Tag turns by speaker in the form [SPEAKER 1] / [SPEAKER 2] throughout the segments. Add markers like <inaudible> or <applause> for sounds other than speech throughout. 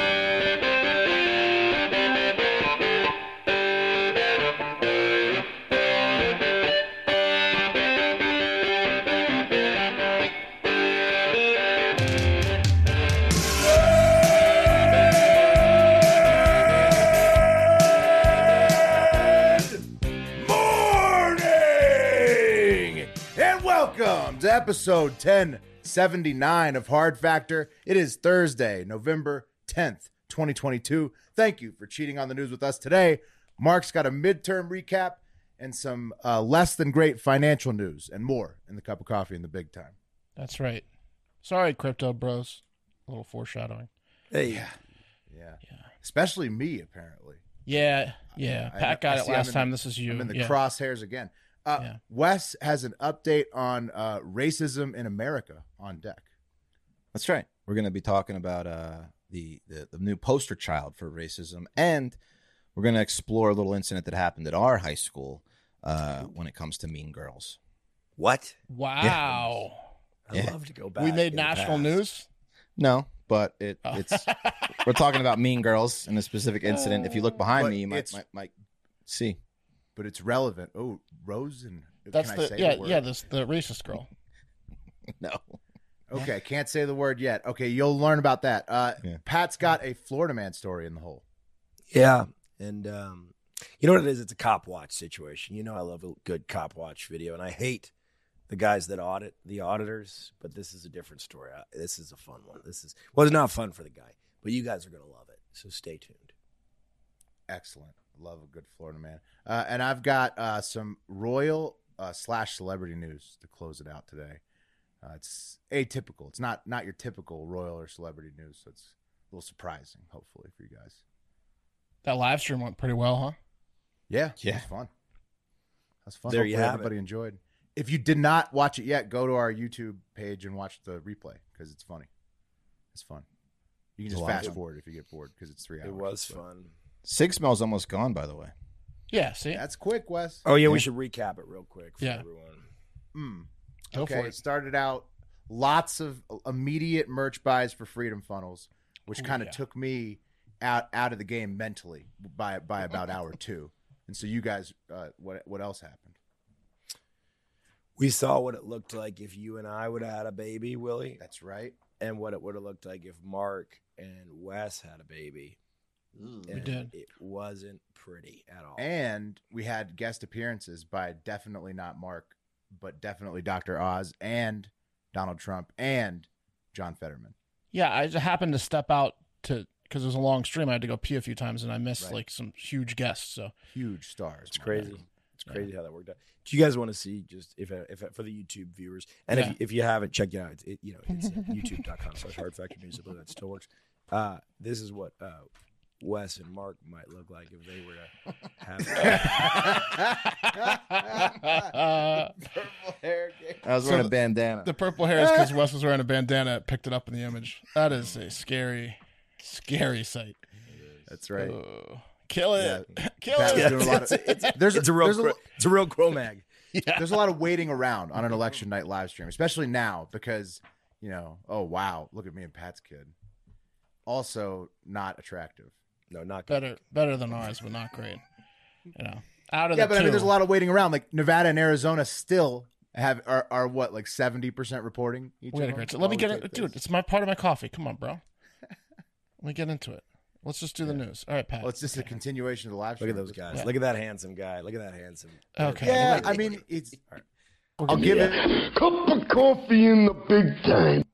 [SPEAKER 1] yeah.
[SPEAKER 2] welcome to episode 1079 of Hard Factor. It is Thursday, November 10th, 2022. Thank you for cheating on the news with us today. Mark's got a midterm recap and some uh, less than great financial news and more in the cup of coffee in the big time.
[SPEAKER 3] That's right. Sorry, crypto bros. A little foreshadowing.
[SPEAKER 2] Hey. Yeah. Yeah. yeah. Especially me, apparently.
[SPEAKER 3] Yeah. Yeah. Uh, Pat I, got I, it I last
[SPEAKER 2] in,
[SPEAKER 3] time. This is you.
[SPEAKER 2] I'm in the
[SPEAKER 3] yeah.
[SPEAKER 2] crosshairs again. Uh, yeah. Wes has an update on uh, racism in America on deck.
[SPEAKER 4] That's right. We're going to be talking about uh, the, the, the new poster child for racism, and we're going to explore a little incident that happened at our high school uh, when it comes to Mean Girls.
[SPEAKER 5] What?
[SPEAKER 3] Wow!
[SPEAKER 5] Yeah. I yeah. love to go back.
[SPEAKER 3] We made national news.
[SPEAKER 4] No, but it,
[SPEAKER 3] <laughs>
[SPEAKER 4] oh. it's we're talking about Mean Girls and a specific incident. If you look behind but me, you might, might, might see
[SPEAKER 2] but it's relevant. Oh, Rosen.
[SPEAKER 3] That's Can the yeah the yeah this the racist girl.
[SPEAKER 4] no.
[SPEAKER 2] Okay, can't say the word yet. Okay, you'll learn about that. Uh, yeah. Pat's got a Florida man story in the hole.
[SPEAKER 5] Yeah, and um, you know what it is? It's a cop watch situation. You know, I love a good cop watch video, and I hate the guys that audit the auditors. But this is a different story. I, this is a fun one. This is well, it's not fun for the guy, but you guys are gonna love it. So stay tuned.
[SPEAKER 2] Excellent love a good Florida man. Uh, and I've got uh, some royal uh, slash celebrity news to close it out today. Uh, it's atypical. It's not not your typical royal or celebrity news, so it's a little surprising, hopefully for you guys.
[SPEAKER 3] That live stream went pretty well, huh?
[SPEAKER 2] Yeah,
[SPEAKER 4] yeah,
[SPEAKER 2] it was fun. That's fun. There hopefully you have everybody it. enjoyed. If you did not watch it yet, go to our YouTube page and watch the replay because it's funny. It's fun. You can it's just fast forward if you get bored because it's three hours.
[SPEAKER 5] It was so. fun.
[SPEAKER 4] Sig smells almost gone, by the way.
[SPEAKER 3] Yeah, see,
[SPEAKER 2] that's quick, Wes.
[SPEAKER 5] Oh yeah, we should recap it real quick for
[SPEAKER 3] yeah.
[SPEAKER 5] everyone.
[SPEAKER 2] Mm. okay, it. it. started out lots of immediate merch buys for Freedom Funnels, which kind of yeah. took me out out of the game mentally by by about hour two. And so you guys, uh, what what else <laughs> happened?
[SPEAKER 5] We saw what it looked like if you and I would have had a baby, Willie.
[SPEAKER 2] That's right.
[SPEAKER 5] And what it would have looked like if Mark and Wes had a baby. Mm.
[SPEAKER 3] Ooh, we did.
[SPEAKER 5] It wasn't pretty at all.
[SPEAKER 2] And we had guest appearances by definitely not Mark, but definitely Dr. Oz and Donald Trump and John Fetterman.
[SPEAKER 3] Yeah, I happened to step out to because it was a long stream. I had to go pee a few times, and I missed right. like some huge guests. So
[SPEAKER 2] huge stars.
[SPEAKER 5] It's crazy.
[SPEAKER 2] <laughs>
[SPEAKER 5] Man.
[SPEAKER 3] <laughs>
[SPEAKER 5] It's crazy yeah. how that worked out. Do you guys want to see just if if for the YouTube viewers and yeah. if, if you haven't checked it out, it, you know it's youtube.com slash hard factor news. I believe that still works. Uh, this is what uh, Wes and Mark might look like if they were to <laughs>
[SPEAKER 4] have purple hair. I was wearing so a bandana.
[SPEAKER 3] The purple hair is because Wes was wearing a bandana. Picked it up in the image. That is a scary, scary sight.
[SPEAKER 2] That's right. Oh,
[SPEAKER 3] kill it, yeah. <laughs> kill Pat's it.
[SPEAKER 5] Doing a lot of, it's, there's it's a, a real, there's a, it's a real Cro-Mag.
[SPEAKER 2] Yeah. There's a lot of waiting around on an election night live stream, especially now because you know, oh wow, look at me and Pat's kid. Also, not attractive.
[SPEAKER 5] No, not
[SPEAKER 3] good. better. Better than ours, but not great. You know, out of
[SPEAKER 2] yeah,
[SPEAKER 3] but
[SPEAKER 2] two,
[SPEAKER 3] I mean,
[SPEAKER 2] there's a lot of waiting around. Like Nevada and Arizona still have are, are what like seventy percent reporting. Each Oh,
[SPEAKER 3] wait a minute, let me get it, dude. It's my part of my coffee. Come
[SPEAKER 2] <laughs>
[SPEAKER 3] on, bro. let me get into it. Let's just do yeah. the news. All right, Pat.
[SPEAKER 2] Well, it's just
[SPEAKER 3] okay.
[SPEAKER 2] a continuation of the live.
[SPEAKER 5] Look at those guys. Yeah. Look at that handsome guy. Look at that handsome.
[SPEAKER 3] Okay.
[SPEAKER 2] Yeah, I mean, it's. Right. I'll give it
[SPEAKER 1] a cup of coffee in the big time.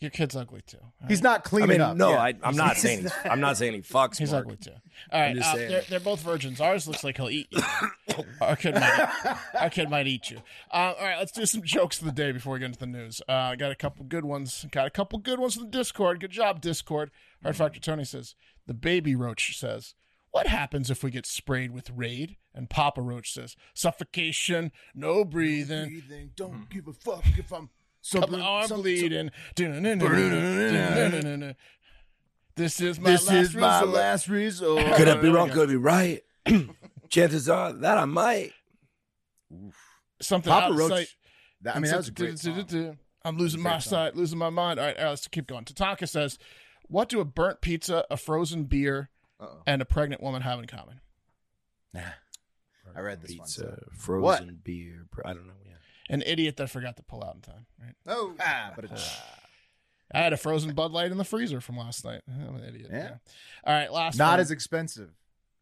[SPEAKER 3] Your kid's ugly too. Right?
[SPEAKER 2] He's not cleaning I mean, up.
[SPEAKER 5] No, yeah. I,
[SPEAKER 2] <laughs>
[SPEAKER 5] am not saying not. I'm not saying he fucks.
[SPEAKER 3] He's
[SPEAKER 5] Mark.
[SPEAKER 3] ugly too. All right, uh, they're, they're, both virgins. Ours looks like he'll eat you. <coughs> our kid might, our kid might eat you. Uh, all right, let's do some jokes of the day before we get into the news. I uh, got a couple good ones. Got a couple Mm-hmm. good ones from the Discord. Good job, Discord. Hard Factor Tony says the baby roach says, What happens if we get sprayed with Raid? And Papa Roach says, suffocation, no breathing,
[SPEAKER 2] Breathing,
[SPEAKER 3] Mm.
[SPEAKER 2] don't give a fuck if I'm
[SPEAKER 3] couple
[SPEAKER 2] something.
[SPEAKER 3] arm
[SPEAKER 2] some-
[SPEAKER 3] bleeding. Du-nu-nu-nu-nu-nu-nu-nu-nu-nu-nu. <laughs> This is my
[SPEAKER 2] This
[SPEAKER 3] last
[SPEAKER 2] is my
[SPEAKER 3] resort.
[SPEAKER 2] last resort.
[SPEAKER 5] Could I be
[SPEAKER 3] There we
[SPEAKER 5] wrong?
[SPEAKER 3] go.
[SPEAKER 5] Could I be <clears throat> right? Chances are that I might.
[SPEAKER 3] Something <laughs> out
[SPEAKER 2] Papa
[SPEAKER 3] of sight.
[SPEAKER 2] Roach. That, I mean, that was a great song.
[SPEAKER 3] Du-du-du-du-du. I'm losing my sight, losing my mind. All right, all right, let's keep going. Tatanka says, "What do a burnt pizza, a frozen beer,
[SPEAKER 4] Uh-oh.
[SPEAKER 3] and a pregnant woman have in common?"
[SPEAKER 4] I read this
[SPEAKER 5] Pizza,
[SPEAKER 4] one.
[SPEAKER 5] frozen
[SPEAKER 2] What?
[SPEAKER 5] beer. pr- I don't know. Yeah.
[SPEAKER 3] An idiot that forgot to pull out in time. Right?
[SPEAKER 4] Oh, ah, but it's
[SPEAKER 3] I had a frozen Bud Light in the freezer from last night. <laughs> I'm an idiot.
[SPEAKER 2] Yeah.
[SPEAKER 3] All right, last
[SPEAKER 2] Not
[SPEAKER 3] one.
[SPEAKER 2] as expensive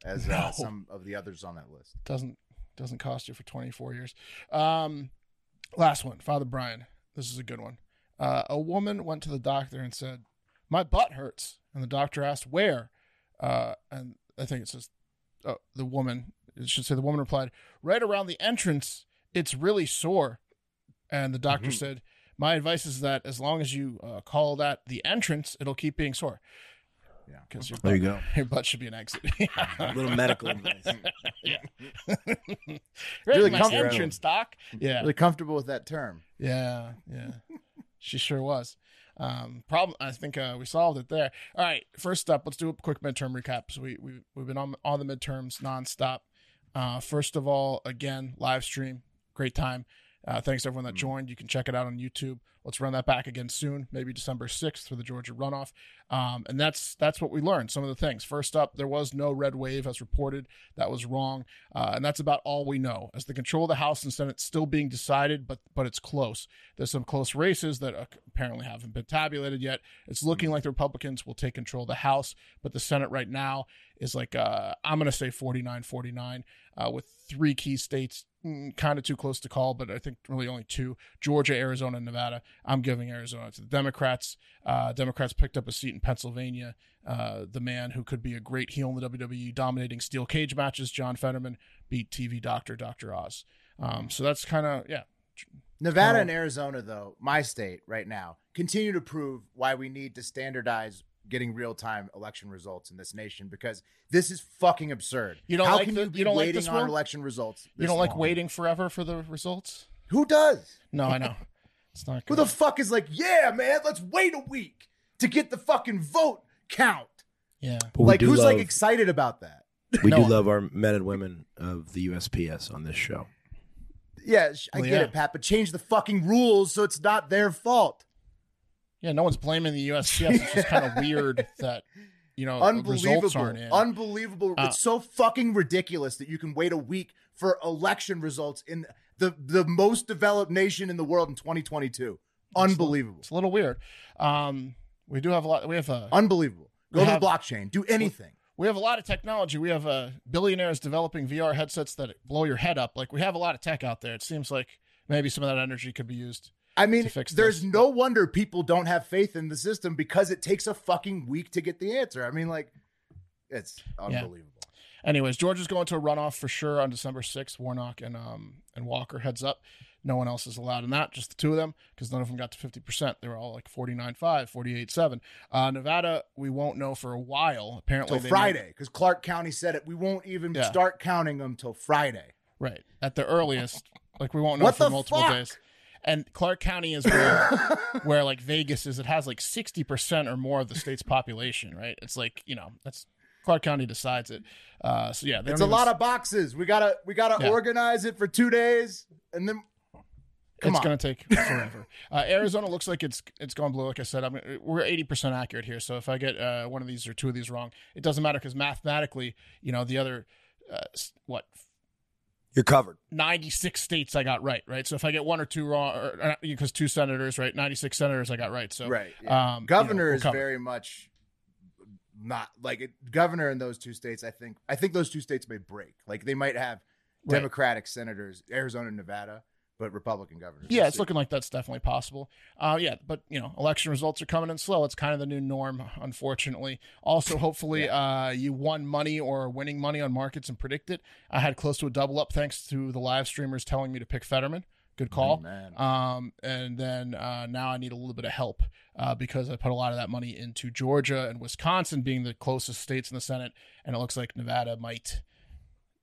[SPEAKER 2] as uh,
[SPEAKER 3] No.
[SPEAKER 2] some of the others on that list.
[SPEAKER 3] doesn't doesn't cost you for 24 years. Um, last one, Father Brian. This is a good one. Uh, a woman went to the doctor and said, "My butt hurts," and the doctor asked, "Where?" Uh, and I think it says, oh, "The woman." It should say the woman replied, "Right around the entrance. It's really sore." And the doctor said, "My advice is that as long as you uh, call that the entrance, it'll keep being sore."
[SPEAKER 2] Yeah.
[SPEAKER 3] because your
[SPEAKER 5] There
[SPEAKER 3] butt,
[SPEAKER 5] you go.
[SPEAKER 3] <laughs> your butt should be an exit.
[SPEAKER 5] <laughs> A little
[SPEAKER 3] <laughs>
[SPEAKER 5] medical advice.
[SPEAKER 3] really
[SPEAKER 2] Really
[SPEAKER 3] my
[SPEAKER 2] comfortable.
[SPEAKER 3] entrance, Doc. Yeah,
[SPEAKER 2] Really comfortable with that term.
[SPEAKER 3] yeah, yeah. she sure was. Um, problem. I think uh, we solved it there. All right. First up, let's do a quick midterm recap. So we we we've been on on the midterms nonstop. Uh, first of all, again, live stream, great time. Uh, thanks to everyone that joined. You can check it out on YouTube. Let's run that back again soon, maybe December sixth for the Georgia runoff. Um, and that's that's what we learned. Some of the things. First up, there was no red wave as reported. That was wrong, uh, and that's about all we know. As the control of the House and Senate still being decided, but but it's close. There's some close races that uh, apparently haven't been tabulated yet. It's looking like the Republicans will take control of the House, but the Senate right now is like uh, I'm going to say 49 49 uh, with three key states kind of too close to call, but I think really only two Georgia, Arizona, and Nevada. I'm giving Arizona to the Democrats. Uh, Democrats picked up a seat in Pennsylvania. Uh, the man who could be a great heel in the WWE, dominating steel cage matches, John Fetterman, beat TV doctor Dr. Oz. Um, so that's kind of, yeah.
[SPEAKER 2] Nevada
[SPEAKER 3] Oh.
[SPEAKER 2] and Arizona, though, my state right now, continue to prove why we need to standardize getting real time election results in this nation because this is fucking absurd.
[SPEAKER 3] You don't
[SPEAKER 2] How
[SPEAKER 3] like
[SPEAKER 2] can
[SPEAKER 3] the-
[SPEAKER 2] you be
[SPEAKER 3] you don't like
[SPEAKER 2] waiting
[SPEAKER 3] this
[SPEAKER 2] on
[SPEAKER 3] one?
[SPEAKER 2] election results?
[SPEAKER 3] You
[SPEAKER 2] this
[SPEAKER 3] don't like
[SPEAKER 2] long?
[SPEAKER 3] waiting forever for the results?
[SPEAKER 2] Who does?
[SPEAKER 3] No,
[SPEAKER 2] <laughs>
[SPEAKER 3] I know. It's not
[SPEAKER 2] Who
[SPEAKER 3] good.
[SPEAKER 2] the fuck is like, yeah, man, let's wait a week to get the fucking vote count?
[SPEAKER 3] yeah.
[SPEAKER 5] But we
[SPEAKER 2] like,
[SPEAKER 5] do
[SPEAKER 2] who's like
[SPEAKER 5] love-
[SPEAKER 2] excited about that?
[SPEAKER 5] we
[SPEAKER 3] No
[SPEAKER 5] do
[SPEAKER 3] one.
[SPEAKER 5] love our men and women of the USPS on this show.
[SPEAKER 2] Yeah, sh- I
[SPEAKER 3] Well,
[SPEAKER 2] get
[SPEAKER 3] yeah.
[SPEAKER 2] it, Pat, but change the fucking rules so it's not their fault.
[SPEAKER 3] Yeah, no one's blaming the USPS. It's
[SPEAKER 2] <laughs>
[SPEAKER 3] just kind of weird that, you know, Oh, results
[SPEAKER 2] Unbelievable.
[SPEAKER 3] aren't in.
[SPEAKER 2] Unbelievable.
[SPEAKER 3] Uh,
[SPEAKER 2] it's so fucking ridiculous that you can wait a week for election results in the, the most developed nation in the world in 2022. Unbelievable.
[SPEAKER 3] it's a little weird. Um, we do have a lot. We have a
[SPEAKER 2] Unbelievable. Go
[SPEAKER 3] We
[SPEAKER 2] to
[SPEAKER 3] have-
[SPEAKER 2] the blockchain. Do anything.
[SPEAKER 3] we have a lot of technology. We have uh, billionaires developing VR headsets that blow your head up. Like we have a lot of tech out there. It seems like maybe some of that energy could be used.
[SPEAKER 2] I mean,
[SPEAKER 3] to fix
[SPEAKER 2] there's
[SPEAKER 3] this.
[SPEAKER 2] no wonder people don't have faith in the system because it takes a fucking week to get the answer. I mean, like, it's unbelievable.
[SPEAKER 3] Anyways, Georgia's going to a runoff for sure on December 6th. Warnock and um and Walker heads up. No one else is allowed in that, just the two of them, because none of them got to 50%. They were all like 49.5, 48.7. Uh, Nevada, we won't know for a while. Apparently,
[SPEAKER 2] Till
[SPEAKER 3] they
[SPEAKER 2] Friday, because Clark County said it. We won't even
[SPEAKER 3] Yeah.
[SPEAKER 2] start counting them till Friday. <laughs>
[SPEAKER 3] Know, right. At the earliest. Like, we won't know
[SPEAKER 2] What
[SPEAKER 3] for
[SPEAKER 2] the
[SPEAKER 3] multiple
[SPEAKER 2] fuck?
[SPEAKER 3] days. And Clark County is where
[SPEAKER 2] <laughs>
[SPEAKER 3] where like Vegas is, it has like 60% or more of the state's population, right? It's like, you know, that's Clark County decides it. Uh, so yeah, they
[SPEAKER 2] it's a
[SPEAKER 3] don't even-
[SPEAKER 2] lot of boxes. We gotta we gotta
[SPEAKER 3] Yeah.
[SPEAKER 2] organize it for two days, and then Come
[SPEAKER 3] it's
[SPEAKER 2] on.
[SPEAKER 3] going to take
[SPEAKER 2] <laughs>
[SPEAKER 3] forever. uh, Arizona looks like it's it's gone blue. Like I said, I'm, we're 80% accurate here. So if I get uh, one of these or two of these wrong, it doesn't matter because mathematically, you know, the other, uh, s- what,
[SPEAKER 5] You're covered.
[SPEAKER 3] 96 states I got right, right? So if I get one or two wrong, or because two senators, right? 96 senators I got right. So
[SPEAKER 2] right.
[SPEAKER 3] um, you know,
[SPEAKER 2] governor
[SPEAKER 3] we'll
[SPEAKER 2] is
[SPEAKER 3] cover.
[SPEAKER 2] very much not like it, governor in those two states. I think I think those two states may break. Like they might have
[SPEAKER 3] Right.
[SPEAKER 2] Democratic senators, Arizona, and Nevada, but Republican governors.
[SPEAKER 3] Yeah,
[SPEAKER 2] We'll
[SPEAKER 3] it's
[SPEAKER 2] see.
[SPEAKER 3] looking like that's definitely possible. Uh, yeah, but you know, election results are coming in slow. It's kind of the new norm, unfortunately. Also, hopefully, uh, you won money or are winning money on markets and predict it. I had close to a double up thanks to the live streamers telling me to pick Fetterman Good call.
[SPEAKER 2] Man.
[SPEAKER 3] Um, and then uh, now I need a little bit of help uh, because I put a lot of that money into Georgia and Wisconsin being the closest states in the Senate, and it looks like Nevada might.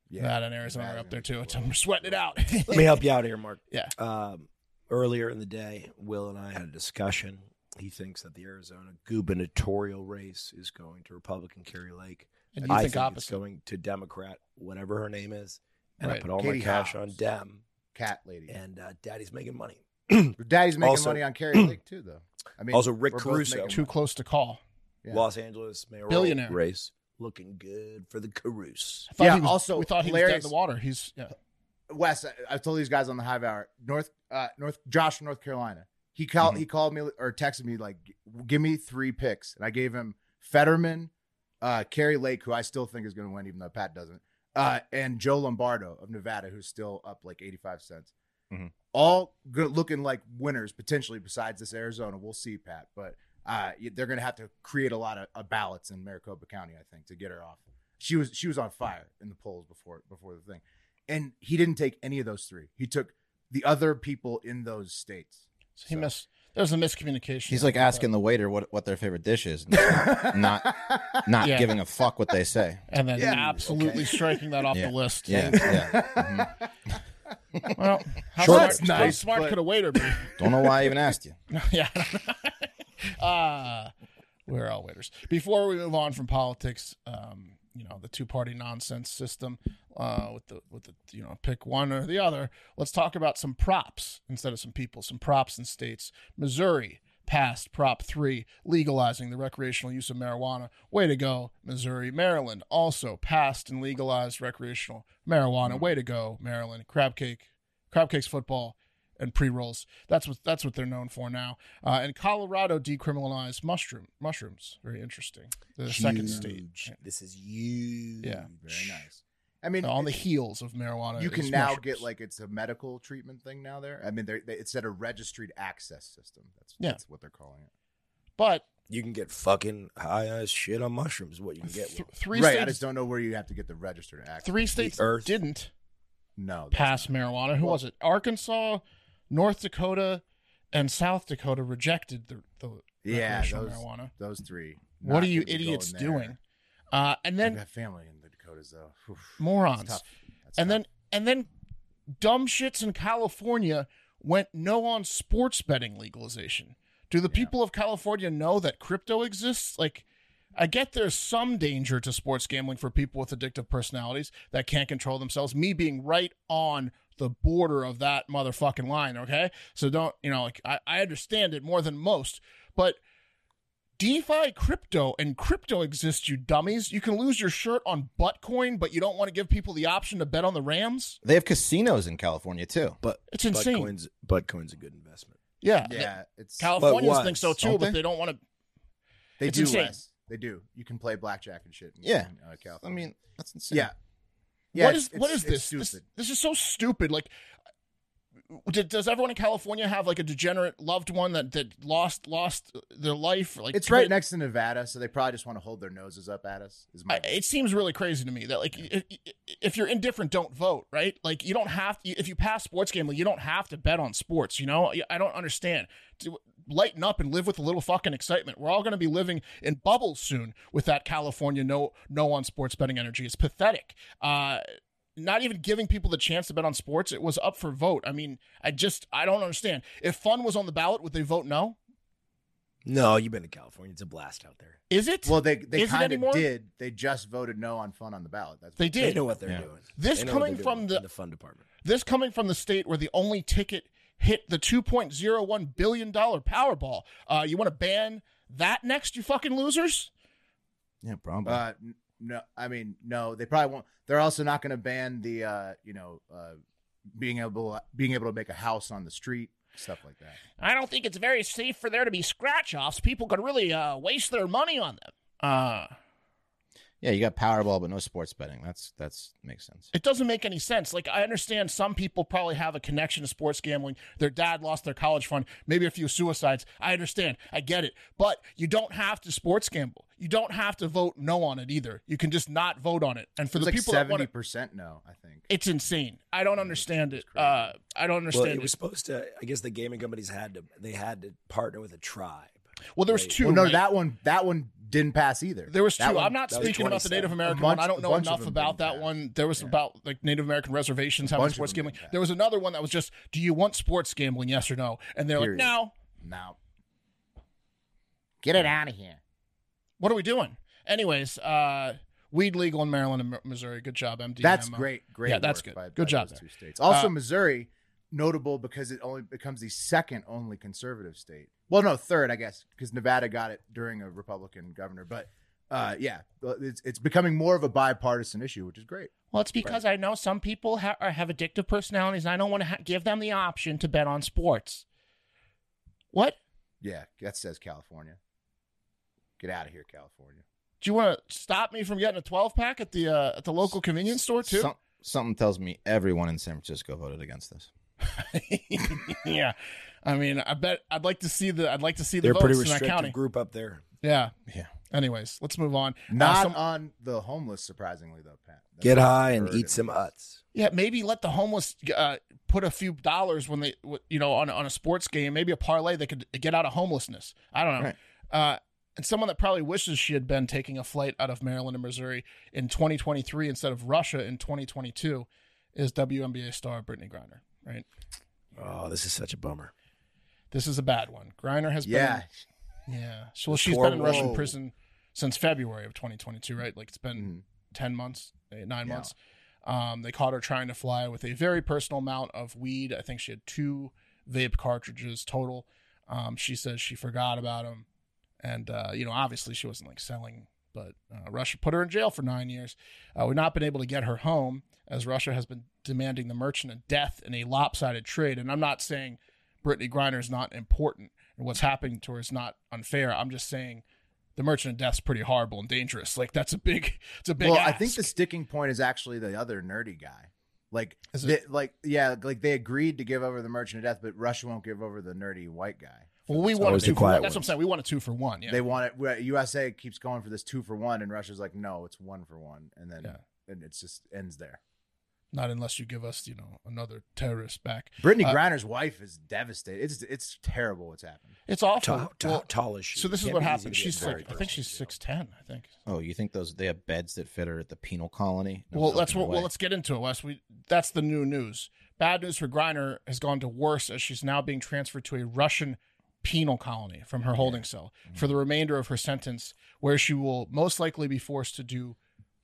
[SPEAKER 5] Yeah,
[SPEAKER 3] Nevada and Arizona are
[SPEAKER 2] Nevada's
[SPEAKER 3] up there
[SPEAKER 2] gonna
[SPEAKER 3] too. <laughs>
[SPEAKER 2] be
[SPEAKER 3] So I'm sweating it out.
[SPEAKER 5] Let me help you out here, Mark.
[SPEAKER 3] Yeah.
[SPEAKER 5] Um, earlier in the day, Will and I had a discussion. He thinks that the Arizona gubernatorial race is going to Republican Carrie Lake.
[SPEAKER 3] And you
[SPEAKER 5] I
[SPEAKER 3] think,
[SPEAKER 5] it's
[SPEAKER 3] opposite?
[SPEAKER 5] going to Democrat, whatever her name is. And I
[SPEAKER 3] Right.
[SPEAKER 5] put all
[SPEAKER 2] Katie
[SPEAKER 5] my cash on
[SPEAKER 2] Hobbs.
[SPEAKER 5] Dem.
[SPEAKER 2] cat lady.
[SPEAKER 5] And uh, Daddy's making money. <clears throat>
[SPEAKER 2] Daddy's making
[SPEAKER 5] Also-
[SPEAKER 2] money on Carrie Lake too, though. I mean,
[SPEAKER 5] also, Rick
[SPEAKER 2] we're both
[SPEAKER 5] Caruso,
[SPEAKER 2] making
[SPEAKER 3] Too close to call.
[SPEAKER 2] Yeah.
[SPEAKER 5] Los Angeles mayoral
[SPEAKER 3] Billionaire.
[SPEAKER 5] race, looking good for the Caruso.
[SPEAKER 3] I thought
[SPEAKER 2] Yeah,
[SPEAKER 3] he was-
[SPEAKER 2] also
[SPEAKER 3] we thought he was dead
[SPEAKER 2] hilarious-
[SPEAKER 3] in the water. He's yeah.
[SPEAKER 2] Wes, I, I told these guys on the Hive Hour, North, uh, North, Josh from North Carolina. He called, he called me or texted me like, "Give me three picks," and I gave him Fetterman, uh, Kerry Lake, who I still think is going to win, even though Pat doesn't, uh, and Joe Lombardo of Nevada, who's still up like eighty-five cents.
[SPEAKER 4] Mhm.
[SPEAKER 2] All good, looking like winners potentially. Besides this Arizona, we'll see, Pat, but uh, y- they're going to have to create a lot of, of ballots in Maricopa County, I think, to get her off. She was she was on fire in the polls before before the thing, and he didn't take any of those three. He took the other people in those states.
[SPEAKER 3] So he missed. There's a miscommunication.
[SPEAKER 4] He's
[SPEAKER 3] there,
[SPEAKER 4] like
[SPEAKER 3] but-
[SPEAKER 4] asking the waiter what, what their favorite dish is,
[SPEAKER 2] <laughs>
[SPEAKER 4] and not not
[SPEAKER 3] Yeah.
[SPEAKER 4] giving a fuck what they say.
[SPEAKER 3] and then
[SPEAKER 2] Yeah.
[SPEAKER 3] absolutely striking that off
[SPEAKER 4] Yeah.
[SPEAKER 3] the list.
[SPEAKER 4] Yeah, yeah.
[SPEAKER 3] <laughs>
[SPEAKER 4] Mm-hmm.
[SPEAKER 3] Well, how
[SPEAKER 2] Sure,
[SPEAKER 3] smart,
[SPEAKER 2] it's
[SPEAKER 3] how
[SPEAKER 2] nice,
[SPEAKER 3] smart
[SPEAKER 2] but-
[SPEAKER 3] could a waiter be? <laughs>
[SPEAKER 4] Don't know why I even asked you.
[SPEAKER 3] yeah. <laughs> I don't know. uh, we're all waiters. Before we move on from politics, um, you know, the two party nonsense system, uh, with the with the you know, pick one or the other, let's talk about some props instead of some people, some props and states. Missouri passed Prop 3, legalizing the recreational use of marijuana. Way to go, Missouri. Maryland also passed and legalized recreational marijuana. Way to go, Maryland. Crab cake, crab cakes football, and pre rolls. That's what that's what they're known for now. Uh, and Colorado decriminalized mushroom mushrooms. Very interesting. The second state
[SPEAKER 5] Huge. This is huge.
[SPEAKER 3] Yeah.
[SPEAKER 2] Very nice. I mean,
[SPEAKER 3] on the heels of marijuana.
[SPEAKER 2] you can
[SPEAKER 3] is
[SPEAKER 2] now
[SPEAKER 3] mushrooms.
[SPEAKER 2] get like it's a medical treatment thing now. There, I mean, they're, they it's at a registered access system. That's
[SPEAKER 3] Yeah.
[SPEAKER 2] that's what they're calling it.
[SPEAKER 3] but
[SPEAKER 5] You can get fucking high as shit on mushrooms. is What you can get.
[SPEAKER 3] th- three
[SPEAKER 2] right, I
[SPEAKER 3] states
[SPEAKER 2] just don't know where you have to get the registered access.
[SPEAKER 3] three states
[SPEAKER 5] earth.
[SPEAKER 3] didn't
[SPEAKER 2] no, that's-
[SPEAKER 3] pass marijuana. Who was it? Arkansas, North Dakota, and South Dakota rejected the, the
[SPEAKER 2] yeah,
[SPEAKER 3] recreational
[SPEAKER 2] those,
[SPEAKER 3] marijuana.
[SPEAKER 2] those three.
[SPEAKER 3] What
[SPEAKER 2] Not
[SPEAKER 3] are you
[SPEAKER 2] gonna be
[SPEAKER 3] idiots
[SPEAKER 2] going there.
[SPEAKER 3] doing? Uh, and
[SPEAKER 2] I've
[SPEAKER 3] then
[SPEAKER 2] got family in the Dakotas though. Oof, that's
[SPEAKER 3] morons.
[SPEAKER 2] tough. That's tough.
[SPEAKER 3] and then and then dumb shits in California went no on sports betting legalization. Do the people of California know that crypto exists? Like I get there's some danger to sports gambling for people with addictive personalities that can't control themselves. Me being right on the border of that motherfucking line, okay? So don't, you know, like I, I understand it more than most, but DeFi crypto and crypto exists, you dummies. You can lose your shirt on Buttcoin, but you don't want to give people the option to bet on the Rams.
[SPEAKER 4] They have casinos in California too.
[SPEAKER 5] But
[SPEAKER 3] It's insane.
[SPEAKER 5] Bitcoin's, Bitcoin's a good investment.
[SPEAKER 3] Yeah.
[SPEAKER 2] yeah, it's
[SPEAKER 3] Californians
[SPEAKER 5] But
[SPEAKER 3] think so
[SPEAKER 5] once,
[SPEAKER 3] too,
[SPEAKER 4] don't
[SPEAKER 3] but
[SPEAKER 4] they?
[SPEAKER 3] they don't want to.
[SPEAKER 2] they
[SPEAKER 3] it's
[SPEAKER 2] do
[SPEAKER 3] insane.
[SPEAKER 2] less. They do. You can play blackjack and shit. in-
[SPEAKER 4] Yeah.
[SPEAKER 2] in, uh,
[SPEAKER 4] I
[SPEAKER 2] California.
[SPEAKER 4] mean, that's insane.
[SPEAKER 2] yeah, yeah.
[SPEAKER 3] what
[SPEAKER 2] it's-
[SPEAKER 3] is what
[SPEAKER 2] it's-
[SPEAKER 3] is this?
[SPEAKER 2] It's
[SPEAKER 3] this?
[SPEAKER 2] stupid.
[SPEAKER 3] This is so stupid. Like, did, does everyone in California have like a degenerate loved one that, that lost lost their life? Like,
[SPEAKER 2] it's right
[SPEAKER 3] commit-
[SPEAKER 2] next to Nevada, so they probably just want to hold their noses up at us. Is my
[SPEAKER 3] I, it seems really crazy to me that like if, if you're indifferent don't vote right like you don't have to if you pass sports gambling you don't have to bet on sports you know i don't understand To- lighten up and live with a little fucking excitement we're all going to be living in bubbles soon with that california no no on sports betting energy it's pathetic uh not even giving people the chance to bet on sports it was up for vote i mean i just i don't understand if fun was on the ballot would they vote no
[SPEAKER 5] No, you've been to California. It's a blast out there.
[SPEAKER 3] is it
[SPEAKER 2] well, they they
[SPEAKER 3] Is it
[SPEAKER 2] kind
[SPEAKER 3] anymore?
[SPEAKER 2] of did. They just voted no on fun on the ballot. That's
[SPEAKER 3] they
[SPEAKER 5] They
[SPEAKER 3] did
[SPEAKER 5] know what they're
[SPEAKER 4] Yeah.
[SPEAKER 5] doing.
[SPEAKER 3] This
[SPEAKER 5] They know what
[SPEAKER 3] coming
[SPEAKER 5] they're
[SPEAKER 3] from
[SPEAKER 5] doing
[SPEAKER 3] the-
[SPEAKER 5] in the fund department.
[SPEAKER 3] This coming from the state where the only ticket hit the $2.01 billion Powerball. Uh, you want to ban that next, you fucking losers?
[SPEAKER 4] yeah, probably.
[SPEAKER 2] Uh, n- no, I mean no. They probably won't. They're also not going to ban the uh, you know uh, being able being able to make a house on the street stuff like that.
[SPEAKER 3] I don't think it's very safe for there to be scratch offs. People could really uh, waste their money on them. Uh,
[SPEAKER 4] Yeah, you got Powerball, but no sports betting. That's that's makes sense.
[SPEAKER 3] It doesn't make any sense. Like I understand some people probably have a connection to sports gambling. Their dad lost their college fund, maybe a few suicides. I understand. I get it. But you don't have to sports gamble. You don't have to vote no on it either. You can just not vote on it. And for
[SPEAKER 2] It's
[SPEAKER 3] the
[SPEAKER 2] like
[SPEAKER 3] people that want
[SPEAKER 2] seventy
[SPEAKER 3] to,
[SPEAKER 2] percent now. I think.
[SPEAKER 3] it's insane. I don't understand it.
[SPEAKER 2] crazy.
[SPEAKER 3] Uh, I don't
[SPEAKER 5] Well,
[SPEAKER 3] understand
[SPEAKER 5] it
[SPEAKER 3] it.
[SPEAKER 5] was supposed to. I guess the gaming companies had to. They had to partner with a tribe.
[SPEAKER 3] well, there was
[SPEAKER 5] Wait.
[SPEAKER 3] two.
[SPEAKER 2] well, no,
[SPEAKER 3] right?
[SPEAKER 2] that one that one didn't pass either.
[SPEAKER 3] There was two.
[SPEAKER 2] That one-
[SPEAKER 3] I'm not
[SPEAKER 5] that was
[SPEAKER 3] speaking about the
[SPEAKER 5] 27.
[SPEAKER 3] Native American
[SPEAKER 2] A bunch-
[SPEAKER 3] one. I don't
[SPEAKER 2] a
[SPEAKER 3] know
[SPEAKER 2] bunch of
[SPEAKER 3] enough
[SPEAKER 2] them
[SPEAKER 3] about
[SPEAKER 2] didn't
[SPEAKER 3] that
[SPEAKER 2] pass.
[SPEAKER 3] one. There was about like Native American reservations having
[SPEAKER 2] bunch of
[SPEAKER 3] sports
[SPEAKER 2] them
[SPEAKER 3] gambling.
[SPEAKER 2] didn't pass.
[SPEAKER 3] There was another one that was just, do you want sports gambling? Yes or no? And they're
[SPEAKER 2] Period.
[SPEAKER 3] like, no.
[SPEAKER 2] now.
[SPEAKER 6] Get it out of here.
[SPEAKER 3] What are we doing? Anyways, uh, weed legal in Maryland and Mi- Missouri. Good job, MD.
[SPEAKER 2] That's
[SPEAKER 3] Memo.
[SPEAKER 2] great. Great.
[SPEAKER 3] Yeah, that's
[SPEAKER 2] work
[SPEAKER 3] good.
[SPEAKER 2] by-
[SPEAKER 3] Good
[SPEAKER 2] by
[SPEAKER 3] job
[SPEAKER 2] those
[SPEAKER 3] there.
[SPEAKER 2] Two states. Also,
[SPEAKER 3] Uh,
[SPEAKER 2] Missouri, notable because it only becomes the second only conservative state. Well, no, third, I guess, because Nevada got it during a Republican governor. But uh, yeah, it's, it's becoming more of a bipartisan issue, which is great.
[SPEAKER 6] Well, it's because I know some people ha- are- have addictive personalities, and I don't want to ha- give them the option to bet on sports.
[SPEAKER 3] What?
[SPEAKER 2] Yeah, that says California. Get out of here, California.
[SPEAKER 3] Do you want to stop me from getting a 12 pack at the uh, at the local convenience store too?
[SPEAKER 4] Some- something tells me everyone in San Francisco voted against this.
[SPEAKER 3] <laughs> yeah. I mean, I bet I'd like to see the I'd like to see the
[SPEAKER 5] They're a
[SPEAKER 3] votes
[SPEAKER 5] pretty
[SPEAKER 3] in that county.
[SPEAKER 5] restrictive group up there.
[SPEAKER 3] Yeah.
[SPEAKER 4] Yeah.
[SPEAKER 3] Anyways, let's move on. Uh,
[SPEAKER 2] Not
[SPEAKER 3] some-
[SPEAKER 2] on the homeless, surprisingly, though, Pat. That's
[SPEAKER 5] Get
[SPEAKER 2] what
[SPEAKER 5] high
[SPEAKER 2] I've
[SPEAKER 5] and
[SPEAKER 2] heard
[SPEAKER 5] eat
[SPEAKER 2] and-
[SPEAKER 5] some uts.
[SPEAKER 3] Yeah, maybe let the homeless uh, put a few dollars when they, w- you know, on on a sports game, maybe a parlay they could get out of homelessness. I don't know.
[SPEAKER 4] Right.
[SPEAKER 3] Uh, and someone that probably wishes she had been taking a flight out of Maryland and Missouri in 2023 instead of Russia in 2022 is WNBA star Brittany Griner. Right,
[SPEAKER 5] Oh, this is such a bummer.
[SPEAKER 3] this is a bad one. Griner has
[SPEAKER 2] Yeah,
[SPEAKER 3] been, yeah. So well,
[SPEAKER 5] This
[SPEAKER 3] she's
[SPEAKER 5] poor
[SPEAKER 3] been in Russian
[SPEAKER 5] woman.
[SPEAKER 3] prison since February of 2022. Right, like it's
[SPEAKER 2] Mhm.
[SPEAKER 3] been 10 months, eh, nine
[SPEAKER 2] Yeah.
[SPEAKER 3] months. Um, they caught her trying to fly with a very personal amount of weed. I think she had two vape cartridges total. Um, she says she forgot about them. And, uh, you know, obviously she wasn't like selling, but uh, Russia put her in jail for nine years. Uh, we've not been able to get her home as Russia has been demanding the merchant a death in a lopsided trade. And I'm not saying Brittany Griner is not important and what's happening to her is not unfair. I'm just saying the merchant of death's pretty horrible and dangerous. Like that's a big, it's a big.
[SPEAKER 2] well, I think
[SPEAKER 3] ask.
[SPEAKER 2] the sticking point is actually the other nerdy guy. Like,
[SPEAKER 3] Is
[SPEAKER 2] they,
[SPEAKER 3] it-
[SPEAKER 2] like, yeah, like they agreed to give over the Merchant of Death, but Russia won't give over the nerdy white guy.
[SPEAKER 3] Well, we
[SPEAKER 5] It's
[SPEAKER 3] want a
[SPEAKER 5] always
[SPEAKER 3] two
[SPEAKER 5] the
[SPEAKER 3] for one.
[SPEAKER 5] quiet
[SPEAKER 3] That's what I'm
[SPEAKER 5] ones.
[SPEAKER 3] saying. We want a two for one. Yeah.
[SPEAKER 2] They want it. where USA keeps going for this two for one, and Russia's like, no, it's one for one, and then
[SPEAKER 3] Yeah.
[SPEAKER 2] and it's just ends there.
[SPEAKER 3] Not unless you give us, you know, another terrorist back.
[SPEAKER 2] Brittany
[SPEAKER 3] Uh,
[SPEAKER 2] Griner's wife is devastated. It's it's terrible what's happened.
[SPEAKER 3] It's awful.
[SPEAKER 5] Tall, tall,
[SPEAKER 3] Well,
[SPEAKER 5] tall as she.
[SPEAKER 3] so this is
[SPEAKER 5] Can't
[SPEAKER 3] what
[SPEAKER 5] be easy
[SPEAKER 3] happened.
[SPEAKER 5] to get
[SPEAKER 3] She's
[SPEAKER 5] very
[SPEAKER 3] like, I think
[SPEAKER 5] personal,
[SPEAKER 3] she's
[SPEAKER 5] you know.
[SPEAKER 3] six ten. I think.
[SPEAKER 4] Oh, you think those they have beds that fit her at the penal colony? No
[SPEAKER 3] well, that's
[SPEAKER 4] fucking
[SPEAKER 3] what. Well,
[SPEAKER 4] way.
[SPEAKER 3] let's get into it, Wes. We that's the new news. Bad news for Griner has gone to worse as she's now being transferred to a Russian penal colony from her holding cell
[SPEAKER 2] Mm-hmm.
[SPEAKER 3] for the remainder of her sentence, where she will most likely be forced to do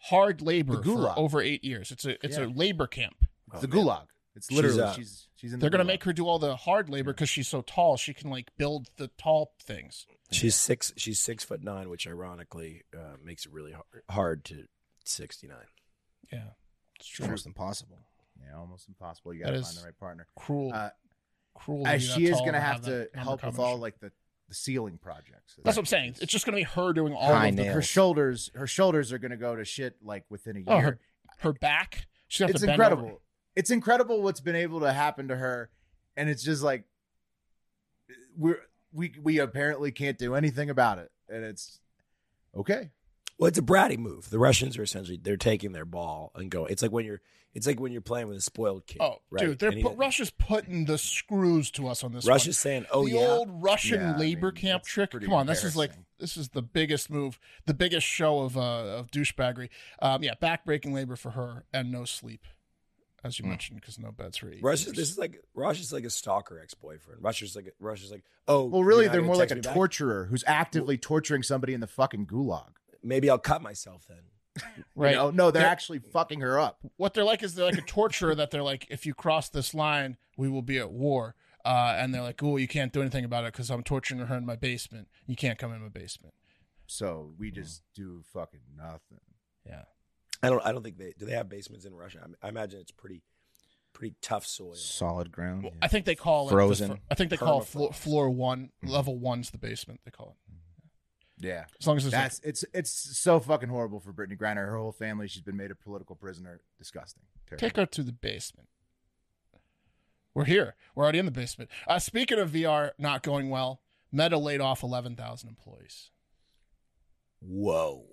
[SPEAKER 3] hard labor for
[SPEAKER 2] gulag.
[SPEAKER 3] over eight years. It's a it's a
[SPEAKER 2] Yeah.
[SPEAKER 3] labor camp.
[SPEAKER 2] It's
[SPEAKER 5] Oh,
[SPEAKER 2] the
[SPEAKER 5] man.
[SPEAKER 2] gulag. It's
[SPEAKER 5] She's,
[SPEAKER 2] literally
[SPEAKER 5] uh,
[SPEAKER 2] she's she's, in.
[SPEAKER 3] They're
[SPEAKER 2] the
[SPEAKER 3] gonna
[SPEAKER 2] gulag.
[SPEAKER 3] make her do all the hard labor because she's so tall. She can like build the tall things.
[SPEAKER 5] She's six. She's six foot nine, which ironically uh, makes it really hard, hard to sixty nine.
[SPEAKER 3] Yeah, it's
[SPEAKER 4] It's
[SPEAKER 3] true.
[SPEAKER 4] almost impossible.
[SPEAKER 2] yeah, almost impossible. You
[SPEAKER 3] That
[SPEAKER 2] gotta
[SPEAKER 3] is-
[SPEAKER 2] find the right partner.
[SPEAKER 3] Cruel,
[SPEAKER 2] Uh,
[SPEAKER 3] cruel.
[SPEAKER 2] I,
[SPEAKER 3] to be that
[SPEAKER 2] she is
[SPEAKER 3] tall
[SPEAKER 2] gonna
[SPEAKER 3] and
[SPEAKER 2] have to
[SPEAKER 3] that number
[SPEAKER 2] help with
[SPEAKER 3] combination.
[SPEAKER 2] all like the the ceiling projects.
[SPEAKER 3] That's what I'm saying. It's just gonna be her doing all
[SPEAKER 4] High
[SPEAKER 3] of the,
[SPEAKER 4] nail.
[SPEAKER 2] her shoulders. Her shoulders are gonna go to shit like within a year.
[SPEAKER 3] Oh, her, her back. She's gonna have
[SPEAKER 2] it's
[SPEAKER 3] to bend
[SPEAKER 2] incredible.
[SPEAKER 3] over.
[SPEAKER 2] It's incredible what's been able to happen to her, and it's just like we're we we apparently can't do anything about it, and it's okay.
[SPEAKER 5] Well, it's a bratty move. The Russians are essentially they're taking their ball and going. It's like when you're. It's like when you're playing with a spoiled kid.
[SPEAKER 3] Oh,
[SPEAKER 5] right?
[SPEAKER 3] dude, they're
[SPEAKER 5] And he-
[SPEAKER 3] put, Russia's putting the screws to us on this. one.
[SPEAKER 5] Russia's saying, "Oh
[SPEAKER 3] the
[SPEAKER 5] yeah,
[SPEAKER 3] old Russian
[SPEAKER 2] Yeah, I
[SPEAKER 3] labor
[SPEAKER 2] mean,
[SPEAKER 3] camp
[SPEAKER 2] that's
[SPEAKER 3] trick.
[SPEAKER 2] pretty
[SPEAKER 3] Come on, this is like
[SPEAKER 2] embarrassing.
[SPEAKER 3] this is the biggest move, the biggest show of uh, of douchebaggery. Um, yeah, backbreaking labor for her and no sleep, as you
[SPEAKER 4] Hmm.
[SPEAKER 3] mentioned, because no beds for eight.
[SPEAKER 5] Russia's
[SPEAKER 3] years.
[SPEAKER 5] this is like Russia's like a stalker ex boyfriend. Russia's like Russia's like oh
[SPEAKER 2] Well, really,
[SPEAKER 5] you're not
[SPEAKER 2] they're
[SPEAKER 5] gonna
[SPEAKER 2] more like a
[SPEAKER 5] text me back?
[SPEAKER 2] torturer who's actively torturing somebody in the fucking gulag.
[SPEAKER 5] Maybe I'll cut myself then.
[SPEAKER 3] right?
[SPEAKER 2] You know? No, they're
[SPEAKER 3] They're-
[SPEAKER 2] actually fucking her up.
[SPEAKER 3] What they're like is they're like a torturer <laughs> that they're like, if you cross this line, we will be at war. Uh, and they're like, oh, you can't do anything about it because I'm torturing her in my basement. You can't come in my basement.
[SPEAKER 2] So we just do fucking nothing.
[SPEAKER 3] Yeah.
[SPEAKER 5] I don't I don't think they do they have basements in Russia. I, I imagine it's pretty pretty tough soil.
[SPEAKER 4] Solid ground.
[SPEAKER 3] Well,
[SPEAKER 4] yeah.
[SPEAKER 3] I think they call it the
[SPEAKER 4] Frozen.
[SPEAKER 3] fir- I think they call it
[SPEAKER 5] Permafrost.
[SPEAKER 2] Mm-hmm.
[SPEAKER 3] floor, floor one,
[SPEAKER 4] Mhm.
[SPEAKER 3] level one's the basement. They call it.
[SPEAKER 2] Yeah.
[SPEAKER 3] As long as it's
[SPEAKER 2] That's it's it's so fucking horrible for Brittany Griner. Her whole family, she's been made a political prisoner. Disgusting. Terrible.
[SPEAKER 3] Take her to the basement. We're here. We're already in the basement. Uh, speaking of VR not going well, Meta laid off 11,000 employees.
[SPEAKER 5] Whoa.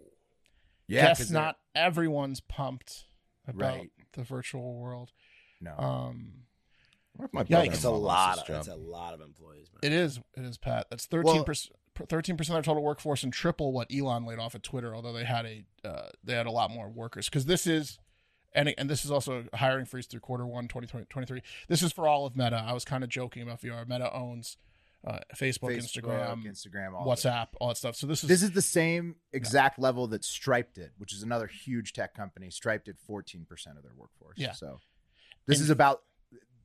[SPEAKER 2] Yeah,
[SPEAKER 3] Guess
[SPEAKER 2] 'cause they're-
[SPEAKER 3] not everyone's pumped about
[SPEAKER 2] Right.
[SPEAKER 3] the virtual world.
[SPEAKER 2] No.
[SPEAKER 3] Um,
[SPEAKER 4] What if my
[SPEAKER 3] Yeah,
[SPEAKER 4] brother-in-law
[SPEAKER 5] It's a
[SPEAKER 4] lost his
[SPEAKER 5] lot. Of,
[SPEAKER 4] job?
[SPEAKER 5] it's a lot of employees, man.
[SPEAKER 3] it is. It is, Pat. That's 13%, 13% of their total workforce and triple what Elon laid off at Twitter, although they had a uh, they had a lot more workers. Because this is. And, and this is also a hiring freeze through quarter one 2023. This is for all of Meta. I was kind of joking about VR. Meta owns uh, Facebook,
[SPEAKER 2] Facebook,
[SPEAKER 3] Instagram,
[SPEAKER 2] Instagram, all that.
[SPEAKER 3] WhatsApp, all that stuff. So this is,
[SPEAKER 2] This is the same exact level that Stripe did, which is another huge tech company. Stripe did 14% of their workforce.
[SPEAKER 3] Yeah.
[SPEAKER 2] So this
[SPEAKER 3] And-
[SPEAKER 2] is about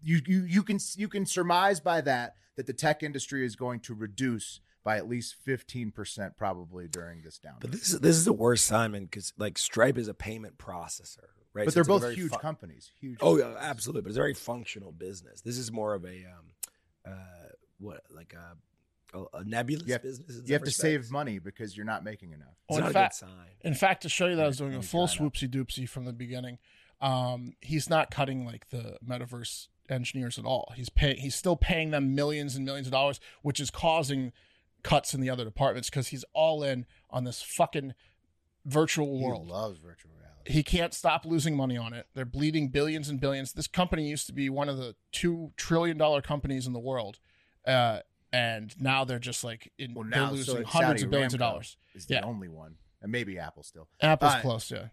[SPEAKER 2] you you you can you can surmise by that that the tech industry is going to reduce by at least 15% probably during this downturn.
[SPEAKER 5] But this is this is the worst, Simon, because like Stripe is a payment processor, right?
[SPEAKER 2] But
[SPEAKER 5] So
[SPEAKER 2] they're
[SPEAKER 5] it's a
[SPEAKER 2] both
[SPEAKER 5] very
[SPEAKER 2] huge
[SPEAKER 5] fu-
[SPEAKER 2] companies. Huge.
[SPEAKER 5] Oh yeah,
[SPEAKER 2] companies.
[SPEAKER 5] absolutely. But it's a very functional business. This is more of a um, uh, what like a a, a nebulous
[SPEAKER 2] You have-
[SPEAKER 5] business. in
[SPEAKER 2] You have
[SPEAKER 5] some
[SPEAKER 2] to save
[SPEAKER 5] respects.
[SPEAKER 2] money because you're not making enough.
[SPEAKER 5] It's
[SPEAKER 3] in
[SPEAKER 5] not a
[SPEAKER 3] fact-
[SPEAKER 5] good sign.
[SPEAKER 3] in fact, to show you that I was
[SPEAKER 2] Let me- let
[SPEAKER 3] doing a
[SPEAKER 2] me
[SPEAKER 3] full
[SPEAKER 2] dry it up.
[SPEAKER 3] swoopsie doopsie from the beginning. Um, he's not cutting like the metaverse engineers at all. He's paying, he's still paying them millions and millions of dollars, which is causing cuts in the other departments because he's all in on this fucking virtual world.
[SPEAKER 2] He loves virtual reality.
[SPEAKER 3] he can't stop losing money on it. They're bleeding billions and billions. This company used to be one of the two trillion dollar companies in the world, uh, and now they're just like in,
[SPEAKER 2] Well,
[SPEAKER 3] they're
[SPEAKER 2] now so
[SPEAKER 3] losing
[SPEAKER 2] it's
[SPEAKER 3] hundreds
[SPEAKER 2] Saudi
[SPEAKER 3] of billions of
[SPEAKER 2] Aramco
[SPEAKER 3] dollars.
[SPEAKER 2] Is the
[SPEAKER 3] Yeah.
[SPEAKER 2] only one, and maybe Apple still.
[SPEAKER 3] Apple's
[SPEAKER 2] But-
[SPEAKER 3] close, yeah.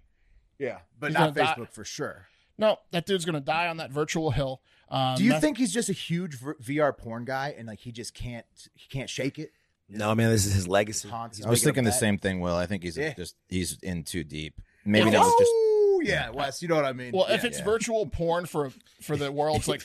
[SPEAKER 2] Yeah, but
[SPEAKER 3] He's
[SPEAKER 2] not
[SPEAKER 3] gonna die-
[SPEAKER 2] Facebook for sure.
[SPEAKER 3] No, that dude's gonna die on that virtual hill. Um,
[SPEAKER 2] Do you
[SPEAKER 3] that's-
[SPEAKER 2] think he's just a huge v- VR porn guy and like he just can't he can't shake it?
[SPEAKER 5] No, man, this is his legacy.
[SPEAKER 2] Hans-
[SPEAKER 5] He's
[SPEAKER 2] He's
[SPEAKER 4] I was
[SPEAKER 2] making a
[SPEAKER 4] thinking the
[SPEAKER 2] bet.
[SPEAKER 4] same thing. Will I think he's
[SPEAKER 2] Yeah.
[SPEAKER 4] just he's in too deep. Maybe
[SPEAKER 3] Yeah.
[SPEAKER 4] that was just
[SPEAKER 2] Oh yeah, Wes, you know what I mean.
[SPEAKER 3] Well,
[SPEAKER 2] yeah.
[SPEAKER 3] if it's
[SPEAKER 4] yeah.
[SPEAKER 3] virtual porn for for the world's like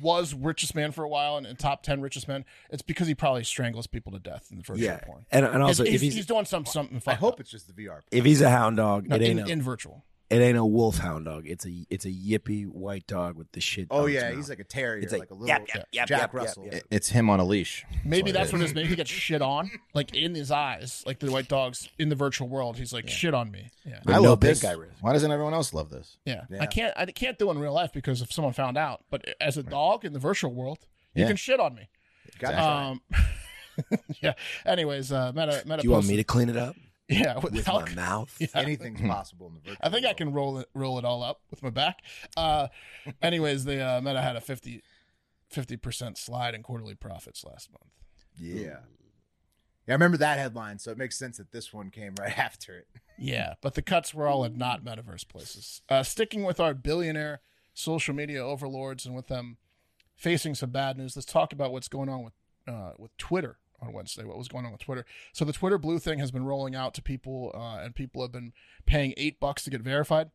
[SPEAKER 3] was richest man for a while and, and top ten richest men, it's because he probably strangles people to death in the virtual
[SPEAKER 5] yeah,
[SPEAKER 3] porn.
[SPEAKER 5] and and also
[SPEAKER 3] Also, he's,
[SPEAKER 5] if
[SPEAKER 3] he's,
[SPEAKER 5] he's,
[SPEAKER 3] doing some something.
[SPEAKER 2] I
[SPEAKER 3] fucked
[SPEAKER 2] hope
[SPEAKER 3] up.
[SPEAKER 2] it's just the VR.
[SPEAKER 5] if he's a hound dog,
[SPEAKER 3] No,
[SPEAKER 5] it ain't
[SPEAKER 3] in,
[SPEAKER 5] a,
[SPEAKER 3] in virtual.
[SPEAKER 5] it ain't a wolf hound dog. It's a it's a yippy white dog with the shit.
[SPEAKER 2] Oh
[SPEAKER 5] on its
[SPEAKER 2] yeah,
[SPEAKER 5] mouth.
[SPEAKER 2] he's like a terrier,
[SPEAKER 5] It's
[SPEAKER 2] like,
[SPEAKER 5] like,
[SPEAKER 2] a little
[SPEAKER 5] yap, yap, yap,
[SPEAKER 2] Jack
[SPEAKER 5] yap, yap,
[SPEAKER 2] Russell.
[SPEAKER 5] yap.
[SPEAKER 4] it- it's him on a leash.
[SPEAKER 3] Maybe that's what it
[SPEAKER 4] it is.
[SPEAKER 3] is. Maybe he gets shit on, like in his eyes, like the white dogs in the virtual world. He's like shit on me. Yeah,
[SPEAKER 4] I
[SPEAKER 5] With no
[SPEAKER 4] love
[SPEAKER 5] pink
[SPEAKER 4] this.
[SPEAKER 5] eye risk.
[SPEAKER 4] Why doesn't everyone else love this?
[SPEAKER 3] yeah.
[SPEAKER 2] Yeah.
[SPEAKER 3] I can't. I can't do it in real life because if someone found out. But as a dog in the virtual world, you
[SPEAKER 4] Yeah.
[SPEAKER 3] can shit on me.
[SPEAKER 2] Gotta try. <laughs>
[SPEAKER 3] Um, <laughs> yeah. Anyways, uh, meta meta.
[SPEAKER 5] Do you want me to clean it up
[SPEAKER 3] <laughs> Yeah, with, <laughs>
[SPEAKER 5] with
[SPEAKER 3] elk.
[SPEAKER 5] my mouth?
[SPEAKER 2] Anything's possible in the virtual.
[SPEAKER 3] I think I
[SPEAKER 2] world.
[SPEAKER 3] can roll it roll it all up with my back. Uh, anyways, the uh, meta had a 50 percent slide in quarterly profits last month.
[SPEAKER 2] Yeah. yeah, I remember that headline, so it makes sense that this one came right <laughs> after it.
[SPEAKER 3] Yeah, but the cuts were all in not metaverse places. Uh, sticking with our billionaire social media overlords and with them facing some bad news, let's talk about what's going on with uh, with Twitter on Wednesday. What was going on with Twitter? So the Twitter Blue thing has been rolling out to people, uh, and people have been paying eight bucks to get verified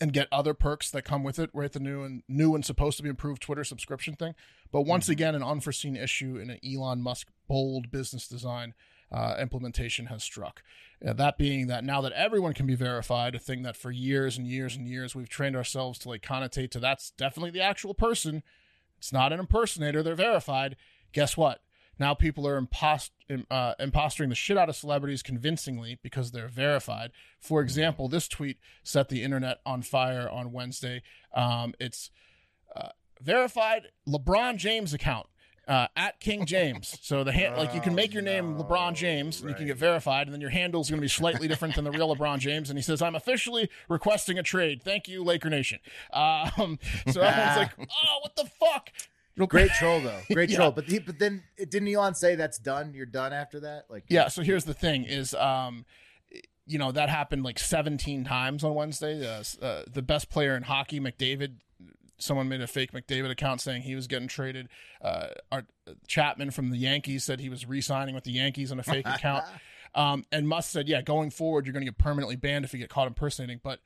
[SPEAKER 3] and get other perks that come with it. Right, the new and new and supposed to be improved Twitter subscription thing. But once again, an unforeseen issue in an Elon Musk bold business design uh, implementation has struck. Uh, that being that now that everyone can be verified, a thing that for years and years and years we've trained ourselves to like connotate to that's definitely the actual person. It's not an impersonator, they're verified. Guess what? Now people are impost- im- uh, impostering the shit out of celebrities convincingly because they're verified. For example, this tweet set the internet on fire on Wednesday. Um, it's uh, verified LeBron James account uh, at King James. So the hand, like you can make your name LeBron James, and you can get verified, and then your handle is going to be slightly different than the real LeBron James. And he says, "I'm officially requesting a trade. Thank you, Laker Nation." Um, <laughs> so everyone's like, "Oh, what the fuck."
[SPEAKER 2] Great troll though, great <laughs>
[SPEAKER 3] Yeah.
[SPEAKER 2] troll. But he, but then it, didn't Elon say that's done? You're done after that? Like <laughs>
[SPEAKER 3] Yeah. So here's the thing: is um, you know that happened like 17 times on Wednesday. Uh, s- uh, the best player in hockey, McDavid. Someone made a fake McDavid account saying he was getting traded. Uh, our Chapman from the Yankees said he was re-signing with the Yankees on
[SPEAKER 2] <laughs>
[SPEAKER 3] a fake account. Um, and Musk said, "Yeah, going forward, you're going to get permanently banned if you get caught impersonating." But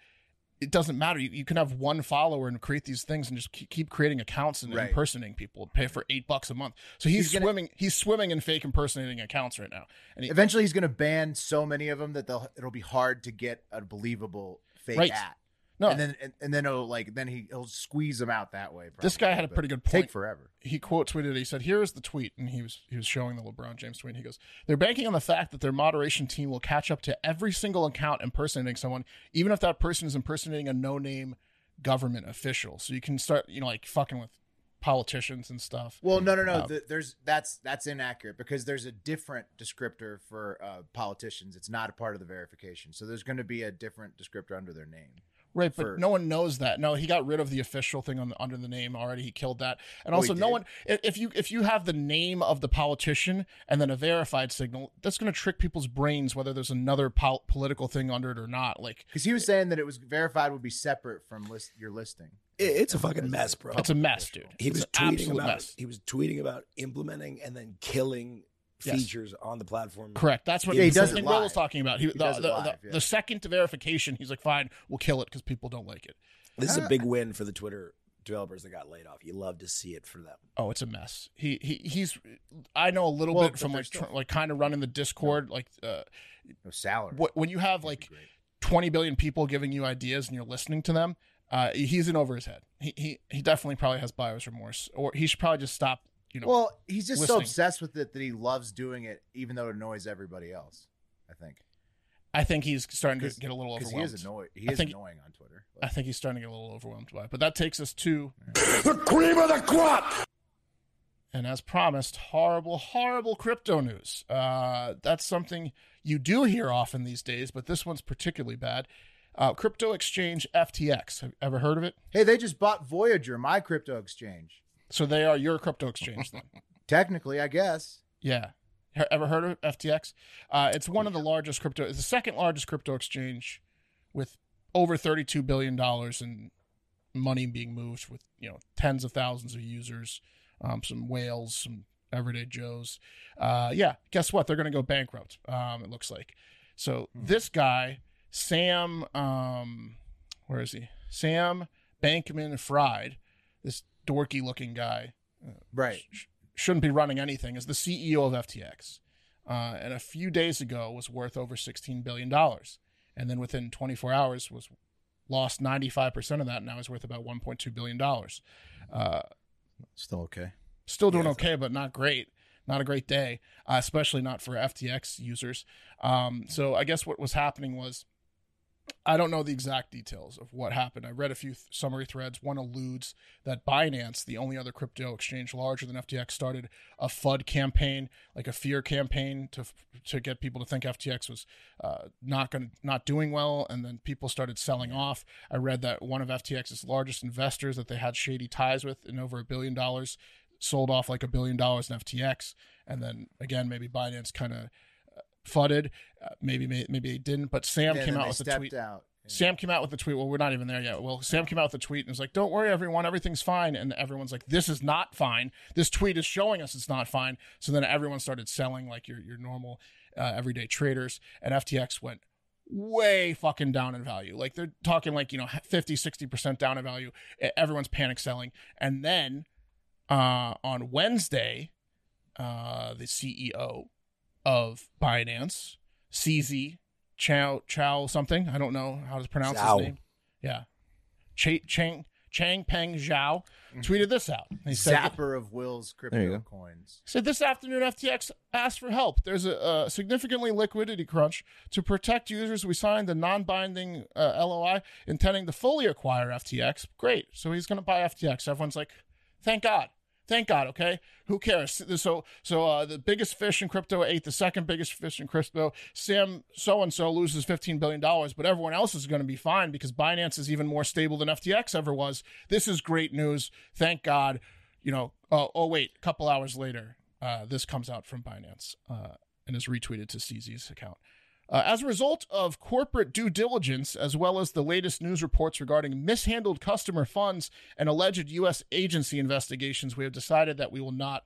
[SPEAKER 3] it doesn't matter. You, you can have one follower and create these things and just keep, keep creating accounts and
[SPEAKER 2] Right.
[SPEAKER 3] impersonating people. Pay for eight bucks a month. So he's,
[SPEAKER 2] He's gonna-
[SPEAKER 3] swimming. He's swimming in fake impersonating accounts right now. And he,
[SPEAKER 2] Eventually, he's going to ban so many of them that they'll, it'll be hard to get a believable fake
[SPEAKER 3] Right.
[SPEAKER 2] at.
[SPEAKER 3] No.
[SPEAKER 2] and then and, and then it'll like then he he'll squeeze them out that way. Probably.
[SPEAKER 3] This guy had a
[SPEAKER 2] but
[SPEAKER 3] pretty good
[SPEAKER 2] take
[SPEAKER 3] point.
[SPEAKER 2] forever.
[SPEAKER 3] he quote tweeted it. He said, "Here is the tweet," and he was he was showing the LeBron James tweet. And he goes, "They're banking on the fact that their moderation team will catch up to every single account impersonating someone, even if that person is impersonating a no-name government official. So you can start, you know, like fucking with politicians and stuff."
[SPEAKER 2] Well, no, no, no.
[SPEAKER 3] Uh,
[SPEAKER 2] th- there's that's that's inaccurate because there's a different descriptor for uh, politicians. It's not a part of the verification, so there's going to be a different descriptor under their name.
[SPEAKER 3] Right, but
[SPEAKER 2] for-
[SPEAKER 3] no one knows that. No, he got rid of the official thing on the, under the name already. He killed that, and
[SPEAKER 2] Oh,
[SPEAKER 3] also
[SPEAKER 2] he
[SPEAKER 3] no
[SPEAKER 2] did?
[SPEAKER 3] one. i- If you if you have the name of the politician and then a verified signal, that's going to trick people's brains whether there's another pol- political thing under it or not. Like
[SPEAKER 2] Because he was saying that it was verified would be separate from list your listing.
[SPEAKER 5] It- it's a fucking mess, bro.
[SPEAKER 3] it's a mess, dude.
[SPEAKER 5] he
[SPEAKER 3] It's
[SPEAKER 5] was
[SPEAKER 3] an
[SPEAKER 5] tweeting
[SPEAKER 3] absolute
[SPEAKER 5] about
[SPEAKER 3] mess.
[SPEAKER 5] he was tweeting about implementing and then killing
[SPEAKER 3] Yes.
[SPEAKER 5] features on the platform.
[SPEAKER 3] Correct. That's what
[SPEAKER 5] Yeah, he
[SPEAKER 3] that's
[SPEAKER 5] does
[SPEAKER 3] what
[SPEAKER 5] it
[SPEAKER 3] Roll
[SPEAKER 2] live.
[SPEAKER 3] was talking about. He, the,
[SPEAKER 2] does it
[SPEAKER 3] the-
[SPEAKER 2] live,
[SPEAKER 3] the-
[SPEAKER 2] yeah.
[SPEAKER 3] the second to verification, he's like, "Fine, we'll kill it because people don't like it."
[SPEAKER 5] This is
[SPEAKER 2] Uh,
[SPEAKER 5] a big win for the Twitter developers that got laid off. You love to see it for them.
[SPEAKER 3] Oh, it's a mess. He he he's. I know a little
[SPEAKER 2] Well,
[SPEAKER 3] bit
[SPEAKER 2] but
[SPEAKER 3] from
[SPEAKER 2] they're
[SPEAKER 3] like
[SPEAKER 2] still-
[SPEAKER 3] tr- like kind of running the Discord. Like uh,
[SPEAKER 2] No salary.
[SPEAKER 3] wh- when you have
[SPEAKER 2] That'd
[SPEAKER 3] like
[SPEAKER 2] be great.
[SPEAKER 3] 20 billion people giving you ideas and you're listening to them, uh, he's in over his head. He, he he definitely probably has buyer's remorse, or he should probably just stop. You know,
[SPEAKER 2] Well, he's just so
[SPEAKER 3] listening.
[SPEAKER 2] obsessed with it that he loves doing it, even though it annoys everybody else. I think
[SPEAKER 3] I think he's starting to
[SPEAKER 2] 'cause-
[SPEAKER 3] get a little
[SPEAKER 2] because he
[SPEAKER 3] overwhelmed.
[SPEAKER 2] is annoying. He
[SPEAKER 3] I
[SPEAKER 2] is
[SPEAKER 3] think-
[SPEAKER 2] annoying on Twitter.
[SPEAKER 3] I think he's starting to get a little overwhelmed by it. But that takes us to,
[SPEAKER 1] The cream of the crop!
[SPEAKER 3] and as promised, horrible, horrible crypto news. Uh, that's something you do hear often these days, but this one's particularly bad. Uh, crypto exchange FTX. Have you ever heard of it?
[SPEAKER 2] hey, they just bought Voyager, my crypto exchange.
[SPEAKER 3] So they are your crypto exchange then.
[SPEAKER 2] Technically, I guess.
[SPEAKER 3] Yeah. He- Ever heard of FTX? Uh, it's one of the largest crypto. It's the second largest crypto exchange, with over thirty-two billion dollars in money being moved, with you know tens of thousands of users, um, some whales, some everyday Joes. Uh, yeah, guess what? They're going to go bankrupt. Um, it looks like. So this guy, Sam, um, where is he? Sam Bankman Fried, this dorky-looking guy
[SPEAKER 2] Right.
[SPEAKER 3] sh- shouldn't be running anything is the CEO of FTX, uh, and a few days ago was worth over sixteen billion dollars, and then within 24 hours was lost 95 percent of that, and now is worth about 1.2 billion dollars. Uh,
[SPEAKER 4] Still okay.
[SPEAKER 3] still doing okay, but not great. Not a great day, uh, especially not for FTX users. Um, so I guess what was happening was, I don't know the exact details of what happened. I read a few th- summary threads. One alludes that Binance, the only other crypto exchange larger than FTX, started a FUD campaign, like a fear campaign, to f- to get people to think FTX was uh, not going, not doing well, and then people started selling off. I read that one of FTX's largest investors that they had shady ties with, and over a billion dollars, sold off like a billion dollars in FTX, and then again maybe Binance kind of fudded, uh, maybe may- maybe they didn't. But Sam
[SPEAKER 2] Yeah,
[SPEAKER 3] came
[SPEAKER 2] then
[SPEAKER 3] out
[SPEAKER 2] they
[SPEAKER 3] with a
[SPEAKER 2] stepped
[SPEAKER 3] tweet.
[SPEAKER 2] out. Yeah.
[SPEAKER 3] Sam came out with a tweet. Well, we're not even there yet. Well, Sam came out with a tweet and was like, "Don't worry, everyone, everything's fine." And everyone's like, "This is not fine. This tweet is showing us it's not fine." So then everyone started selling like your your normal uh, everyday traders, and FTX went way fucking down in value. Like they're talking like, you know, 50, 60% down in value. E- Everyone's panic selling. And then uh, on Wednesday, uh, the CEO of Binance, CZ Chow Chow something, I don't know how to pronounce
[SPEAKER 5] Zhao.
[SPEAKER 3] his name. Yeah. Ch- Chang Chang Peng Zhao tweeted this out. He said,
[SPEAKER 2] Zapper of Will's
[SPEAKER 4] There you
[SPEAKER 2] crypto
[SPEAKER 4] go.
[SPEAKER 2] coins.
[SPEAKER 3] so this afternoon, FTX asked for help. There's a, a significantly liquidity crunch. To protect users, we signed a non-binding uh, LOI intending to fully acquire FTX. Great. So he's going to buy FTX. Everyone's like, thank God. Thank God. Okay. Who cares? So, so uh, the biggest fish in crypto ate the second biggest fish in crypto. Sam so and so loses fifteen billion dollars, but everyone else is going to be fine because Binance is even more stable than FTX ever was. This is great news. Thank God. You know. Oh, oh wait. A couple hours later, uh, this comes out from Binance uh, and is retweeted to CZ's account. Uh, as a result of corporate due diligence, as well as the latest news reports regarding mishandled customer funds and alleged U.S. agency investigations, we have decided that we will not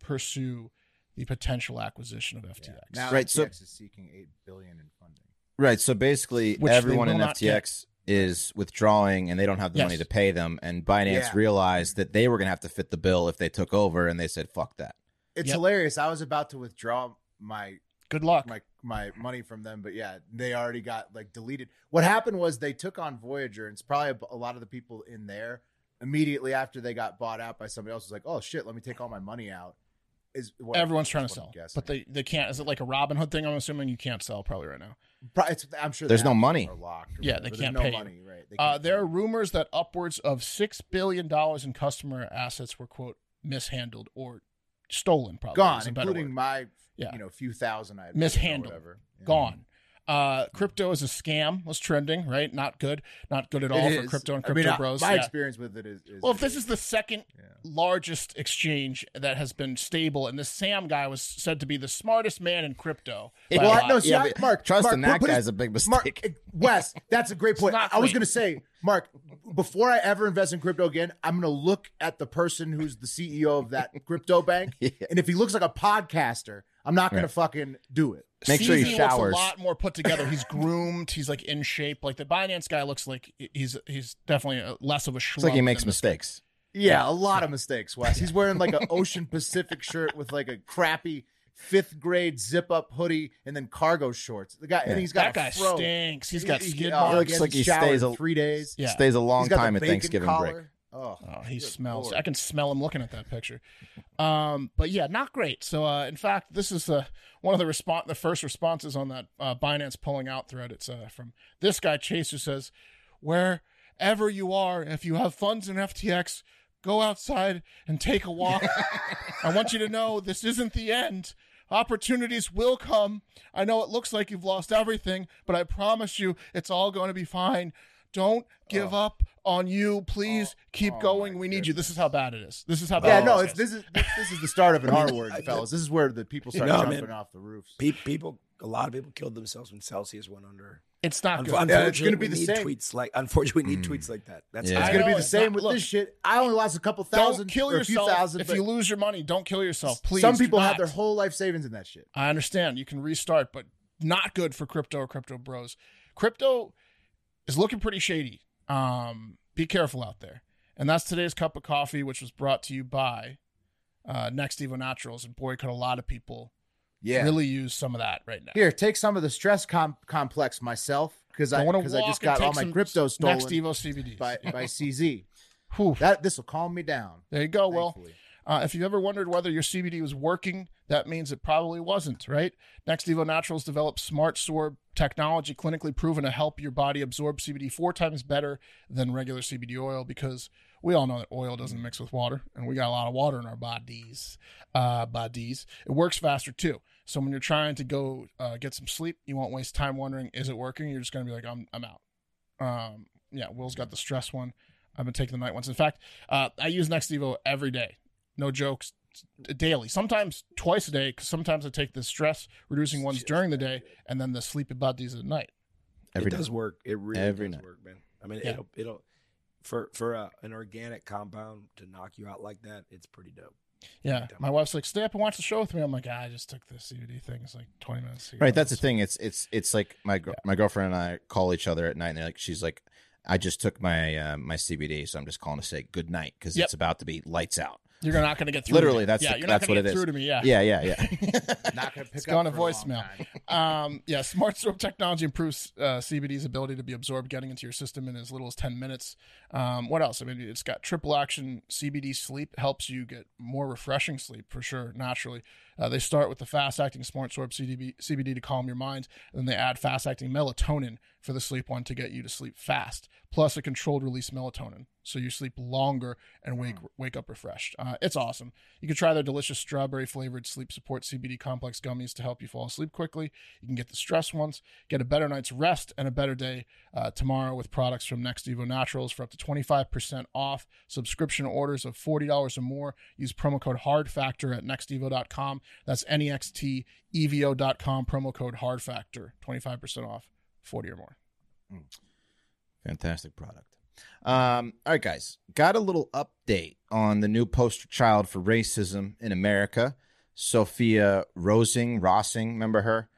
[SPEAKER 3] pursue the potential acquisition of FTX.
[SPEAKER 2] Now
[SPEAKER 4] Right,
[SPEAKER 2] FTX
[SPEAKER 4] so-
[SPEAKER 2] is seeking eight billion in funding.
[SPEAKER 4] Right. So basically,
[SPEAKER 3] Which they
[SPEAKER 4] everyone
[SPEAKER 3] will
[SPEAKER 4] in
[SPEAKER 3] not
[SPEAKER 4] FTX is withdrawing, and they don't have the money
[SPEAKER 3] Yes.
[SPEAKER 4] to pay them. And Binance
[SPEAKER 2] Yeah.
[SPEAKER 4] realized that they were going to have to fit the <laughs> bill if they took over, and they said, "Fuck that."
[SPEAKER 2] It's
[SPEAKER 3] Yep.
[SPEAKER 2] hilarious. I was about to withdraw my
[SPEAKER 3] Good luck.
[SPEAKER 2] my my money from them, but yeah, they already got like deleted. What happened was they took on Voyager, and it's probably a, a lot of the people in there immediately after they got bought out by somebody else was like, "Oh shit, let me take all my money out." Is what
[SPEAKER 3] Everyone's
[SPEAKER 2] is
[SPEAKER 3] trying to
[SPEAKER 2] what I'm
[SPEAKER 3] sell,
[SPEAKER 2] guessing.
[SPEAKER 3] but they they can't. Is it like a Robin Hood thing? I'm assuming you can't sell probably right now.
[SPEAKER 2] Pro- it's, I'm sure
[SPEAKER 4] There's
[SPEAKER 2] the
[SPEAKER 4] no
[SPEAKER 2] apps
[SPEAKER 4] money.
[SPEAKER 2] Are locked. or
[SPEAKER 3] Yeah, they
[SPEAKER 2] whatever. There's
[SPEAKER 3] can't
[SPEAKER 2] no
[SPEAKER 3] pay you.
[SPEAKER 2] money. Right. They
[SPEAKER 3] Uh,
[SPEAKER 2] can't
[SPEAKER 3] there
[SPEAKER 2] pay
[SPEAKER 3] are
[SPEAKER 2] you.
[SPEAKER 3] rumors that upwards of six billion dollars in customer assets were quote mishandled or stolen, probably
[SPEAKER 2] gone,
[SPEAKER 3] is a better
[SPEAKER 2] including
[SPEAKER 3] word.
[SPEAKER 2] my
[SPEAKER 3] Yeah.
[SPEAKER 2] you know few thousand I had
[SPEAKER 3] Mishandled.
[SPEAKER 2] or whatever. Yeah.
[SPEAKER 3] gone. Uh, crypto is a scam. Was trending right? Not good. Not good at
[SPEAKER 2] It
[SPEAKER 3] all for
[SPEAKER 2] is.
[SPEAKER 3] crypto and
[SPEAKER 2] I mean,
[SPEAKER 3] crypto
[SPEAKER 2] I-
[SPEAKER 3] bros.
[SPEAKER 2] My
[SPEAKER 3] Yeah.
[SPEAKER 2] experience with it is, is
[SPEAKER 3] Well, if this is the second
[SPEAKER 2] Yeah.
[SPEAKER 3] largest exchange that has been stable, and this Sam guy was said to be the smartest man in crypto. by a
[SPEAKER 2] Well, I-
[SPEAKER 3] lot.
[SPEAKER 2] no, see, I-
[SPEAKER 4] Yeah, but
[SPEAKER 2] Mark, Mark,
[SPEAKER 4] trusting that
[SPEAKER 2] put his-
[SPEAKER 4] guy's a big mistake. <laughs>
[SPEAKER 2] Mark eh, Wes, that's a great point.
[SPEAKER 3] not
[SPEAKER 2] I was
[SPEAKER 3] clean.
[SPEAKER 2] going to say, Mark, before I ever invest in crypto again, I'm going to look at the person who's the CEO of
[SPEAKER 4] <laughs>
[SPEAKER 2] that crypto bank,
[SPEAKER 4] Yeah.
[SPEAKER 2] and if he looks like a podcaster, I'm not going
[SPEAKER 4] Right.
[SPEAKER 2] to fucking do it.
[SPEAKER 4] Make sure he
[SPEAKER 3] CZ E looks
[SPEAKER 4] showers.
[SPEAKER 3] a lot more put together. He's groomed. He's like in shape. Like the Binance guy looks like he's he's definitely uh, less of a shrub.
[SPEAKER 4] It's like he makes
[SPEAKER 3] than this-
[SPEAKER 4] mistakes.
[SPEAKER 2] Yeah, a lot of mistakes, Wes. He's wearing like
[SPEAKER 4] <laughs>
[SPEAKER 2] an Ocean Pacific shirt with like a crappy fifth grade zip up hoodie and then cargo shorts. The guy,
[SPEAKER 4] Yeah.
[SPEAKER 2] and he's got
[SPEAKER 3] that guy
[SPEAKER 2] a fro.
[SPEAKER 3] stinks. He's got
[SPEAKER 2] He- he-
[SPEAKER 3] skid
[SPEAKER 2] oh,
[SPEAKER 3] marks.
[SPEAKER 4] looks
[SPEAKER 2] hasn't
[SPEAKER 4] like he
[SPEAKER 2] showered
[SPEAKER 4] stays
[SPEAKER 2] in
[SPEAKER 4] a-
[SPEAKER 2] three days.
[SPEAKER 3] Yeah.
[SPEAKER 4] Stays a long
[SPEAKER 2] He's got the
[SPEAKER 4] time at
[SPEAKER 2] bacon
[SPEAKER 4] Thanksgiving
[SPEAKER 2] collar.
[SPEAKER 4] break.
[SPEAKER 2] Oh,
[SPEAKER 3] Oh, he
[SPEAKER 2] good
[SPEAKER 3] smells.
[SPEAKER 2] Lord.
[SPEAKER 3] I can smell him looking at that picture. Um, but yeah, not great. So uh, in fact, this is uh, one of the response, the first responses on that uh, Binance pulling out thread. It's uh, from this guy Chase who says, "Wherever you are, if you have funds in FTX, go outside and take
[SPEAKER 2] <laughs>
[SPEAKER 3] a walk. I want you to know this isn't the end." Opportunities will come. I know it looks like you've lost everything, but I promise you it's all going to be fine. Don't give
[SPEAKER 2] Oh.
[SPEAKER 3] up on you. Please keep going. We need you. This is how bad it is. This is how bad.
[SPEAKER 2] Yeah,
[SPEAKER 3] it
[SPEAKER 2] no,
[SPEAKER 3] is.
[SPEAKER 2] it's, this is this is the start of an R word, fellas. This is where the people start
[SPEAKER 5] No,
[SPEAKER 2] jumping
[SPEAKER 5] man.
[SPEAKER 2] off the roofs.
[SPEAKER 5] Pe- people, a lot of people killed themselves when Celsius went under.
[SPEAKER 3] It's not good.
[SPEAKER 5] Unfortunately,
[SPEAKER 2] Yeah, it's gonna be
[SPEAKER 5] we
[SPEAKER 2] the
[SPEAKER 5] need
[SPEAKER 2] same.
[SPEAKER 5] tweets like. Unfortunately, we need tweets like that. That's
[SPEAKER 4] Hmm. Yeah.
[SPEAKER 5] how
[SPEAKER 2] It's
[SPEAKER 3] I
[SPEAKER 2] gonna
[SPEAKER 3] know,
[SPEAKER 2] be the
[SPEAKER 3] it's
[SPEAKER 2] same
[SPEAKER 3] not-
[SPEAKER 2] with
[SPEAKER 3] look,
[SPEAKER 2] this shit. I only lost a couple thousand,
[SPEAKER 3] Don't kill
[SPEAKER 2] or a few
[SPEAKER 3] yourself.
[SPEAKER 2] thousand.
[SPEAKER 3] if
[SPEAKER 2] but
[SPEAKER 3] you lose your money, don't kill yourself. Please.
[SPEAKER 2] some
[SPEAKER 3] do
[SPEAKER 2] people have
[SPEAKER 3] not.
[SPEAKER 2] their whole life savings in that shit.
[SPEAKER 3] I understand. You can restart, but not good for crypto or crypto bros. Crypto is looking pretty shady. Um, be careful out there. And that's today's cup of coffee, which was brought to you by uh, Next Evo Naturals. And boy, could a lot of people
[SPEAKER 2] Yeah.
[SPEAKER 3] really use some of that right now.
[SPEAKER 2] Here, take some of the stress com- complex myself because I
[SPEAKER 3] I want to
[SPEAKER 2] because I just got all my crypto stolen
[SPEAKER 3] Next Evo CBDs. <laughs>
[SPEAKER 2] by by CZ.
[SPEAKER 3] Whew.
[SPEAKER 2] That this will calm me down.
[SPEAKER 3] there you go. Well,
[SPEAKER 2] thankfully.
[SPEAKER 3] Uh, if you ever wondered whether your CBD was working, that means it probably wasn't, right? Next Evo Naturals developed smart sorb technology, clinically proven to help your body absorb CBD four times better than regular CBD oil because we all know that oil doesn't mix with water, and we got a lot of water in our bodies. Uh, bodies. It works faster too. So when you're trying to go uh, get some sleep, you won't waste time wondering is it working. You're just gonna be like, I'm, I'm out. Um, yeah, Will's got the stress one. I've been taking the night ones. In fact, uh, I use Next Evo every day no jokes d- daily sometimes twice a day because sometimes i take the stress reducing ones during the day and then the sleepy buddies at night
[SPEAKER 4] Every
[SPEAKER 5] it
[SPEAKER 4] day.
[SPEAKER 5] does work. It really
[SPEAKER 4] Every
[SPEAKER 5] does
[SPEAKER 4] night.
[SPEAKER 5] work, man. I mean,
[SPEAKER 3] Yeah.
[SPEAKER 5] it'll it'll for for uh, an organic compound to knock you out like that. It's pretty dope.
[SPEAKER 3] yeah my wife's like stay up and watch the show with me i'm like "Ah, i just took the cbd thing it's like 20 minutes ago."
[SPEAKER 4] Right, that's the thing. It's it's it's like my gr- my girlfriend and I call each other at night, and they're like, she's like, I just took my uh, my CBD, so I'm just calling to say good night because
[SPEAKER 3] Yep.
[SPEAKER 4] it's about to be lights out.
[SPEAKER 3] you're not gonna get through
[SPEAKER 4] Literally,
[SPEAKER 3] to me.
[SPEAKER 4] that's
[SPEAKER 3] yeah
[SPEAKER 4] the-
[SPEAKER 3] you're not
[SPEAKER 4] that's
[SPEAKER 3] gonna
[SPEAKER 4] what
[SPEAKER 3] get
[SPEAKER 4] it
[SPEAKER 3] through
[SPEAKER 4] is.
[SPEAKER 3] to me yeah
[SPEAKER 4] Yeah, yeah, yeah.
[SPEAKER 3] <laughs>
[SPEAKER 4] <laughs>
[SPEAKER 2] Not gonna pick
[SPEAKER 3] It's
[SPEAKER 2] up.
[SPEAKER 3] gone to
[SPEAKER 2] for a long
[SPEAKER 3] voicemail.
[SPEAKER 2] time.
[SPEAKER 3] um, yeah, smart sorb technology improves uh, CBD's ability to be absorbed, getting into your system in as little as 10 minutes. Um, what else? I mean, it's got triple action CBD sleep, helps you get more refreshing sleep for sure, naturally. Uh, they start with the fast acting smart sorb CDB, CBD to calm your mind, and then they add fast acting melatonin for the sleep one to get you to sleep fast, plus a controlled release melatonin. So you sleep longer and wake wake up refreshed. Uh, it's awesome. You can try their delicious strawberry flavored sleep support CBD complex gummies to help you fall asleep quickly. You can get the stress ones, get a better night's rest, and a better day uh, tomorrow with products from Next Evo Naturals for up to 25% off subscription orders of $40 or more. Use promo code HARDFACTOR at nextevo.com. That's N E X T E V O.com, promo code HARDFACTOR, 25% off, 40 or more.
[SPEAKER 4] Fantastic product. Um, all right, guys, got a little update on the new poster child for racism in America, Sophia Rosing. Rossing, remember her?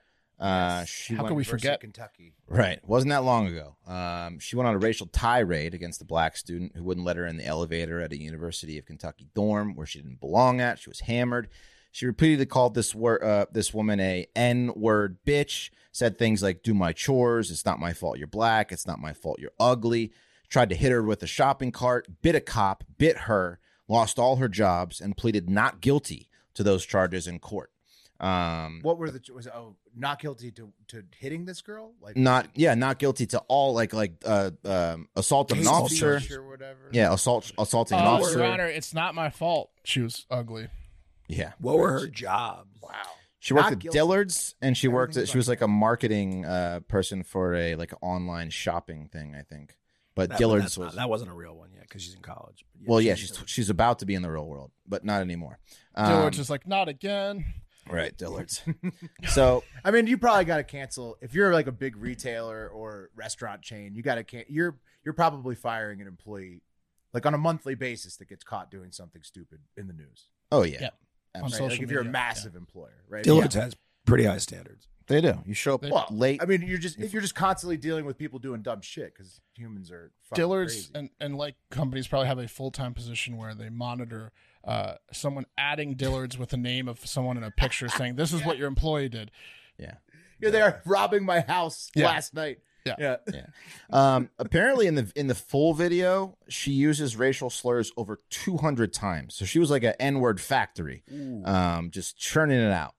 [SPEAKER 4] Uh, she
[SPEAKER 3] How
[SPEAKER 4] went-
[SPEAKER 3] could we
[SPEAKER 2] Versus
[SPEAKER 3] forget?
[SPEAKER 2] Kentucky.
[SPEAKER 4] Right. Wasn't that long ago. Um, she went on a racial tirade against the black student who wouldn't let her in the elevator at a University of Kentucky dorm where she didn't belong at. She was hammered. She repeatedly called this word, uh, this woman a n word bitch. Said things like "Do my chores." It's not my fault you're black. It's not my fault you're ugly. Tried to hit her with a shopping cart. Bit a cop. Bit her. Lost all her jobs and pleaded not guilty to those charges in court. Um,
[SPEAKER 2] What were the ch- was oh not guilty to to hitting this girl like
[SPEAKER 4] not yeah not guilty to all like like uh um assault of an
[SPEAKER 2] Hasty
[SPEAKER 4] officer
[SPEAKER 2] touch or whatever?
[SPEAKER 4] yeah assault assaulting an
[SPEAKER 3] Oh,
[SPEAKER 4] officer
[SPEAKER 3] Your Honor, it's not my fault. She was ugly.
[SPEAKER 4] yeah
[SPEAKER 5] What were her jobs? Wow.
[SPEAKER 4] she worked
[SPEAKER 2] Not
[SPEAKER 4] at
[SPEAKER 2] guilty.
[SPEAKER 4] dillard's and she worked at
[SPEAKER 2] Everything's
[SPEAKER 4] she was like a marketing uh person for a like online shopping thing i think but dillard's was
[SPEAKER 5] that wasn't a real one yet because she's in college. But
[SPEAKER 4] well yeah
[SPEAKER 5] she's
[SPEAKER 4] she's she's about to be in the real world but not anymore um,
[SPEAKER 3] Dillard's just like, not again.
[SPEAKER 4] <laughs> right dillard's so
[SPEAKER 2] I mean, you probably got to cancel if you're like a big retailer or restaurant chain. You got to can you're you're probably firing an employee like on a monthly basis that gets caught doing something stupid in the news.
[SPEAKER 4] oh yeah
[SPEAKER 3] Yeah. On
[SPEAKER 2] Right? Like
[SPEAKER 3] social
[SPEAKER 2] if you're a
[SPEAKER 3] media,
[SPEAKER 2] massive employer, right?
[SPEAKER 5] Dillard's has pretty high standards.
[SPEAKER 4] they do you show up
[SPEAKER 2] Well,
[SPEAKER 4] late
[SPEAKER 2] I mean, you're just you're just constantly dealing with people doing dumb shit because humans are fucking
[SPEAKER 3] Dillard's
[SPEAKER 2] crazy.
[SPEAKER 3] and, and like companies probably have a full time position where they monitor uh, someone adding Dillard's with the name of someone in a picture saying, This is what your employee did.
[SPEAKER 2] Here they are robbing my house
[SPEAKER 3] Yeah.
[SPEAKER 2] last night.
[SPEAKER 3] Yeah.
[SPEAKER 4] Um, apparently, in the in the full video, she uses racial slurs over 200 times. So she was like an N word factory, um, just churning it out.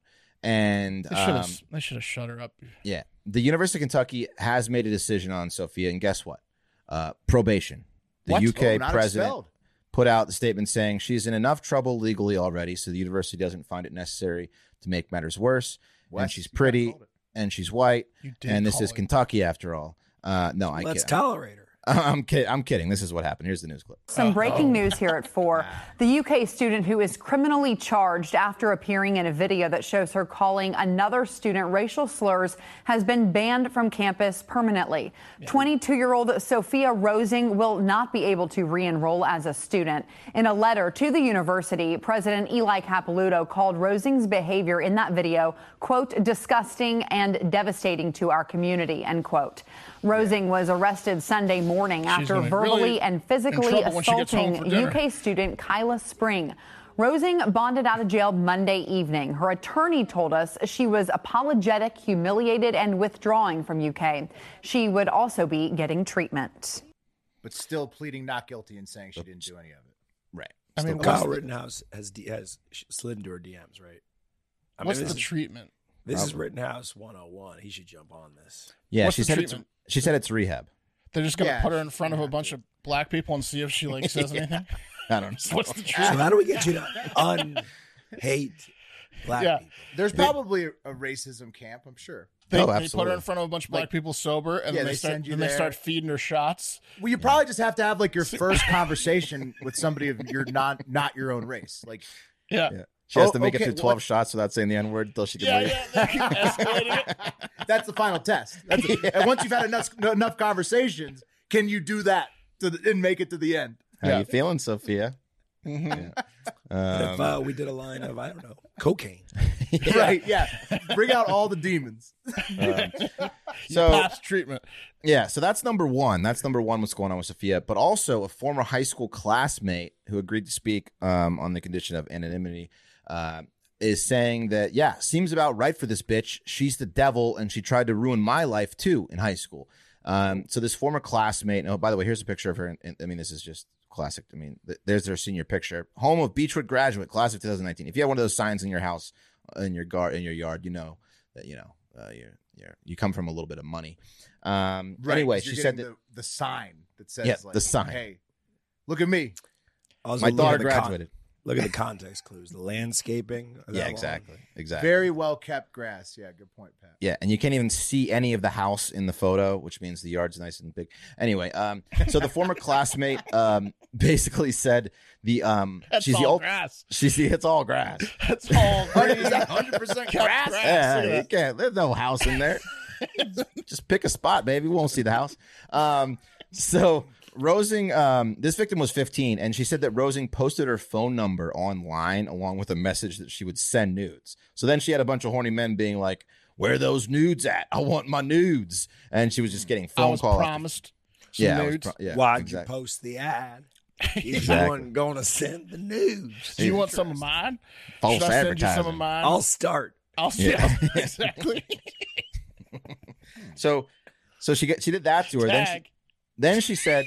[SPEAKER 4] And
[SPEAKER 3] They should have
[SPEAKER 4] um,
[SPEAKER 3] they should have shut her up.
[SPEAKER 4] yeah, the University of Kentucky has made a decision on Sophia, and guess what? Uh, probation. The
[SPEAKER 2] What?
[SPEAKER 4] UK
[SPEAKER 2] Oh, not
[SPEAKER 4] president
[SPEAKER 2] expelled.
[SPEAKER 4] put out the statement saying she's in enough trouble legally already, so the university doesn't find it necessary to make matters worse. and
[SPEAKER 2] Wes,
[SPEAKER 4] she's
[SPEAKER 2] you kinda
[SPEAKER 4] pretty,
[SPEAKER 2] called it.
[SPEAKER 4] and she's white,
[SPEAKER 3] You did
[SPEAKER 4] and this
[SPEAKER 3] call
[SPEAKER 4] is
[SPEAKER 3] it.
[SPEAKER 4] Kentucky after all. Uh, no, I
[SPEAKER 5] Let's
[SPEAKER 4] can't.
[SPEAKER 5] tolerate her.
[SPEAKER 4] <laughs> I'm kidding. I'm kidding. This is what happened. Here's the news clip.
[SPEAKER 7] Some breaking news here at four. The UK student who is criminally charged after appearing in a video that shows her calling another student racial slurs has been banned from campus permanently. 22 year old Sophia Rosing will not be able to re enroll as a student. In a letter to the university, President Eli Capoluto called Rosing's behavior in that video, quote, disgusting and devastating to our community, end quote. Rosing was arrested Sunday morning after
[SPEAKER 3] gonna be
[SPEAKER 7] verbally
[SPEAKER 3] really
[SPEAKER 7] and
[SPEAKER 3] in
[SPEAKER 7] physically
[SPEAKER 3] trouble when she gets home
[SPEAKER 7] assaulting
[SPEAKER 3] for dinner.
[SPEAKER 7] UK student Kyla Spring. Rosing bonded out of jail Monday evening. Her attorney told us she was apologetic, humiliated, and withdrawing from UK. She would also be getting treatment.
[SPEAKER 2] but still pleading not guilty and saying she didn't do any of it.
[SPEAKER 4] Right.
[SPEAKER 3] I mean,
[SPEAKER 4] Still-
[SPEAKER 5] Kyle Rittenhouse has D- has sh- slid into her DMs, right? I mean,
[SPEAKER 3] What's
[SPEAKER 5] this
[SPEAKER 3] the
[SPEAKER 5] is-
[SPEAKER 3] treatment?
[SPEAKER 5] This is Rittenhouse 101. He should jump on this.
[SPEAKER 4] yeah,
[SPEAKER 3] what's
[SPEAKER 4] she
[SPEAKER 3] the
[SPEAKER 4] said it's,
[SPEAKER 3] treatment?
[SPEAKER 4] she said it's rehab.
[SPEAKER 3] They're just gonna
[SPEAKER 2] Yeah,
[SPEAKER 3] put her in
[SPEAKER 2] she's
[SPEAKER 3] front of
[SPEAKER 2] gonna
[SPEAKER 3] a
[SPEAKER 2] have
[SPEAKER 3] bunch
[SPEAKER 2] to.
[SPEAKER 3] of black people and see if she
[SPEAKER 4] <laughs>
[SPEAKER 3] like says anything.
[SPEAKER 4] I don't
[SPEAKER 3] <laughs>
[SPEAKER 4] know.
[SPEAKER 3] What's the
[SPEAKER 5] So
[SPEAKER 3] truth?
[SPEAKER 5] how do we
[SPEAKER 2] <laughs>
[SPEAKER 5] get you to un-hate black
[SPEAKER 3] Yeah.
[SPEAKER 5] people?
[SPEAKER 2] There's probably a, a racism camp, I'm sure.
[SPEAKER 3] They,
[SPEAKER 4] Oh,
[SPEAKER 3] they put her
[SPEAKER 4] absolutely.
[SPEAKER 3] in front of a bunch of black people sober, and
[SPEAKER 2] yeah,
[SPEAKER 3] then they,
[SPEAKER 2] they
[SPEAKER 3] start
[SPEAKER 2] send you
[SPEAKER 3] then they
[SPEAKER 2] there.
[SPEAKER 3] start feeding her shots.
[SPEAKER 2] Well, you probably just have to have like your first conversation with somebody of your not not your own race. Like,
[SPEAKER 3] Yeah,
[SPEAKER 4] Yeah. She has to
[SPEAKER 2] Oh,
[SPEAKER 4] make
[SPEAKER 2] okay,
[SPEAKER 4] it through
[SPEAKER 2] what-
[SPEAKER 4] 12 shots without saying the N word until she can
[SPEAKER 3] yeah,
[SPEAKER 4] leave.
[SPEAKER 3] yeah. They keep escalating it.
[SPEAKER 2] that's the final
[SPEAKER 4] <laughs>
[SPEAKER 2] test. That's it. And once you've had enough enough conversations, can you do that to the, and make it to the end?
[SPEAKER 4] How
[SPEAKER 3] Yeah.
[SPEAKER 4] you feeling, Sophia? Um,
[SPEAKER 5] What
[SPEAKER 4] <laughs>
[SPEAKER 5] if uh, we did a line of, I don't know, cocaine?
[SPEAKER 2] Right? Yeah. Bring out all the
[SPEAKER 4] <laughs>
[SPEAKER 2] demons.
[SPEAKER 4] So,
[SPEAKER 3] Past treatment.
[SPEAKER 4] yeah, so that's number one. That's number one, what's going on with Sophia. But also, a former high school classmate who agreed to speak um, on the condition of anonymity uh, is saying that, yeah, seems about right for this bitch. She's the devil, and she tried to ruin my life too in high school. Um, so this former classmate. Oh, by the way, here's a picture of her. And, and- I mean, this is just classic. I mean, th- there's their senior picture. Home of Beechwood graduate, class of 2019. If you have one of those signs in your house, uh, in your gar, in your yard, you know that you know uh, you're, you're you come from a little bit of money. Um, Anyway,
[SPEAKER 2] You're
[SPEAKER 4] she said that
[SPEAKER 2] getting the, the sign that says
[SPEAKER 4] Yeah,
[SPEAKER 2] like
[SPEAKER 4] the sign.
[SPEAKER 2] Hey, look at me.
[SPEAKER 5] Also,
[SPEAKER 4] my
[SPEAKER 5] look
[SPEAKER 4] daughter
[SPEAKER 5] at the con-
[SPEAKER 4] graduated.
[SPEAKER 5] look
[SPEAKER 4] <laughs>
[SPEAKER 5] at the context clues, the landscaping. of that
[SPEAKER 4] yeah,
[SPEAKER 5] lawn.
[SPEAKER 4] exactly, exactly.
[SPEAKER 2] Very well kept grass. Yeah. Good point, Pat.
[SPEAKER 4] Yeah, and you can't even see any of the house in the photo, which means the yard's nice and big. Anyway, um, so the former classmate um, <laughs> basically said the um,
[SPEAKER 3] That's
[SPEAKER 4] she's the
[SPEAKER 3] all
[SPEAKER 4] old
[SPEAKER 3] grass.
[SPEAKER 4] she's the it's all grass.
[SPEAKER 3] That's <laughs> all. green.
[SPEAKER 4] <laughs>
[SPEAKER 2] 100%
[SPEAKER 3] Grass.
[SPEAKER 4] Yeah,
[SPEAKER 3] Look
[SPEAKER 4] you
[SPEAKER 3] at
[SPEAKER 4] can't. There's no house
[SPEAKER 3] <laughs>
[SPEAKER 4] in there. Just pick a spot, baby. We won't see the house. Um, so Rosing, um, this victim was 15, and she said that Rosing posted her phone number online along with a message that she would send nudes. So then she had a bunch of horny men being like, "Where are those nudes at? I want my nudes." And she was just getting
[SPEAKER 3] that. I
[SPEAKER 4] phone
[SPEAKER 3] was
[SPEAKER 4] calls.
[SPEAKER 3] promised. some
[SPEAKER 4] yeah, I was
[SPEAKER 3] nudes.
[SPEAKER 4] pro- yeah,
[SPEAKER 5] Why'd
[SPEAKER 4] exactly. <laughs>
[SPEAKER 5] you post the ad? He's
[SPEAKER 4] Exactly.
[SPEAKER 5] the one going to send the news.
[SPEAKER 3] Do you want some of mine?
[SPEAKER 4] False
[SPEAKER 3] Should I send you some of
[SPEAKER 4] advertising.
[SPEAKER 3] mine?
[SPEAKER 5] I'll start.
[SPEAKER 3] I'll see.
[SPEAKER 4] Yeah.
[SPEAKER 3] <laughs> exactly.
[SPEAKER 4] So, so she get, she did that to her. Then she,
[SPEAKER 3] Tag.
[SPEAKER 4] then she said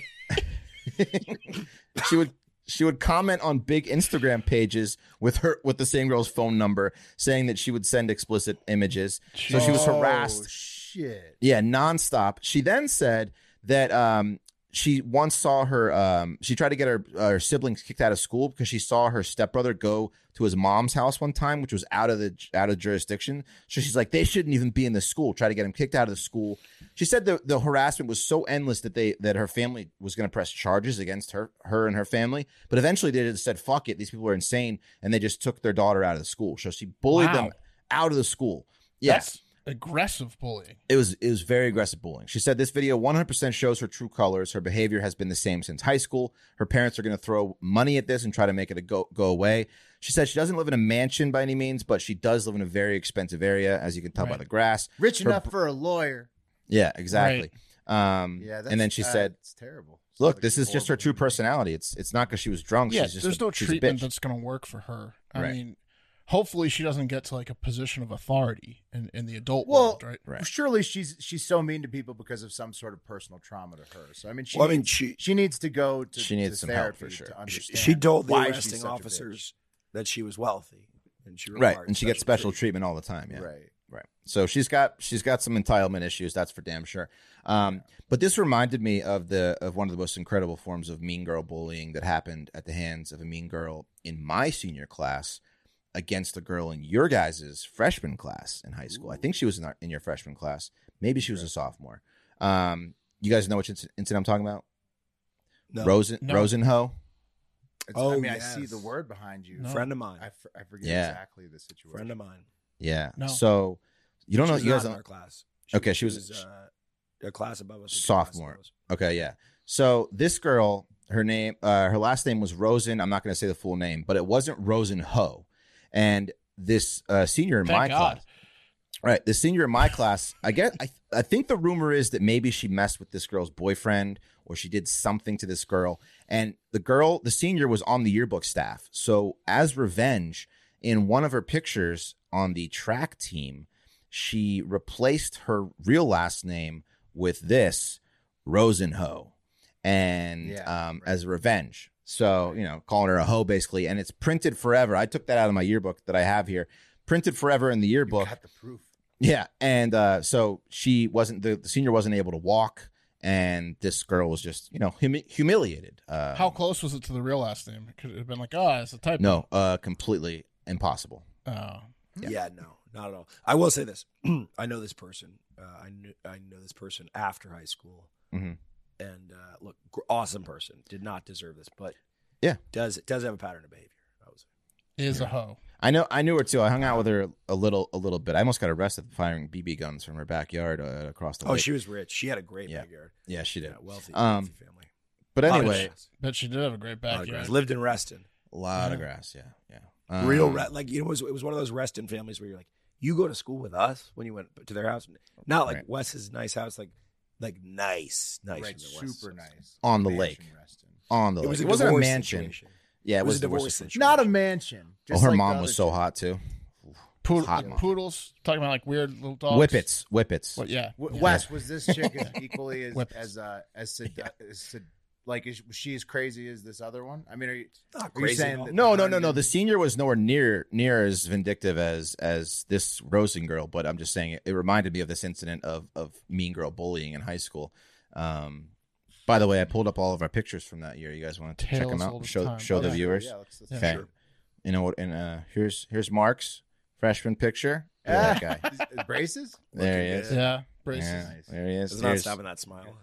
[SPEAKER 4] <laughs> she would she would comment on big Instagram pages with her with the same girl's phone number, saying that she would send explicit images. So she was harassed
[SPEAKER 2] Oh, shit.
[SPEAKER 4] Yeah, nonstop. She then said that um, she once saw her. Um, she tried to get her, uh, her siblings kicked out of school because she saw her stepbrother go to his mom's house one time, which was out of the out of jurisdiction. So she's like, they shouldn't even be in the school. Try to get him kicked out of the school. She said the the harassment was so endless that they that her family was going to press charges against her her and her family. But eventually, they just said, "Fuck it, these people are insane," and they just took their daughter out of the school. So she bullied them
[SPEAKER 3] Wow.
[SPEAKER 4] out of the school. Yes.
[SPEAKER 3] That's aggressive bullying.
[SPEAKER 4] It was it was very aggressive bullying. She said this video 100% shows her true colors. Her behavior has been the same since high school. Her parents are going to throw money at this and try to make it a go go away. She said she doesn't live in a mansion by any means, but she does live in a very expensive area, as you can tell by
[SPEAKER 3] Right.
[SPEAKER 4] the grass.
[SPEAKER 2] Rich
[SPEAKER 4] Her
[SPEAKER 2] enough
[SPEAKER 4] br-
[SPEAKER 2] for a lawyer.
[SPEAKER 4] Yeah, exactly. Um,
[SPEAKER 2] Yeah.
[SPEAKER 4] and then she
[SPEAKER 2] uh,
[SPEAKER 4] said,
[SPEAKER 2] it's terrible. It's
[SPEAKER 4] "Look,
[SPEAKER 2] like
[SPEAKER 4] this is just her
[SPEAKER 2] horrible.
[SPEAKER 4] true personality. It's it's not because she was drunk.
[SPEAKER 3] yeah,
[SPEAKER 4] she's just
[SPEAKER 3] there's
[SPEAKER 4] a-
[SPEAKER 3] no
[SPEAKER 4] she's a
[SPEAKER 3] treatment
[SPEAKER 4] bitch.
[SPEAKER 3] that's going to work for her. I
[SPEAKER 4] Right.
[SPEAKER 3] mean, hopefully she doesn't get to like a position of authority in, in the adult
[SPEAKER 2] Well,
[SPEAKER 3] world, right?
[SPEAKER 4] Right.
[SPEAKER 2] surely she's she's so mean to people because of some sort of personal trauma to her. So I mean, she
[SPEAKER 5] Well, I mean, she
[SPEAKER 2] she needs to go to
[SPEAKER 4] She needs
[SPEAKER 2] to
[SPEAKER 4] some help
[SPEAKER 2] therapy
[SPEAKER 4] for sure.
[SPEAKER 2] To
[SPEAKER 5] she,
[SPEAKER 2] understand
[SPEAKER 5] she told the
[SPEAKER 2] why she's
[SPEAKER 5] arresting
[SPEAKER 2] such a bitch.
[SPEAKER 5] officers that she was wealthy, and she
[SPEAKER 4] right,
[SPEAKER 5] required
[SPEAKER 4] and she gets special treatment all the time. Yeah,
[SPEAKER 2] Right.
[SPEAKER 4] Right. So she's got she's got some entitlement issues. That's for damn sure. Um, but this reminded me of the of one of the most incredible forms of mean girl bullying that happened at the hands of a mean girl in my senior class against a girl in your guys' freshman class in high school. I think she was in, our, in your freshman class. Maybe she was a sophomore. Um, you guys know which inci- incident I'm talking about?
[SPEAKER 5] No.
[SPEAKER 4] Rosen
[SPEAKER 3] No.
[SPEAKER 4] Rosenho.
[SPEAKER 2] It's- I
[SPEAKER 5] Oh,
[SPEAKER 2] mean, I see the
[SPEAKER 5] yes.
[SPEAKER 2] word behind you.
[SPEAKER 3] No.
[SPEAKER 5] Friend of mine.
[SPEAKER 2] I, f- I forget
[SPEAKER 4] Yeah.
[SPEAKER 2] exactly the situation.
[SPEAKER 5] friend of mine.
[SPEAKER 4] Yeah.
[SPEAKER 3] No.
[SPEAKER 4] So you don't
[SPEAKER 5] She
[SPEAKER 4] know
[SPEAKER 5] was
[SPEAKER 4] you guys
[SPEAKER 5] not in
[SPEAKER 4] don't,
[SPEAKER 5] our class.
[SPEAKER 4] Okay, she was-
[SPEAKER 5] uh, a class above us. a class
[SPEAKER 4] Sophomore.
[SPEAKER 5] above us.
[SPEAKER 4] Okay, yeah. So this girl, her name, uh, her last name was Rosen. I'm not going to say the full name, but it wasn't Rosen Ho. And this uh, senior in
[SPEAKER 3] Thank
[SPEAKER 4] my
[SPEAKER 3] God.
[SPEAKER 4] class, right? The senior in my class, I get. I, I think the rumor is that maybe she messed with this girl's boyfriend, or she did something to this girl. And the girl, the senior, was on the yearbook staff. So as revenge, in one of her pictures on the track team, she replaced her real last name with this Rosenho, and
[SPEAKER 2] Yeah,
[SPEAKER 4] um,
[SPEAKER 2] right.
[SPEAKER 4] as revenge. So you know, calling her a hoe basically, and it's printed forever. I took that out of my yearbook that I have here, printed forever in the
[SPEAKER 2] You
[SPEAKER 4] yearbook.
[SPEAKER 2] got the proof.
[SPEAKER 4] Yeah, and uh, so she wasn't the, the senior wasn't able to walk, and this girl was just you know humi- humiliated. Uh,
[SPEAKER 3] How close was it to the real last name? It could have been like, oh, it's a type.
[SPEAKER 4] No, uh, completely impossible.
[SPEAKER 3] Oh.
[SPEAKER 4] Yeah.
[SPEAKER 5] Yeah. no, not at all. I will say this: <clears throat> I know this person. Uh, I knew I know this person after high school,
[SPEAKER 4] Mhm.
[SPEAKER 5] and uh, look, gr- awesome person. Did not deserve this, but
[SPEAKER 4] Yeah.
[SPEAKER 5] does does have a pattern of behavior. I was
[SPEAKER 3] Is a hoe.
[SPEAKER 4] I know, I knew her too. I hung out with her a little, a little bit. I almost got arrested for firing BB guns from her backyard uh, across the.
[SPEAKER 5] oh,
[SPEAKER 4] lake.
[SPEAKER 5] she was rich. She had a great
[SPEAKER 4] Yeah.
[SPEAKER 5] backyard.
[SPEAKER 4] Yeah, she did.
[SPEAKER 5] Yeah, wealthy,
[SPEAKER 4] Um,
[SPEAKER 5] wealthy family.
[SPEAKER 4] But
[SPEAKER 5] Lot of
[SPEAKER 4] anyway,
[SPEAKER 5] grass.
[SPEAKER 3] Bet she did have a great
[SPEAKER 5] Lot of grass.
[SPEAKER 3] backyard.
[SPEAKER 5] lived in Reston.
[SPEAKER 4] a lot of
[SPEAKER 3] Yeah.
[SPEAKER 4] grass. Yeah, yeah. Um,
[SPEAKER 5] Real, re- like you know, it was, it was one of those Reston families where you're like, you go to school with us when you went to their house, not like
[SPEAKER 4] Right.
[SPEAKER 5] Wes's nice house, like like nice, nice,
[SPEAKER 2] Right,
[SPEAKER 5] from the Wes.
[SPEAKER 2] super nice.
[SPEAKER 4] On the
[SPEAKER 2] Mansion
[SPEAKER 4] lake.
[SPEAKER 2] Reston.
[SPEAKER 4] on the.
[SPEAKER 5] It was
[SPEAKER 4] lake.
[SPEAKER 5] a
[SPEAKER 4] It wasn't a
[SPEAKER 5] divorce
[SPEAKER 4] mansion.
[SPEAKER 5] situation.
[SPEAKER 4] Yeah, it,
[SPEAKER 5] It was a
[SPEAKER 4] divorce
[SPEAKER 5] divorce
[SPEAKER 4] situation.
[SPEAKER 5] situation.
[SPEAKER 2] Not a mansion.
[SPEAKER 4] Oh,
[SPEAKER 2] just
[SPEAKER 4] her
[SPEAKER 2] like the
[SPEAKER 4] mom
[SPEAKER 2] other
[SPEAKER 4] was so
[SPEAKER 2] chick.
[SPEAKER 4] hot too.
[SPEAKER 3] Poodle,
[SPEAKER 4] Hot
[SPEAKER 3] like
[SPEAKER 4] mom.
[SPEAKER 3] poodles. Talking about like weird little dogs.
[SPEAKER 4] Whippets, whippets.
[SPEAKER 3] What, yeah.
[SPEAKER 2] W-
[SPEAKER 3] yeah.
[SPEAKER 2] Wes,
[SPEAKER 4] <laughs>
[SPEAKER 2] was this chick as equally as
[SPEAKER 3] Whip.
[SPEAKER 2] as uh, as, sed- as sed- like is, was she as crazy as this other one? I mean, are you,
[SPEAKER 5] Not
[SPEAKER 2] Are you
[SPEAKER 5] crazy.
[SPEAKER 2] saying
[SPEAKER 5] at all.
[SPEAKER 2] that-
[SPEAKER 4] No, no, no, no. The senior was nowhere near near as vindictive as as this Rosen girl, but I'm just saying it, it reminded me of this incident of of mean girl bullying in high school. Um, by the way, I pulled up all of our pictures from that year. You guys want to check
[SPEAKER 3] Tales
[SPEAKER 4] them out,
[SPEAKER 3] old
[SPEAKER 4] and
[SPEAKER 3] as
[SPEAKER 4] show
[SPEAKER 3] time.
[SPEAKER 4] show
[SPEAKER 3] Oh,
[SPEAKER 4] the
[SPEAKER 3] yeah,
[SPEAKER 4] viewers.
[SPEAKER 2] Yeah, let's, let's
[SPEAKER 4] okay, you know what? And uh, here's here's Mark's freshman picture. Look
[SPEAKER 2] <laughs>
[SPEAKER 4] at that guy.
[SPEAKER 2] Is- is braces.
[SPEAKER 4] There he
[SPEAKER 5] Looking
[SPEAKER 4] is.
[SPEAKER 5] good.
[SPEAKER 3] Yeah. Braces.
[SPEAKER 4] Yeah,
[SPEAKER 2] Nice.
[SPEAKER 4] there he is.
[SPEAKER 5] It's not
[SPEAKER 4] There's,
[SPEAKER 5] stopping that smile.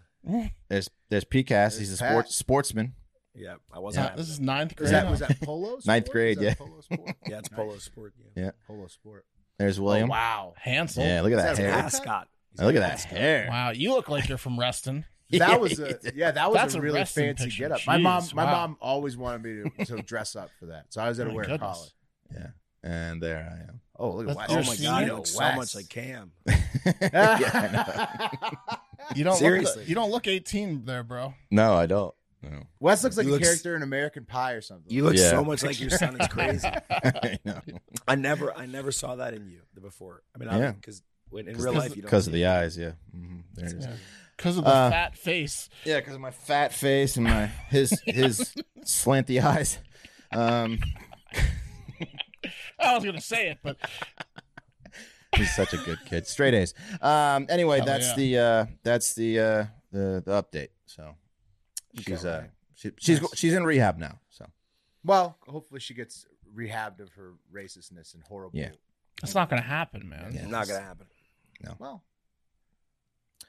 [SPEAKER 4] there's there's Pcast. He's a
[SPEAKER 2] There's
[SPEAKER 4] sport,
[SPEAKER 2] Pat.
[SPEAKER 4] sportsman.
[SPEAKER 5] Yeah, I
[SPEAKER 3] It's
[SPEAKER 5] wasn't.
[SPEAKER 3] not- this is ninth grade.
[SPEAKER 2] Was that was that polo? Sport?
[SPEAKER 4] Ninth grade,
[SPEAKER 2] Is that
[SPEAKER 4] yeah.
[SPEAKER 2] Polo sport. Oh,
[SPEAKER 5] yeah, it's polo sport. Yeah.
[SPEAKER 2] Polo sport.
[SPEAKER 4] There's
[SPEAKER 3] <laughs>
[SPEAKER 4] William.
[SPEAKER 3] wow. Handsome.
[SPEAKER 4] Yeah, look at
[SPEAKER 2] Is
[SPEAKER 4] that,
[SPEAKER 2] that a
[SPEAKER 4] hair.
[SPEAKER 2] mask?
[SPEAKER 5] Ascot. He's
[SPEAKER 4] Look at
[SPEAKER 5] got
[SPEAKER 4] that
[SPEAKER 5] ascot.
[SPEAKER 4] hair.
[SPEAKER 3] Wow. You look like you're from Reston.
[SPEAKER 2] That was a yeah. That was
[SPEAKER 3] That's
[SPEAKER 2] a
[SPEAKER 3] a
[SPEAKER 2] really
[SPEAKER 3] wrestling
[SPEAKER 2] fancy
[SPEAKER 3] picture.
[SPEAKER 2] get up. My mom,
[SPEAKER 3] Jeez,
[SPEAKER 2] my
[SPEAKER 3] wow.
[SPEAKER 2] mom always wanted me to, to dress up for that, so I was
[SPEAKER 3] Oh
[SPEAKER 2] gonna
[SPEAKER 3] my
[SPEAKER 2] wear a
[SPEAKER 3] goodness.
[SPEAKER 2] collar.
[SPEAKER 4] And there I am. <laughs>
[SPEAKER 2] Oh, look at
[SPEAKER 3] That's
[SPEAKER 2] Wes.
[SPEAKER 5] Oh
[SPEAKER 3] Your
[SPEAKER 5] my
[SPEAKER 3] senior
[SPEAKER 5] god, he looks so
[SPEAKER 2] <laughs>
[SPEAKER 5] much like Cam.
[SPEAKER 4] Yeah, I know.
[SPEAKER 3] You don't
[SPEAKER 5] Seriously.
[SPEAKER 3] Look, you don't look 18 there, bro.
[SPEAKER 4] No, I don't. No. <laughs>
[SPEAKER 2] Wes looks like
[SPEAKER 5] He
[SPEAKER 2] a
[SPEAKER 5] looks-
[SPEAKER 2] character in American Pie or something.
[SPEAKER 5] You look
[SPEAKER 4] Yeah.
[SPEAKER 5] so much like your son. It's
[SPEAKER 4] <laughs>
[SPEAKER 5] crazy.
[SPEAKER 4] I know.
[SPEAKER 5] I never, I never saw that in you the before. I mean,
[SPEAKER 4] Yeah.
[SPEAKER 5] yeah, because in real life, you don't.
[SPEAKER 4] Because of the eyes, yeah. Mm-hmm. There it is.
[SPEAKER 3] because of the
[SPEAKER 4] Uh,
[SPEAKER 3] fat face. <laughs>
[SPEAKER 4] Yeah, because of my fat face and my <laughs> his his slanty eyes. Um,
[SPEAKER 3] I was gonna say it, but
[SPEAKER 4] he's such a good kid. Straight A's. Um, anyway,
[SPEAKER 3] Oh,
[SPEAKER 4] that's
[SPEAKER 3] yeah.
[SPEAKER 4] the uh, that's the uh, the the update. So she's uh she, she's
[SPEAKER 3] Nice.
[SPEAKER 4] she's in rehab now. So
[SPEAKER 2] Well, hopefully she gets rehabbed of her racistness and horrible.
[SPEAKER 4] Yeah.
[SPEAKER 6] That's not going to happen, man.
[SPEAKER 4] Yeah.
[SPEAKER 5] Not gonna happen.
[SPEAKER 2] Well,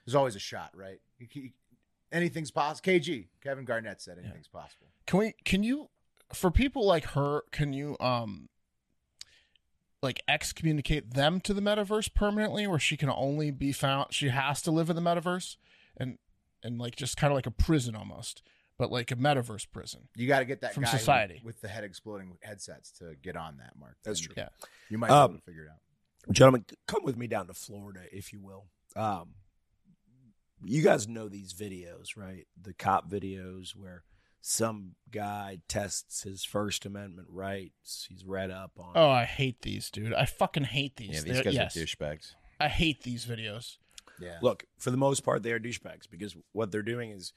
[SPEAKER 2] there's always a shot, right? You, you, anything's possible. KG Kevin Garnett said anything's possible.
[SPEAKER 3] can we? Can you? For people like her, can you um, like excommunicate them to the metaverse permanently, where she can only be found? She has to live in the metaverse, and and like just kind of like a prison almost, but like a metaverse prison.
[SPEAKER 2] You got to get that
[SPEAKER 3] From
[SPEAKER 2] guy who-
[SPEAKER 3] society.
[SPEAKER 2] with the head exploding headsets to get on that mark.
[SPEAKER 5] That's
[SPEAKER 2] And
[SPEAKER 5] true.
[SPEAKER 3] Yeah.
[SPEAKER 2] You might be able
[SPEAKER 5] Um,
[SPEAKER 2] to figure it out.
[SPEAKER 5] gentlemen, come with me down to Florida, if you will. Um, you guys know these videos, right? The cop videos where some guy tests his First Amendment rights. He's read up on.
[SPEAKER 3] Oh, I hate these, dude. I fucking hate these.
[SPEAKER 4] yeah, these
[SPEAKER 3] They're-
[SPEAKER 4] guys
[SPEAKER 3] yes.
[SPEAKER 4] are douchebags.
[SPEAKER 3] I hate these videos.
[SPEAKER 2] Yeah.
[SPEAKER 5] Look, for the most part, they are douchebags because what they're doing is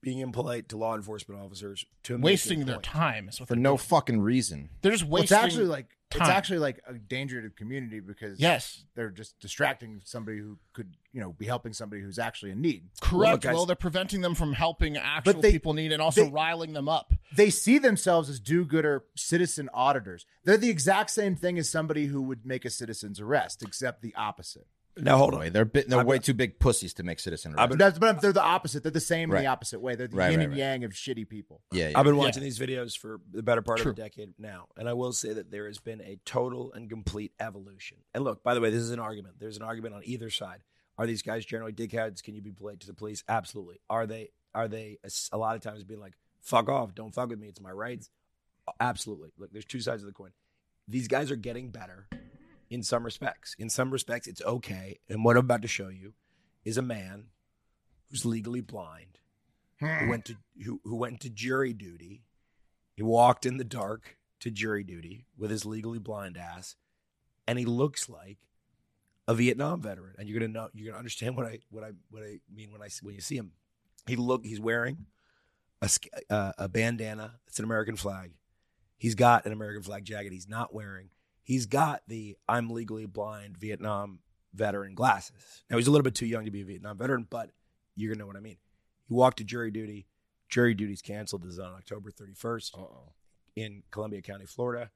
[SPEAKER 5] being impolite to law enforcement officers, to a
[SPEAKER 3] Wasting
[SPEAKER 5] making
[SPEAKER 3] their
[SPEAKER 5] point.
[SPEAKER 3] time is what
[SPEAKER 4] For
[SPEAKER 3] they're
[SPEAKER 4] no
[SPEAKER 3] doing.
[SPEAKER 4] fucking reason.
[SPEAKER 3] They're just
[SPEAKER 2] Well,
[SPEAKER 3] wasting.
[SPEAKER 2] it's actually like it's
[SPEAKER 3] time.
[SPEAKER 2] actually like a danger to the community because
[SPEAKER 3] yes,
[SPEAKER 2] they're just distracting somebody who could you know be helping somebody who's actually in need.
[SPEAKER 3] Correct.
[SPEAKER 5] Look, I-
[SPEAKER 3] well, they're preventing them from helping actual
[SPEAKER 2] they-
[SPEAKER 3] people in need and also
[SPEAKER 2] they-
[SPEAKER 3] riling them up.
[SPEAKER 2] they see themselves as do-gooder citizen auditors. They're the exact same thing as somebody who would make a citizen's arrest, except the opposite.
[SPEAKER 5] Now hold
[SPEAKER 4] Anyway,
[SPEAKER 5] on.
[SPEAKER 4] they're bit, they're
[SPEAKER 5] I've
[SPEAKER 4] way
[SPEAKER 5] been-
[SPEAKER 4] too big pussies to make citizen
[SPEAKER 5] I've
[SPEAKER 4] arrest.
[SPEAKER 5] been-
[SPEAKER 2] That's, but they're the opposite. They're the same in
[SPEAKER 4] Right.
[SPEAKER 2] the opposite way. They're the
[SPEAKER 4] Right,
[SPEAKER 2] yin
[SPEAKER 4] right,
[SPEAKER 2] and
[SPEAKER 4] right.
[SPEAKER 2] yang of shitty people.
[SPEAKER 4] yeah, yeah.
[SPEAKER 5] I've been
[SPEAKER 3] Yeah.
[SPEAKER 5] watching these videos for the better part
[SPEAKER 3] True.
[SPEAKER 5] of a decade now, and I will say that there has been a total and complete evolution. And look, by the way, this is an argument. There's an argument on either side. Are these guys generally dickheads? Can you be polite to the police? Absolutely. Are they? Are they a, s- a lot of times being like, "Fuck off! Don't fuck with me. It's my rights." Absolutely. Look, there's two sides of the coin. These guys are getting better in some respects. In some respects, it's okay. And what I'm about to show you is a man who's legally blind
[SPEAKER 2] Hmm.
[SPEAKER 5] who went to who, who went to jury duty. He walked in the dark to jury duty with his legally blind ass, and he looks like a Vietnam veteran. And you're gonna know you're gonna understand what I what I what I mean when I s- when you see him. He look he's wearing a sk- uh, a bandana. It's an American flag. He's got an American flag jacket. He's not wearing. He's got the I'm legally blind Vietnam veteran glasses. Now he's a little bit too young to be a Vietnam veteran, but you're gonna know what I mean. He walked to jury duty. Jury duty's canceled. This is on October 31st
[SPEAKER 2] Uh-oh.
[SPEAKER 5] in Columbia County, Florida.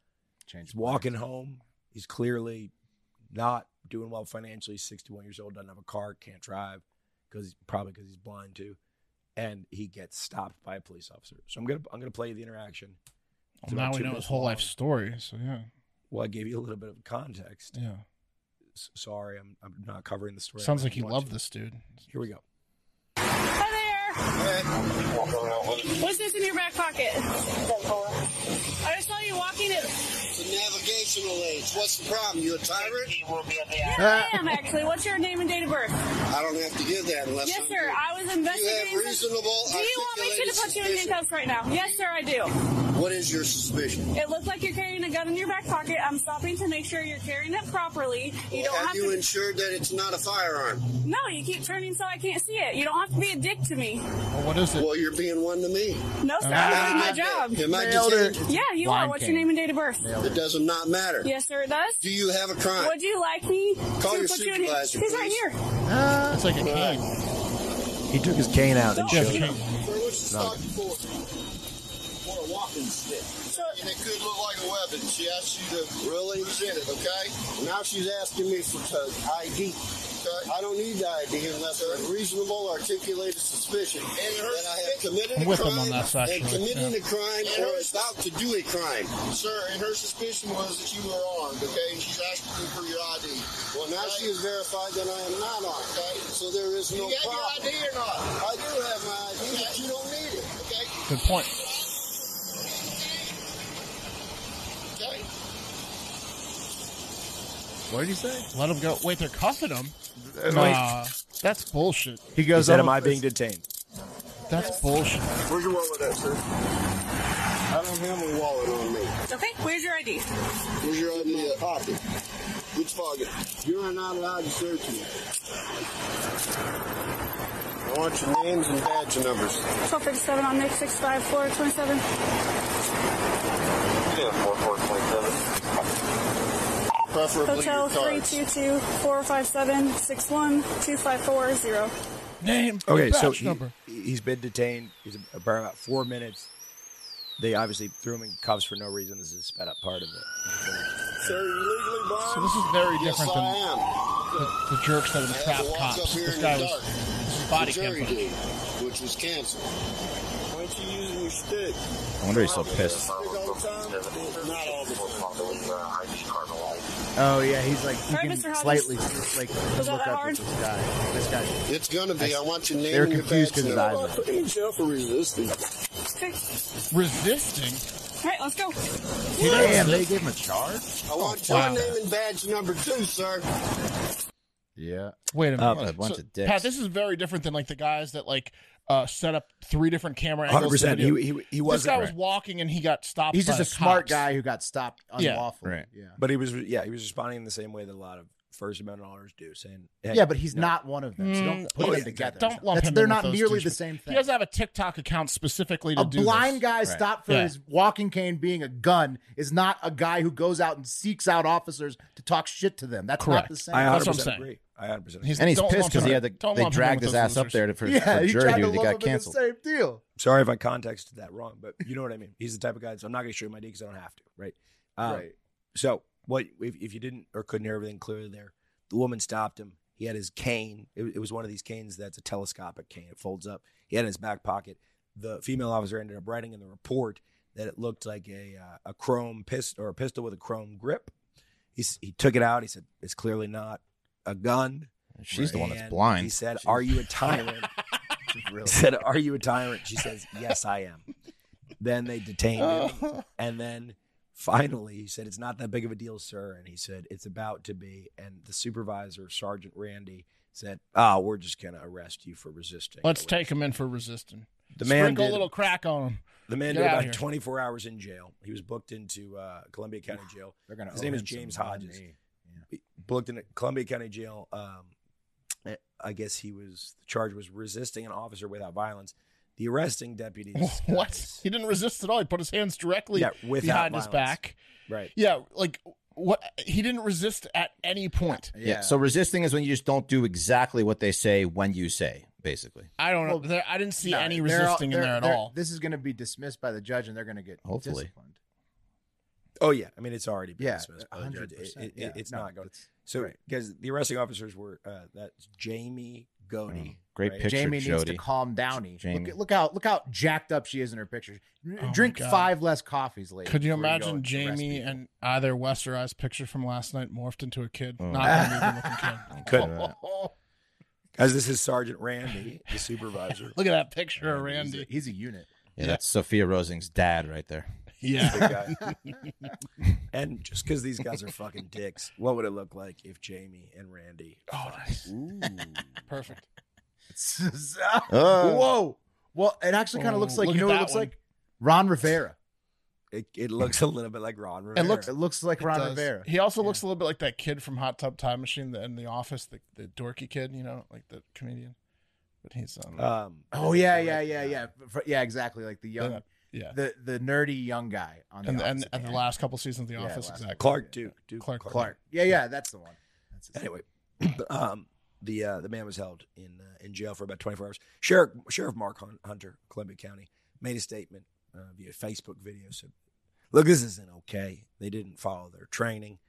[SPEAKER 2] Change
[SPEAKER 5] He's walking home. He's clearly not doing well financially. He's 61 years old, doesn't have a car, can't drive because he's probably because he's blind too. And he gets stopped by a police officer. So I'm gonna I'm gonna play you the interaction. It's
[SPEAKER 3] Well, now
[SPEAKER 5] about
[SPEAKER 3] we
[SPEAKER 5] two
[SPEAKER 3] know his
[SPEAKER 5] minutes
[SPEAKER 3] whole
[SPEAKER 5] long.
[SPEAKER 3] life story. So yeah,
[SPEAKER 5] Well, I gave you a little bit of context.
[SPEAKER 3] yeah.
[SPEAKER 5] S- sorry, I'm I'm not covering the story.
[SPEAKER 3] Sounds
[SPEAKER 5] I
[SPEAKER 3] like he
[SPEAKER 5] want
[SPEAKER 3] loved
[SPEAKER 5] to.
[SPEAKER 3] this dude.
[SPEAKER 5] Here we go.
[SPEAKER 8] Hi
[SPEAKER 1] Walking around with
[SPEAKER 8] there. What's this in your back pocket? I just saw you walking it.
[SPEAKER 9] navigational aids. What's the problem? You a tyrant?
[SPEAKER 1] He will be at the app.
[SPEAKER 8] I am actually. What's your name and date of birth?
[SPEAKER 9] I don't have to give that unless
[SPEAKER 8] Yes,
[SPEAKER 9] I'm
[SPEAKER 8] sir. I was
[SPEAKER 9] You
[SPEAKER 8] investigating.
[SPEAKER 9] have reasonable.
[SPEAKER 8] do you want me to
[SPEAKER 9] articulated
[SPEAKER 8] put you in
[SPEAKER 9] suspicion.
[SPEAKER 8] handcuffs right now? Yes, sir, I do.
[SPEAKER 9] What is your suspicion?
[SPEAKER 8] It looks like you're carrying a gun in your back pocket. I'm stopping to make sure you're carrying it properly. You don't
[SPEAKER 9] have,
[SPEAKER 8] have
[SPEAKER 9] you
[SPEAKER 8] to.
[SPEAKER 9] ensured that it's not a firearm?
[SPEAKER 8] no, you keep turning so I can't see it. You don't have to be a dick to me.
[SPEAKER 3] Well, what is it?
[SPEAKER 9] Well, you're being one to me.
[SPEAKER 8] No, sir.
[SPEAKER 3] Ah.
[SPEAKER 8] I'm doing my job.
[SPEAKER 9] Am I
[SPEAKER 2] Nailed it.
[SPEAKER 9] detained?
[SPEAKER 8] Yeah, you are.
[SPEAKER 3] Blind
[SPEAKER 8] What's
[SPEAKER 3] king.
[SPEAKER 8] your name and date of birth?
[SPEAKER 9] It doesn't not matter.
[SPEAKER 8] Yes, sir, it does.
[SPEAKER 9] Do you have a crime?
[SPEAKER 8] Would you like me
[SPEAKER 9] Call
[SPEAKER 8] to
[SPEAKER 9] your
[SPEAKER 8] put you in
[SPEAKER 9] supervisor,
[SPEAKER 8] He's right
[SPEAKER 9] please.
[SPEAKER 8] here.
[SPEAKER 2] Ah,
[SPEAKER 3] it's like a cane.
[SPEAKER 5] He took his cane out and
[SPEAKER 8] Don't
[SPEAKER 5] showed
[SPEAKER 8] shoot
[SPEAKER 5] it.
[SPEAKER 8] him.
[SPEAKER 9] For which is talking for? Or a walking stick. And it could look like a weapon. She asked you to really present it, okay? Now she's asking me for uh, ID. Okay? I don't need the ID unless there's reasonable, articulated suspicion that I have committed
[SPEAKER 3] I'm
[SPEAKER 9] a
[SPEAKER 3] with him
[SPEAKER 9] crime
[SPEAKER 3] on this,
[SPEAKER 9] and
[SPEAKER 3] actually,
[SPEAKER 9] committing a
[SPEAKER 3] yeah.
[SPEAKER 9] crime or about to do a crime. Sir, and her suspicion was that you were armed, okay? And she's asking you for your ID. Well, now she has verified that I am not armed, okay? So there is no problem. You got your ID or not? I do have my ID, but you don't need it, okay?
[SPEAKER 3] Good point.
[SPEAKER 9] Okay.
[SPEAKER 2] What did he say?
[SPEAKER 3] Let him go. Wait, they're cuffing him. Nah, that's bullshit.
[SPEAKER 2] He
[SPEAKER 5] He
[SPEAKER 2] goes, "Oh,
[SPEAKER 5] said,
[SPEAKER 2] "I'm
[SPEAKER 5] "Am
[SPEAKER 2] a-
[SPEAKER 5] I being detained?"
[SPEAKER 3] That's bullshit.
[SPEAKER 9] Where's your wallet at, sir? I don't have a wallet on me.
[SPEAKER 8] Okay, where's your ID?
[SPEAKER 9] Where's your ID at? Pocket. Which pocket? You are not allowed to search me. I want your names and badge numbers.
[SPEAKER 8] 1257 on Nick 65 floor 27.
[SPEAKER 9] Yeah, 4427. Preferably
[SPEAKER 8] Hotel
[SPEAKER 9] your cards.
[SPEAKER 8] 322 457 61 2540.
[SPEAKER 3] Name.
[SPEAKER 5] Okay, so
[SPEAKER 3] badge
[SPEAKER 5] he,
[SPEAKER 3] number.
[SPEAKER 5] he's been detained. He's about four minutes. They obviously threw him in cuffs for no reason. This is sped up part of it.
[SPEAKER 9] Sir, you legally blind?
[SPEAKER 3] So this is very
[SPEAKER 9] yes,
[SPEAKER 3] different
[SPEAKER 9] I
[SPEAKER 3] than
[SPEAKER 9] am.
[SPEAKER 3] the, the jerks that
[SPEAKER 9] I
[SPEAKER 3] are the
[SPEAKER 9] had
[SPEAKER 3] trap
[SPEAKER 9] to walk up
[SPEAKER 3] cops.
[SPEAKER 9] here
[SPEAKER 3] This
[SPEAKER 9] in
[SPEAKER 3] guy
[SPEAKER 9] the
[SPEAKER 3] was
[SPEAKER 9] dark.
[SPEAKER 3] this is body
[SPEAKER 9] The
[SPEAKER 3] cam
[SPEAKER 9] jury
[SPEAKER 3] footage.
[SPEAKER 9] did, which was canceled. Why aren't you using your stick?
[SPEAKER 4] I wonder he's so pissed.
[SPEAKER 9] Stick all the time? Not all the time.
[SPEAKER 2] Oh yeah, he's like he
[SPEAKER 8] All right,
[SPEAKER 2] can
[SPEAKER 8] Mr. Hodges.
[SPEAKER 2] slightly like look
[SPEAKER 8] that
[SPEAKER 2] up
[SPEAKER 8] hard?
[SPEAKER 2] at this guy. This guy.
[SPEAKER 9] It's gonna be. I want your name.
[SPEAKER 2] were
[SPEAKER 9] and your
[SPEAKER 2] confused
[SPEAKER 9] badge
[SPEAKER 2] 'cause his
[SPEAKER 9] number.
[SPEAKER 2] eyes were-
[SPEAKER 9] Put him in jail for resisting.
[SPEAKER 8] Okay.
[SPEAKER 3] Resisting.
[SPEAKER 8] All right, let's go.
[SPEAKER 4] Damn, they gave him a charge.
[SPEAKER 9] I want your
[SPEAKER 3] wow.
[SPEAKER 9] name and badge number two, sir.
[SPEAKER 2] Yeah.
[SPEAKER 3] Wait a minute.
[SPEAKER 4] What a bunch
[SPEAKER 3] So,
[SPEAKER 4] of dicks.
[SPEAKER 3] Pat, this is very different than like the guys that like uh, set up three different camera angles.
[SPEAKER 5] 100. percent
[SPEAKER 3] to video.
[SPEAKER 5] He he, he
[SPEAKER 3] this guy
[SPEAKER 5] wasn't,
[SPEAKER 3] was walking and he got stopped.
[SPEAKER 2] He's
[SPEAKER 3] by
[SPEAKER 2] just a
[SPEAKER 3] the
[SPEAKER 2] smart
[SPEAKER 3] cops.
[SPEAKER 2] guy who got stopped
[SPEAKER 3] Yeah.
[SPEAKER 2] unlawfully.
[SPEAKER 4] Right.
[SPEAKER 2] Yeah.
[SPEAKER 5] but he was yeah he was responding in the same way that a lot of First Amendment owners do, saying hey,
[SPEAKER 2] Yeah, but he's
[SPEAKER 5] no.
[SPEAKER 2] not one of them. So don't
[SPEAKER 3] Mm,
[SPEAKER 2] put
[SPEAKER 3] oh,
[SPEAKER 2] them
[SPEAKER 3] yeah,
[SPEAKER 2] together.
[SPEAKER 3] don't lump
[SPEAKER 2] That's-
[SPEAKER 3] him
[SPEAKER 2] They're
[SPEAKER 3] in with
[SPEAKER 2] not
[SPEAKER 3] those
[SPEAKER 2] nearly
[SPEAKER 3] two
[SPEAKER 2] the
[SPEAKER 3] sh-
[SPEAKER 2] same
[SPEAKER 3] He
[SPEAKER 2] thing.
[SPEAKER 3] doesn't have a TikTok account specifically to
[SPEAKER 2] A
[SPEAKER 3] do this.
[SPEAKER 2] blind guy stopped for
[SPEAKER 3] Yeah.
[SPEAKER 2] his walking cane being a gun is not a guy who goes out and seeks out officers to talk shit to them. That's
[SPEAKER 3] Correct.
[SPEAKER 2] not the same.
[SPEAKER 5] I 100
[SPEAKER 3] That's what I'm
[SPEAKER 5] percent
[SPEAKER 3] saying.
[SPEAKER 5] agree. I 100 percent.
[SPEAKER 3] He's-
[SPEAKER 4] And he's
[SPEAKER 3] Don't
[SPEAKER 4] pissed
[SPEAKER 3] lump
[SPEAKER 4] because he
[SPEAKER 3] him-
[SPEAKER 4] had the,
[SPEAKER 3] don't
[SPEAKER 4] they
[SPEAKER 3] lump him
[SPEAKER 4] dragged
[SPEAKER 3] with
[SPEAKER 4] his
[SPEAKER 3] those
[SPEAKER 4] ass up
[SPEAKER 3] losers.
[SPEAKER 4] there <laughs> to, for,
[SPEAKER 2] yeah,
[SPEAKER 4] for
[SPEAKER 2] he
[SPEAKER 4] jury
[SPEAKER 2] tried to
[SPEAKER 4] duty.
[SPEAKER 2] lump
[SPEAKER 4] They
[SPEAKER 2] him in
[SPEAKER 4] got
[SPEAKER 2] the
[SPEAKER 4] canceled.
[SPEAKER 2] same deal.
[SPEAKER 5] Sorry if I contexted that wrong, but you know what I mean. He's the type of guy that's I'm not going to show you my D because I don't have to, right? Um,
[SPEAKER 2] right.
[SPEAKER 5] So what if, if you didn't or couldn't hear everything clearly there? The woman stopped him. He had his cane. It, it was one of these canes that's a telescopic cane. It folds up. He had it in his back pocket. The female officer ended up writing in the report that it looked like a uh, a chrome pistol or a pistol with a chrome grip. He s- he took it out. He said it's clearly not a gun.
[SPEAKER 4] She's the one that's
[SPEAKER 5] And He
[SPEAKER 4] blind.
[SPEAKER 5] said,
[SPEAKER 4] <laughs>
[SPEAKER 5] "Are you a tyrant?" He said, "Are you a tyrant?" She says, "Yes, I am." Then they detained
[SPEAKER 4] Oh.
[SPEAKER 5] him, and then finally he said, "It's not that big of a deal, sir." And he said, "It's about to be." And the supervisor, Sergeant Randy, said, "Ah, we're just gonna arrest you for resisting."
[SPEAKER 3] <laughs> Let's take him in for resisting.
[SPEAKER 5] the man.
[SPEAKER 3] Sprinkle
[SPEAKER 5] Did,
[SPEAKER 3] a little crack on him. <laughs>
[SPEAKER 5] the man
[SPEAKER 3] Get
[SPEAKER 5] did
[SPEAKER 3] out of
[SPEAKER 5] about
[SPEAKER 3] here.
[SPEAKER 5] 24 hours in jail. He was booked into uh, Columbia County Jail.
[SPEAKER 2] They're gonna
[SPEAKER 5] His
[SPEAKER 2] owe
[SPEAKER 5] name is
[SPEAKER 2] him some
[SPEAKER 5] James
[SPEAKER 2] money.
[SPEAKER 5] Hodges. booked in Columbia County Jail. Um, I guess he was the charge was resisting an officer without violence. The arresting deputy.
[SPEAKER 3] <laughs> What? He didn't resist at all. He put his hands directly
[SPEAKER 5] Yeah, without
[SPEAKER 3] behind his
[SPEAKER 5] violence.
[SPEAKER 3] back.
[SPEAKER 5] Right.
[SPEAKER 3] Yeah, like what? He didn't resist at any point.
[SPEAKER 4] Yeah. So resisting is when you just don't do exactly what they say when you say, basically.
[SPEAKER 3] I don't know.
[SPEAKER 2] Well,
[SPEAKER 3] there, I didn't see
[SPEAKER 2] No,
[SPEAKER 3] any
[SPEAKER 2] they're all-
[SPEAKER 3] resisting in
[SPEAKER 2] they're-
[SPEAKER 3] there at
[SPEAKER 2] they're-
[SPEAKER 3] all.
[SPEAKER 2] This is going to be dismissed by the judge, and they're going to get
[SPEAKER 4] Hopefully.
[SPEAKER 2] disciplined.
[SPEAKER 5] Oh yeah. I mean, it's already been
[SPEAKER 2] Yeah,
[SPEAKER 5] dismissed. by the judge.
[SPEAKER 2] hundred
[SPEAKER 5] It-
[SPEAKER 2] percent.
[SPEAKER 5] it- it- It's not going.
[SPEAKER 2] to.
[SPEAKER 5] So
[SPEAKER 2] right.
[SPEAKER 5] because the arresting officers were uh, that's Jamie
[SPEAKER 2] Mm,
[SPEAKER 5] Godey.
[SPEAKER 4] Great
[SPEAKER 5] right?
[SPEAKER 4] picture,
[SPEAKER 2] Jamie needs to
[SPEAKER 4] Jody.
[SPEAKER 2] calm down.
[SPEAKER 4] Jamie.
[SPEAKER 2] Look, look how look how jacked up she is in her pictures.
[SPEAKER 3] Oh my
[SPEAKER 2] Drink
[SPEAKER 3] God.
[SPEAKER 2] five less coffees, lady.
[SPEAKER 3] Could you
[SPEAKER 2] before go
[SPEAKER 3] imagine
[SPEAKER 2] and arrest
[SPEAKER 3] Jamie
[SPEAKER 2] people.
[SPEAKER 3] and either Wes or I's picture from last night morphed into a kid?
[SPEAKER 4] Oh.
[SPEAKER 2] <laughs>
[SPEAKER 3] Not an even looking kid.
[SPEAKER 4] <laughs> Couldn't.
[SPEAKER 5] Guys, this is Sergeant Randy,
[SPEAKER 2] <laughs>
[SPEAKER 5] the supervisor.
[SPEAKER 3] Look at that picture of
[SPEAKER 2] He's a,
[SPEAKER 3] Randy.
[SPEAKER 2] he's a unit. <laughs>
[SPEAKER 4] Yeah, that's Sophia Rosing's dad right there.
[SPEAKER 3] Yeah.
[SPEAKER 5] Big guy.
[SPEAKER 2] <laughs>
[SPEAKER 5] and just because these guys are fucking dicks, what would it look like if Jamie and Randy?
[SPEAKER 3] Oh, nice.
[SPEAKER 5] <laughs>
[SPEAKER 3] Perfect.
[SPEAKER 2] It's-
[SPEAKER 4] Oh.
[SPEAKER 2] Whoa. Well, it actually kind
[SPEAKER 3] Oh,
[SPEAKER 2] of looks like
[SPEAKER 3] look
[SPEAKER 2] you
[SPEAKER 3] at
[SPEAKER 2] know what it
[SPEAKER 3] that
[SPEAKER 2] looks
[SPEAKER 3] one.
[SPEAKER 2] like. Ron Rivera.
[SPEAKER 5] It, it looks a little bit like Ron Rivera.
[SPEAKER 2] It looks it looks like
[SPEAKER 3] It
[SPEAKER 2] Ron
[SPEAKER 3] does.
[SPEAKER 2] Rivera.
[SPEAKER 3] He also looks a little bit like that kid from Hot Tub Time Machine the, in the office, the, the dorky kid, you know, like the comedian. But he's um,
[SPEAKER 5] Um,
[SPEAKER 2] Oh yeah,
[SPEAKER 5] Right.
[SPEAKER 2] yeah, yeah, yeah, F- yeah. Exactly, like the young,
[SPEAKER 3] Yeah. Uh, yeah.
[SPEAKER 2] the the nerdy young guy on the
[SPEAKER 3] and and,
[SPEAKER 2] opposite
[SPEAKER 3] and the
[SPEAKER 2] end.
[SPEAKER 3] last couple seasons of The
[SPEAKER 2] Yeah,
[SPEAKER 3] Office,
[SPEAKER 2] last-
[SPEAKER 3] exactly.
[SPEAKER 5] Clark Duke, Duke
[SPEAKER 3] Clark.
[SPEAKER 2] Clark. Yeah, yeah, that's the one. That's his-
[SPEAKER 5] Anyway, <clears throat> um, the uh, the man was held in uh, in jail for about 24 hours. Sheriff Sheriff Mark Hun- Hunter, Columbia County, made a statement uh, via Facebook video. Said, "Look, this isn't okay. They didn't follow their training,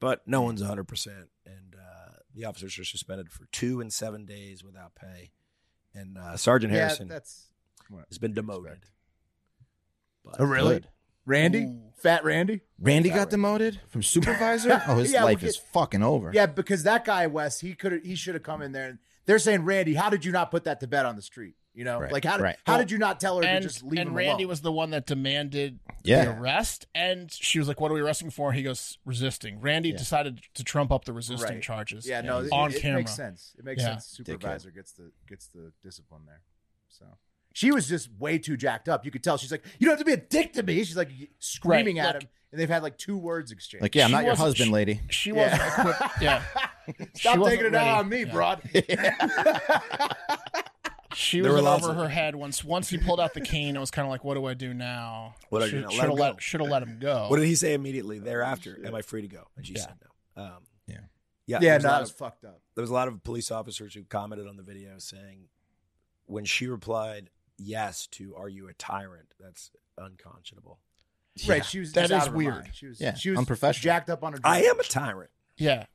[SPEAKER 5] but no one's 100 percent, and uh, the officers are suspended for two and seven days without pay, and uh, Sergeant
[SPEAKER 2] yeah,
[SPEAKER 5] Harrison
[SPEAKER 2] that's what
[SPEAKER 5] has been
[SPEAKER 2] you
[SPEAKER 5] demoted."
[SPEAKER 2] expect.
[SPEAKER 5] But,
[SPEAKER 2] Oh, really?
[SPEAKER 4] Good.
[SPEAKER 2] Randy,
[SPEAKER 3] Ooh.
[SPEAKER 2] Fat Randy.
[SPEAKER 4] Randy got demoted from <laughs> supervisor. Oh, his
[SPEAKER 2] Yeah,
[SPEAKER 4] life
[SPEAKER 2] we
[SPEAKER 4] is fucking over.
[SPEAKER 2] Yeah, because that guy Wes, he could he should have come in there. And they're saying, Randy, how did you not put that to bed on the street? You know,
[SPEAKER 4] Right,
[SPEAKER 2] like how did
[SPEAKER 4] right.
[SPEAKER 2] how did you not tell her
[SPEAKER 3] And,
[SPEAKER 2] to just leave
[SPEAKER 3] and
[SPEAKER 2] him
[SPEAKER 3] Randy
[SPEAKER 2] alone?
[SPEAKER 3] was the one that demanded the
[SPEAKER 4] Yeah.
[SPEAKER 3] arrest. And she was like, What are we arresting for? He goes, Resisting. Randy decided to trump up the resisting
[SPEAKER 2] Right.
[SPEAKER 3] charges.
[SPEAKER 2] yeah, no, it,
[SPEAKER 3] on
[SPEAKER 2] it
[SPEAKER 3] camera.
[SPEAKER 2] makes sense. It makes
[SPEAKER 3] Yeah.
[SPEAKER 2] sense. Supervisor gets the gets the discipline there. So She was just way too jacked up. You could tell. She's like, "You don't have to be a dick to me." She's like screaming
[SPEAKER 3] Right,
[SPEAKER 2] at
[SPEAKER 3] look.
[SPEAKER 2] him, and they've had like two words exchanged.
[SPEAKER 4] Like, yeah, I'm
[SPEAKER 3] She
[SPEAKER 4] not your
[SPEAKER 3] wasn't-
[SPEAKER 4] husband,
[SPEAKER 3] she-
[SPEAKER 4] lady.
[SPEAKER 3] She wasn't
[SPEAKER 2] <laughs>
[SPEAKER 3] equipped. Yeah.
[SPEAKER 2] Stop
[SPEAKER 3] wasn't
[SPEAKER 2] taking it
[SPEAKER 3] ready.
[SPEAKER 2] out on me,
[SPEAKER 3] Yeah.
[SPEAKER 2] broad.
[SPEAKER 3] She
[SPEAKER 5] There
[SPEAKER 3] was
[SPEAKER 5] were
[SPEAKER 3] in
[SPEAKER 5] lots
[SPEAKER 3] over
[SPEAKER 5] of-
[SPEAKER 3] her head once. Once he pulled out the cane, it was kind of like, "What do I do now?"
[SPEAKER 5] What do I do
[SPEAKER 3] should,
[SPEAKER 5] now? Let
[SPEAKER 3] Should have
[SPEAKER 5] him
[SPEAKER 3] let,
[SPEAKER 5] go.
[SPEAKER 3] should've let him go.
[SPEAKER 5] What did he say immediately thereafter? Am I free to go? And she
[SPEAKER 3] Yeah.
[SPEAKER 5] said no. Um,
[SPEAKER 4] Yeah.
[SPEAKER 5] yeah,
[SPEAKER 2] Yeah,
[SPEAKER 5] there's a
[SPEAKER 2] no,
[SPEAKER 5] lot
[SPEAKER 2] that's
[SPEAKER 5] of-
[SPEAKER 2] fucked up.
[SPEAKER 5] there was a lot of police officers who commented on the video saying when she replied yes to "Are you a tyrant?" That's unconscionable.
[SPEAKER 2] Right? She was
[SPEAKER 3] That
[SPEAKER 2] just
[SPEAKER 3] is
[SPEAKER 2] out of her
[SPEAKER 3] weird.
[SPEAKER 2] mind. She was,
[SPEAKER 4] Yeah,
[SPEAKER 2] she was
[SPEAKER 4] unprofessional.
[SPEAKER 2] jacked up on her.
[SPEAKER 5] I
[SPEAKER 2] drugs.
[SPEAKER 5] am a tyrant.
[SPEAKER 3] yeah.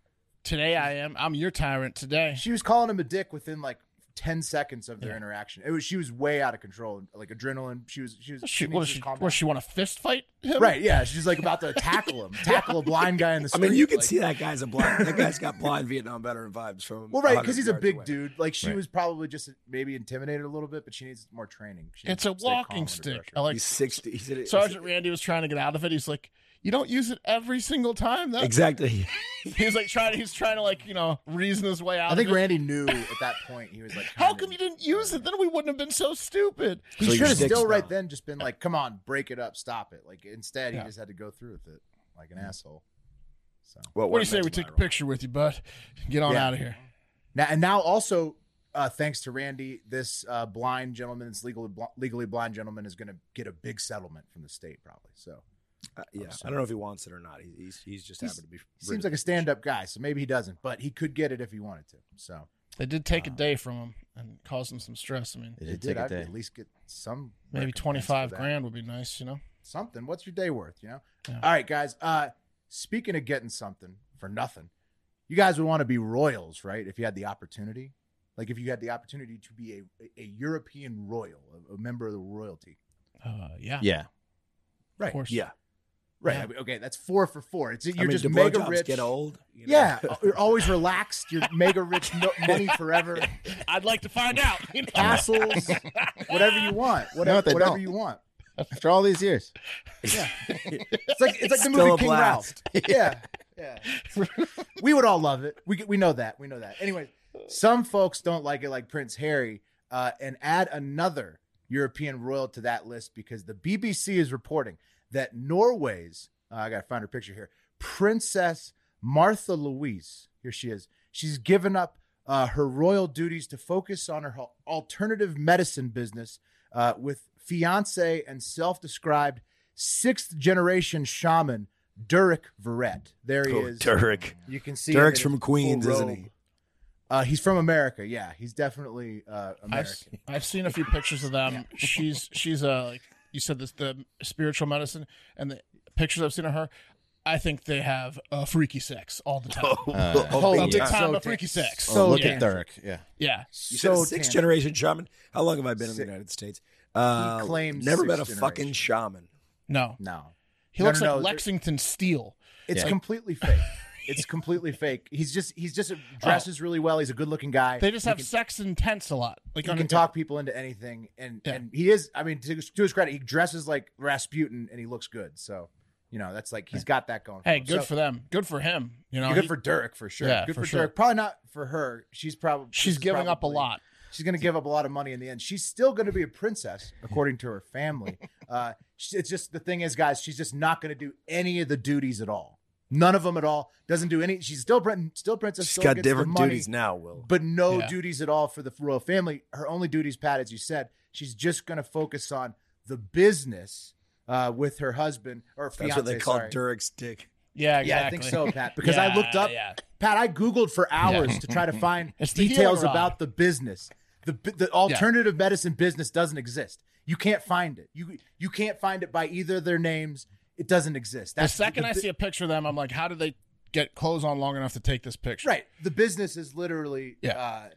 [SPEAKER 3] Today I am. I'm your tyrant today.
[SPEAKER 2] She was calling him a dick within like ten seconds of their
[SPEAKER 3] Yeah.
[SPEAKER 2] interaction. It was she was way out of control, like adrenaline. She was she was
[SPEAKER 3] She,
[SPEAKER 2] she
[SPEAKER 3] what
[SPEAKER 2] needs
[SPEAKER 3] does
[SPEAKER 2] to
[SPEAKER 3] she?
[SPEAKER 2] calm
[SPEAKER 3] What does
[SPEAKER 2] down.
[SPEAKER 3] she want to fist fight him?
[SPEAKER 2] Right? Yeah, she's like about to tackle him,
[SPEAKER 5] <laughs>
[SPEAKER 2] tackle a blind guy in the
[SPEAKER 5] I
[SPEAKER 2] street.
[SPEAKER 5] mean, you can
[SPEAKER 2] like-
[SPEAKER 5] see that guy's a
[SPEAKER 2] <laughs>
[SPEAKER 5] blind. That guy's got blind Vietnam veteran vibes from.
[SPEAKER 2] Well, right,
[SPEAKER 5] 100
[SPEAKER 2] because he's a
[SPEAKER 5] yards
[SPEAKER 2] big
[SPEAKER 5] away.
[SPEAKER 2] dude. Like she
[SPEAKER 4] Right.
[SPEAKER 2] was probably just maybe intimidated a little bit, but she needs more training. She needs
[SPEAKER 3] It's a
[SPEAKER 2] to stay calm
[SPEAKER 3] walking
[SPEAKER 2] under
[SPEAKER 3] stick.
[SPEAKER 2] pressure.
[SPEAKER 3] I like
[SPEAKER 5] He's sixty. He's a,
[SPEAKER 3] Sergeant Randy was trying to get out of it. He's like, "You don't use it every single time." That
[SPEAKER 5] Exactly. <laughs>
[SPEAKER 3] he's like trying. He's trying to like you know reason his way out.
[SPEAKER 2] I think
[SPEAKER 3] of it.
[SPEAKER 2] Randy knew at that point. He was like,
[SPEAKER 3] How
[SPEAKER 2] kinda-
[SPEAKER 3] come you didn't use it? Then we wouldn't have been so stupid.
[SPEAKER 2] He
[SPEAKER 5] So your
[SPEAKER 2] should have
[SPEAKER 5] stick's
[SPEAKER 2] still right
[SPEAKER 5] down.
[SPEAKER 2] then just been like, "Come on, break it up, stop it." Like instead, he
[SPEAKER 3] Yeah.
[SPEAKER 2] just had to go through with it like
[SPEAKER 5] Mm-hmm.
[SPEAKER 2] an asshole. So
[SPEAKER 5] Well,
[SPEAKER 3] What do you say we take a picture with you, bud? Get on
[SPEAKER 2] Yeah.
[SPEAKER 3] out of here.
[SPEAKER 2] Now and now also, uh, thanks to Randy, this uh, blind gentleman, this legally bl- legally blind gentleman, is going to get a big settlement from the state probably. So
[SPEAKER 5] Uh, yeah, I don't know if he wants it or not. He- He's he's just
[SPEAKER 2] He's-
[SPEAKER 5] happened to be.
[SPEAKER 2] he seems like a stand up guy, so maybe he doesn't, but he could get it if he wanted to. So
[SPEAKER 3] They did take a
[SPEAKER 2] Uh-huh.
[SPEAKER 3] day from him and cause him some stress. I mean,
[SPEAKER 4] It
[SPEAKER 2] if
[SPEAKER 4] did
[SPEAKER 2] he
[SPEAKER 4] take a
[SPEAKER 2] I'd
[SPEAKER 4] day.
[SPEAKER 2] at least get some
[SPEAKER 3] maybe
[SPEAKER 2] recompense for
[SPEAKER 3] twenty five
[SPEAKER 2] that.
[SPEAKER 3] grand would be nice, you know.
[SPEAKER 2] something. What's your day worth? You know.
[SPEAKER 3] Yeah.
[SPEAKER 2] All right, guys. Uh, speaking of getting something for nothing, you guys would want to be royals, right? If you had the opportunity, like if you had the opportunity to be a a European royal, a, a member of the royalty,
[SPEAKER 3] Uh, yeah,
[SPEAKER 4] Yeah.
[SPEAKER 2] right?
[SPEAKER 3] of course.
[SPEAKER 5] Yeah,
[SPEAKER 2] Right.
[SPEAKER 3] Yeah.
[SPEAKER 2] I mean, okay, that's four for four. It's you're
[SPEAKER 5] I mean,
[SPEAKER 2] just
[SPEAKER 5] do
[SPEAKER 2] mega
[SPEAKER 5] blowjobs
[SPEAKER 2] rich.
[SPEAKER 5] Get old. you know?
[SPEAKER 2] Yeah, oh,
[SPEAKER 5] <laughs>
[SPEAKER 2] you're always relaxed. You're mega rich, no, money forever,
[SPEAKER 3] I'd like to find out. You know?
[SPEAKER 2] castles, whatever you want, whatever,
[SPEAKER 4] they
[SPEAKER 2] whatever
[SPEAKER 4] don't.
[SPEAKER 2] you want.
[SPEAKER 4] After all these years.
[SPEAKER 2] It's like it's like the
[SPEAKER 5] Still
[SPEAKER 2] movie
[SPEAKER 5] a
[SPEAKER 2] King Ralph.
[SPEAKER 5] blast.
[SPEAKER 2] Yeah, yeah. we would all love it. We we know that. We know that. Anyway, some folks don't like it, like Prince Harry, uh, and add another European royal to that list because the BBC is reporting that Norway's. Uh, I gotta find her picture here. Princess Martha Louise. Here she is. She's given up uh, her royal duties to focus on her hal- alternative medicine business uh, with fiance and self-described sixth generation shaman Durek Verrett. There he
[SPEAKER 5] Oh,
[SPEAKER 2] is.
[SPEAKER 5] Turek.
[SPEAKER 2] You can see him
[SPEAKER 5] Derek's
[SPEAKER 2] in
[SPEAKER 5] from
[SPEAKER 2] his full
[SPEAKER 5] Queens, isn't
[SPEAKER 2] robe.
[SPEAKER 5] he?
[SPEAKER 2] Uh, he's from America. Yeah, he's definitely uh,
[SPEAKER 3] I've,
[SPEAKER 2] American.
[SPEAKER 3] I've seen a few pictures of them. She's she's a like you said this the spiritual medicine and the pictures I've seen of her. I think they have uh, freaky sex all the time.
[SPEAKER 4] <laughs> Uh,
[SPEAKER 3] all
[SPEAKER 4] yeah.
[SPEAKER 3] the time
[SPEAKER 2] So
[SPEAKER 3] of
[SPEAKER 2] damn-
[SPEAKER 3] freaky sex.
[SPEAKER 4] Oh, look
[SPEAKER 3] yeah.
[SPEAKER 4] at Dirk. Yeah.
[SPEAKER 3] Yeah,
[SPEAKER 5] You
[SPEAKER 2] so
[SPEAKER 5] said sixth
[SPEAKER 2] tan-
[SPEAKER 5] generation shaman. How long have I been in the
[SPEAKER 2] Six-
[SPEAKER 5] United States? Uh,
[SPEAKER 2] claims
[SPEAKER 5] never
[SPEAKER 2] sixth
[SPEAKER 5] met a
[SPEAKER 2] generation.
[SPEAKER 5] fucking shaman.
[SPEAKER 3] no,
[SPEAKER 2] No,
[SPEAKER 3] he
[SPEAKER 2] No,
[SPEAKER 3] looks
[SPEAKER 2] no,
[SPEAKER 3] like
[SPEAKER 2] no, there-
[SPEAKER 3] Lexington Steel.
[SPEAKER 2] it's
[SPEAKER 4] Yeah.
[SPEAKER 2] completely fake. It's completely fake. He's just he's just dresses really well. He's a good looking guy.
[SPEAKER 3] They just
[SPEAKER 2] He
[SPEAKER 3] have
[SPEAKER 2] can-
[SPEAKER 3] sex and tense a lot. Like
[SPEAKER 2] he
[SPEAKER 3] on
[SPEAKER 2] can
[SPEAKER 3] a-
[SPEAKER 2] talk people into anything, and
[SPEAKER 3] Yeah.
[SPEAKER 2] and he is. I mean, to, to his credit, he dresses like Rasputin, and he looks good. So, you know, that's like he's got that going.
[SPEAKER 3] Hey,
[SPEAKER 2] him.
[SPEAKER 3] good
[SPEAKER 2] So,
[SPEAKER 3] for them. Good for him. You know,
[SPEAKER 2] good
[SPEAKER 3] he-
[SPEAKER 2] for Dirk for sure.
[SPEAKER 3] Yeah,
[SPEAKER 2] good for,
[SPEAKER 3] for sure.
[SPEAKER 2] Dirk. Probably not for her. She's probably
[SPEAKER 3] she's giving up a lot.
[SPEAKER 2] She's going to give up a lot of money in the end. She's still going to be a princess, according to her
[SPEAKER 5] <laughs>
[SPEAKER 2] family. Uh, she- it's just the thing is, guys, she's just not going to do any of the duties at all. None of them at all. Doesn't do any. She's still prin- still princess.
[SPEAKER 5] She's
[SPEAKER 2] still
[SPEAKER 5] got
[SPEAKER 2] gets the
[SPEAKER 5] different
[SPEAKER 2] money,
[SPEAKER 5] duties now. Will
[SPEAKER 2] but no
[SPEAKER 3] Yeah.
[SPEAKER 2] duties at all for the royal family. Her only duties, Pat, as you said, she's just going to focus on the business uh, with her husband or fiance.
[SPEAKER 5] that's what they call
[SPEAKER 2] sorry.
[SPEAKER 5] Derek's dick.
[SPEAKER 3] Yeah, exactly.
[SPEAKER 2] Yeah, I think
[SPEAKER 3] <laughs>
[SPEAKER 2] so, Pat. Because I
[SPEAKER 3] Yeah,
[SPEAKER 2] looked up,
[SPEAKER 3] yeah.
[SPEAKER 2] Pat. I googled for hours to try to
[SPEAKER 3] <laughs>
[SPEAKER 2] find
[SPEAKER 3] It's the
[SPEAKER 2] details
[SPEAKER 3] healer eye.
[SPEAKER 2] about the business. The bu- the alternative medicine business doesn't exist. You can't find it. You you can't find it by either of their names. It doesn't exist.
[SPEAKER 3] The
[SPEAKER 2] That's
[SPEAKER 3] second
[SPEAKER 2] the,
[SPEAKER 3] I see a picture of them, I'm like, how did they get clothes on long enough to take this picture? <laughs>
[SPEAKER 2] right, the business is literally
[SPEAKER 3] Yeah.
[SPEAKER 2] uh,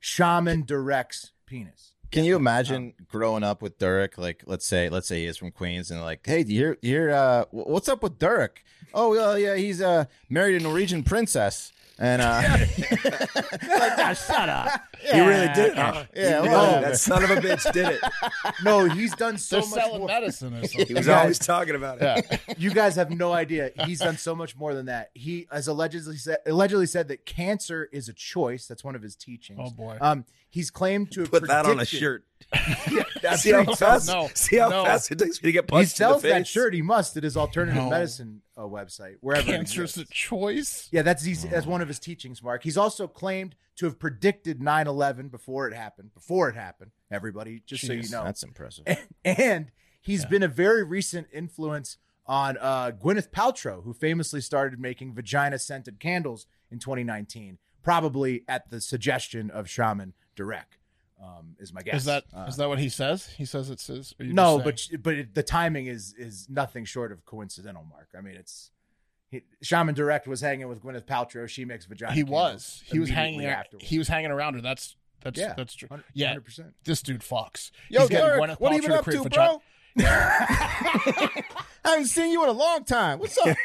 [SPEAKER 2] shaman directs penis.
[SPEAKER 4] Can you imagine growing up with Dirk? Like, let's say, let's say he is from Queens, and like, hey, do you hear, do you hear uh, wh- what's up with Dirk? Oh, well, yeah, he's uh, married a Norwegian princess, and uh, like, "Ah, shut up.
[SPEAKER 5] He really did. <laughs> huh?
[SPEAKER 4] Yeah,
[SPEAKER 5] He really-
[SPEAKER 4] whatever.
[SPEAKER 5] that son of a bitch did
[SPEAKER 2] <laughs>
[SPEAKER 5] it.
[SPEAKER 2] <laughs> No, he's done <laughs> so
[SPEAKER 3] <laughs> They're
[SPEAKER 2] much
[SPEAKER 3] selling
[SPEAKER 2] more.
[SPEAKER 3] medicine
[SPEAKER 2] <laughs>
[SPEAKER 3] or something.
[SPEAKER 5] He was
[SPEAKER 2] Yeah.
[SPEAKER 5] always talking about it.
[SPEAKER 3] yeah.
[SPEAKER 2] You guys have no idea. He's done so much more than that. He has allegedly said allegedly said that cancer is a choice. That's one of his teachings.
[SPEAKER 3] Oh, boy.
[SPEAKER 2] Um, he's claimed to have
[SPEAKER 5] Put that on a
[SPEAKER 2] predicted- <laughs>
[SPEAKER 5] shirt. <laughs>
[SPEAKER 2] That's
[SPEAKER 5] See how
[SPEAKER 2] right.
[SPEAKER 5] fast?
[SPEAKER 3] No,
[SPEAKER 5] See how
[SPEAKER 3] no.
[SPEAKER 5] fast it takes me to get
[SPEAKER 2] He
[SPEAKER 5] punched in the
[SPEAKER 2] sells that
[SPEAKER 5] face.
[SPEAKER 2] shirt. He must at his alternative
[SPEAKER 3] No.
[SPEAKER 2] medicine uh, website, wherever. it
[SPEAKER 3] Cancer's a
[SPEAKER 2] exists.
[SPEAKER 3] choice.
[SPEAKER 2] Yeah, that's he's, that's one of his teachings, Mark. He's also claimed to have predicted 9/11 before it happened. Before it happened, everybody, just so you
[SPEAKER 3] Jeez,
[SPEAKER 2] know.
[SPEAKER 4] That's impressive.
[SPEAKER 2] and he's been a very recent influence on uh, Gwyneth Paltrow, who famously started making vagina scented candles in 2019, probably at the suggestion of Shaman Durek, um, is my guess.
[SPEAKER 3] Is that is
[SPEAKER 2] Uh,
[SPEAKER 3] that what he says? He says it's his. or you
[SPEAKER 2] no,
[SPEAKER 3] just
[SPEAKER 2] but
[SPEAKER 3] say-
[SPEAKER 2] sh- but it, the timing is is nothing short of coincidental, Mark. I mean, it's he, Shaman Direct was hanging with Gwyneth Paltrow. She makes vagina.
[SPEAKER 3] he
[SPEAKER 2] candles
[SPEAKER 3] was he was hanging
[SPEAKER 2] immediately
[SPEAKER 3] ar-
[SPEAKER 2] afterwards.
[SPEAKER 3] he was hanging around her. That's that's
[SPEAKER 2] Yeah.
[SPEAKER 3] that's true.
[SPEAKER 2] Hun-
[SPEAKER 3] Yeah,
[SPEAKER 2] 100%.
[SPEAKER 3] this dude fucks.
[SPEAKER 4] Yo,
[SPEAKER 3] He's getting
[SPEAKER 4] Derek,
[SPEAKER 3] Gwyneth
[SPEAKER 4] what have you
[SPEAKER 3] Paltrow
[SPEAKER 4] been
[SPEAKER 3] to
[SPEAKER 4] up
[SPEAKER 3] create
[SPEAKER 4] to,
[SPEAKER 3] vagina-
[SPEAKER 4] bro? I haven't seen you in a long time. What's up?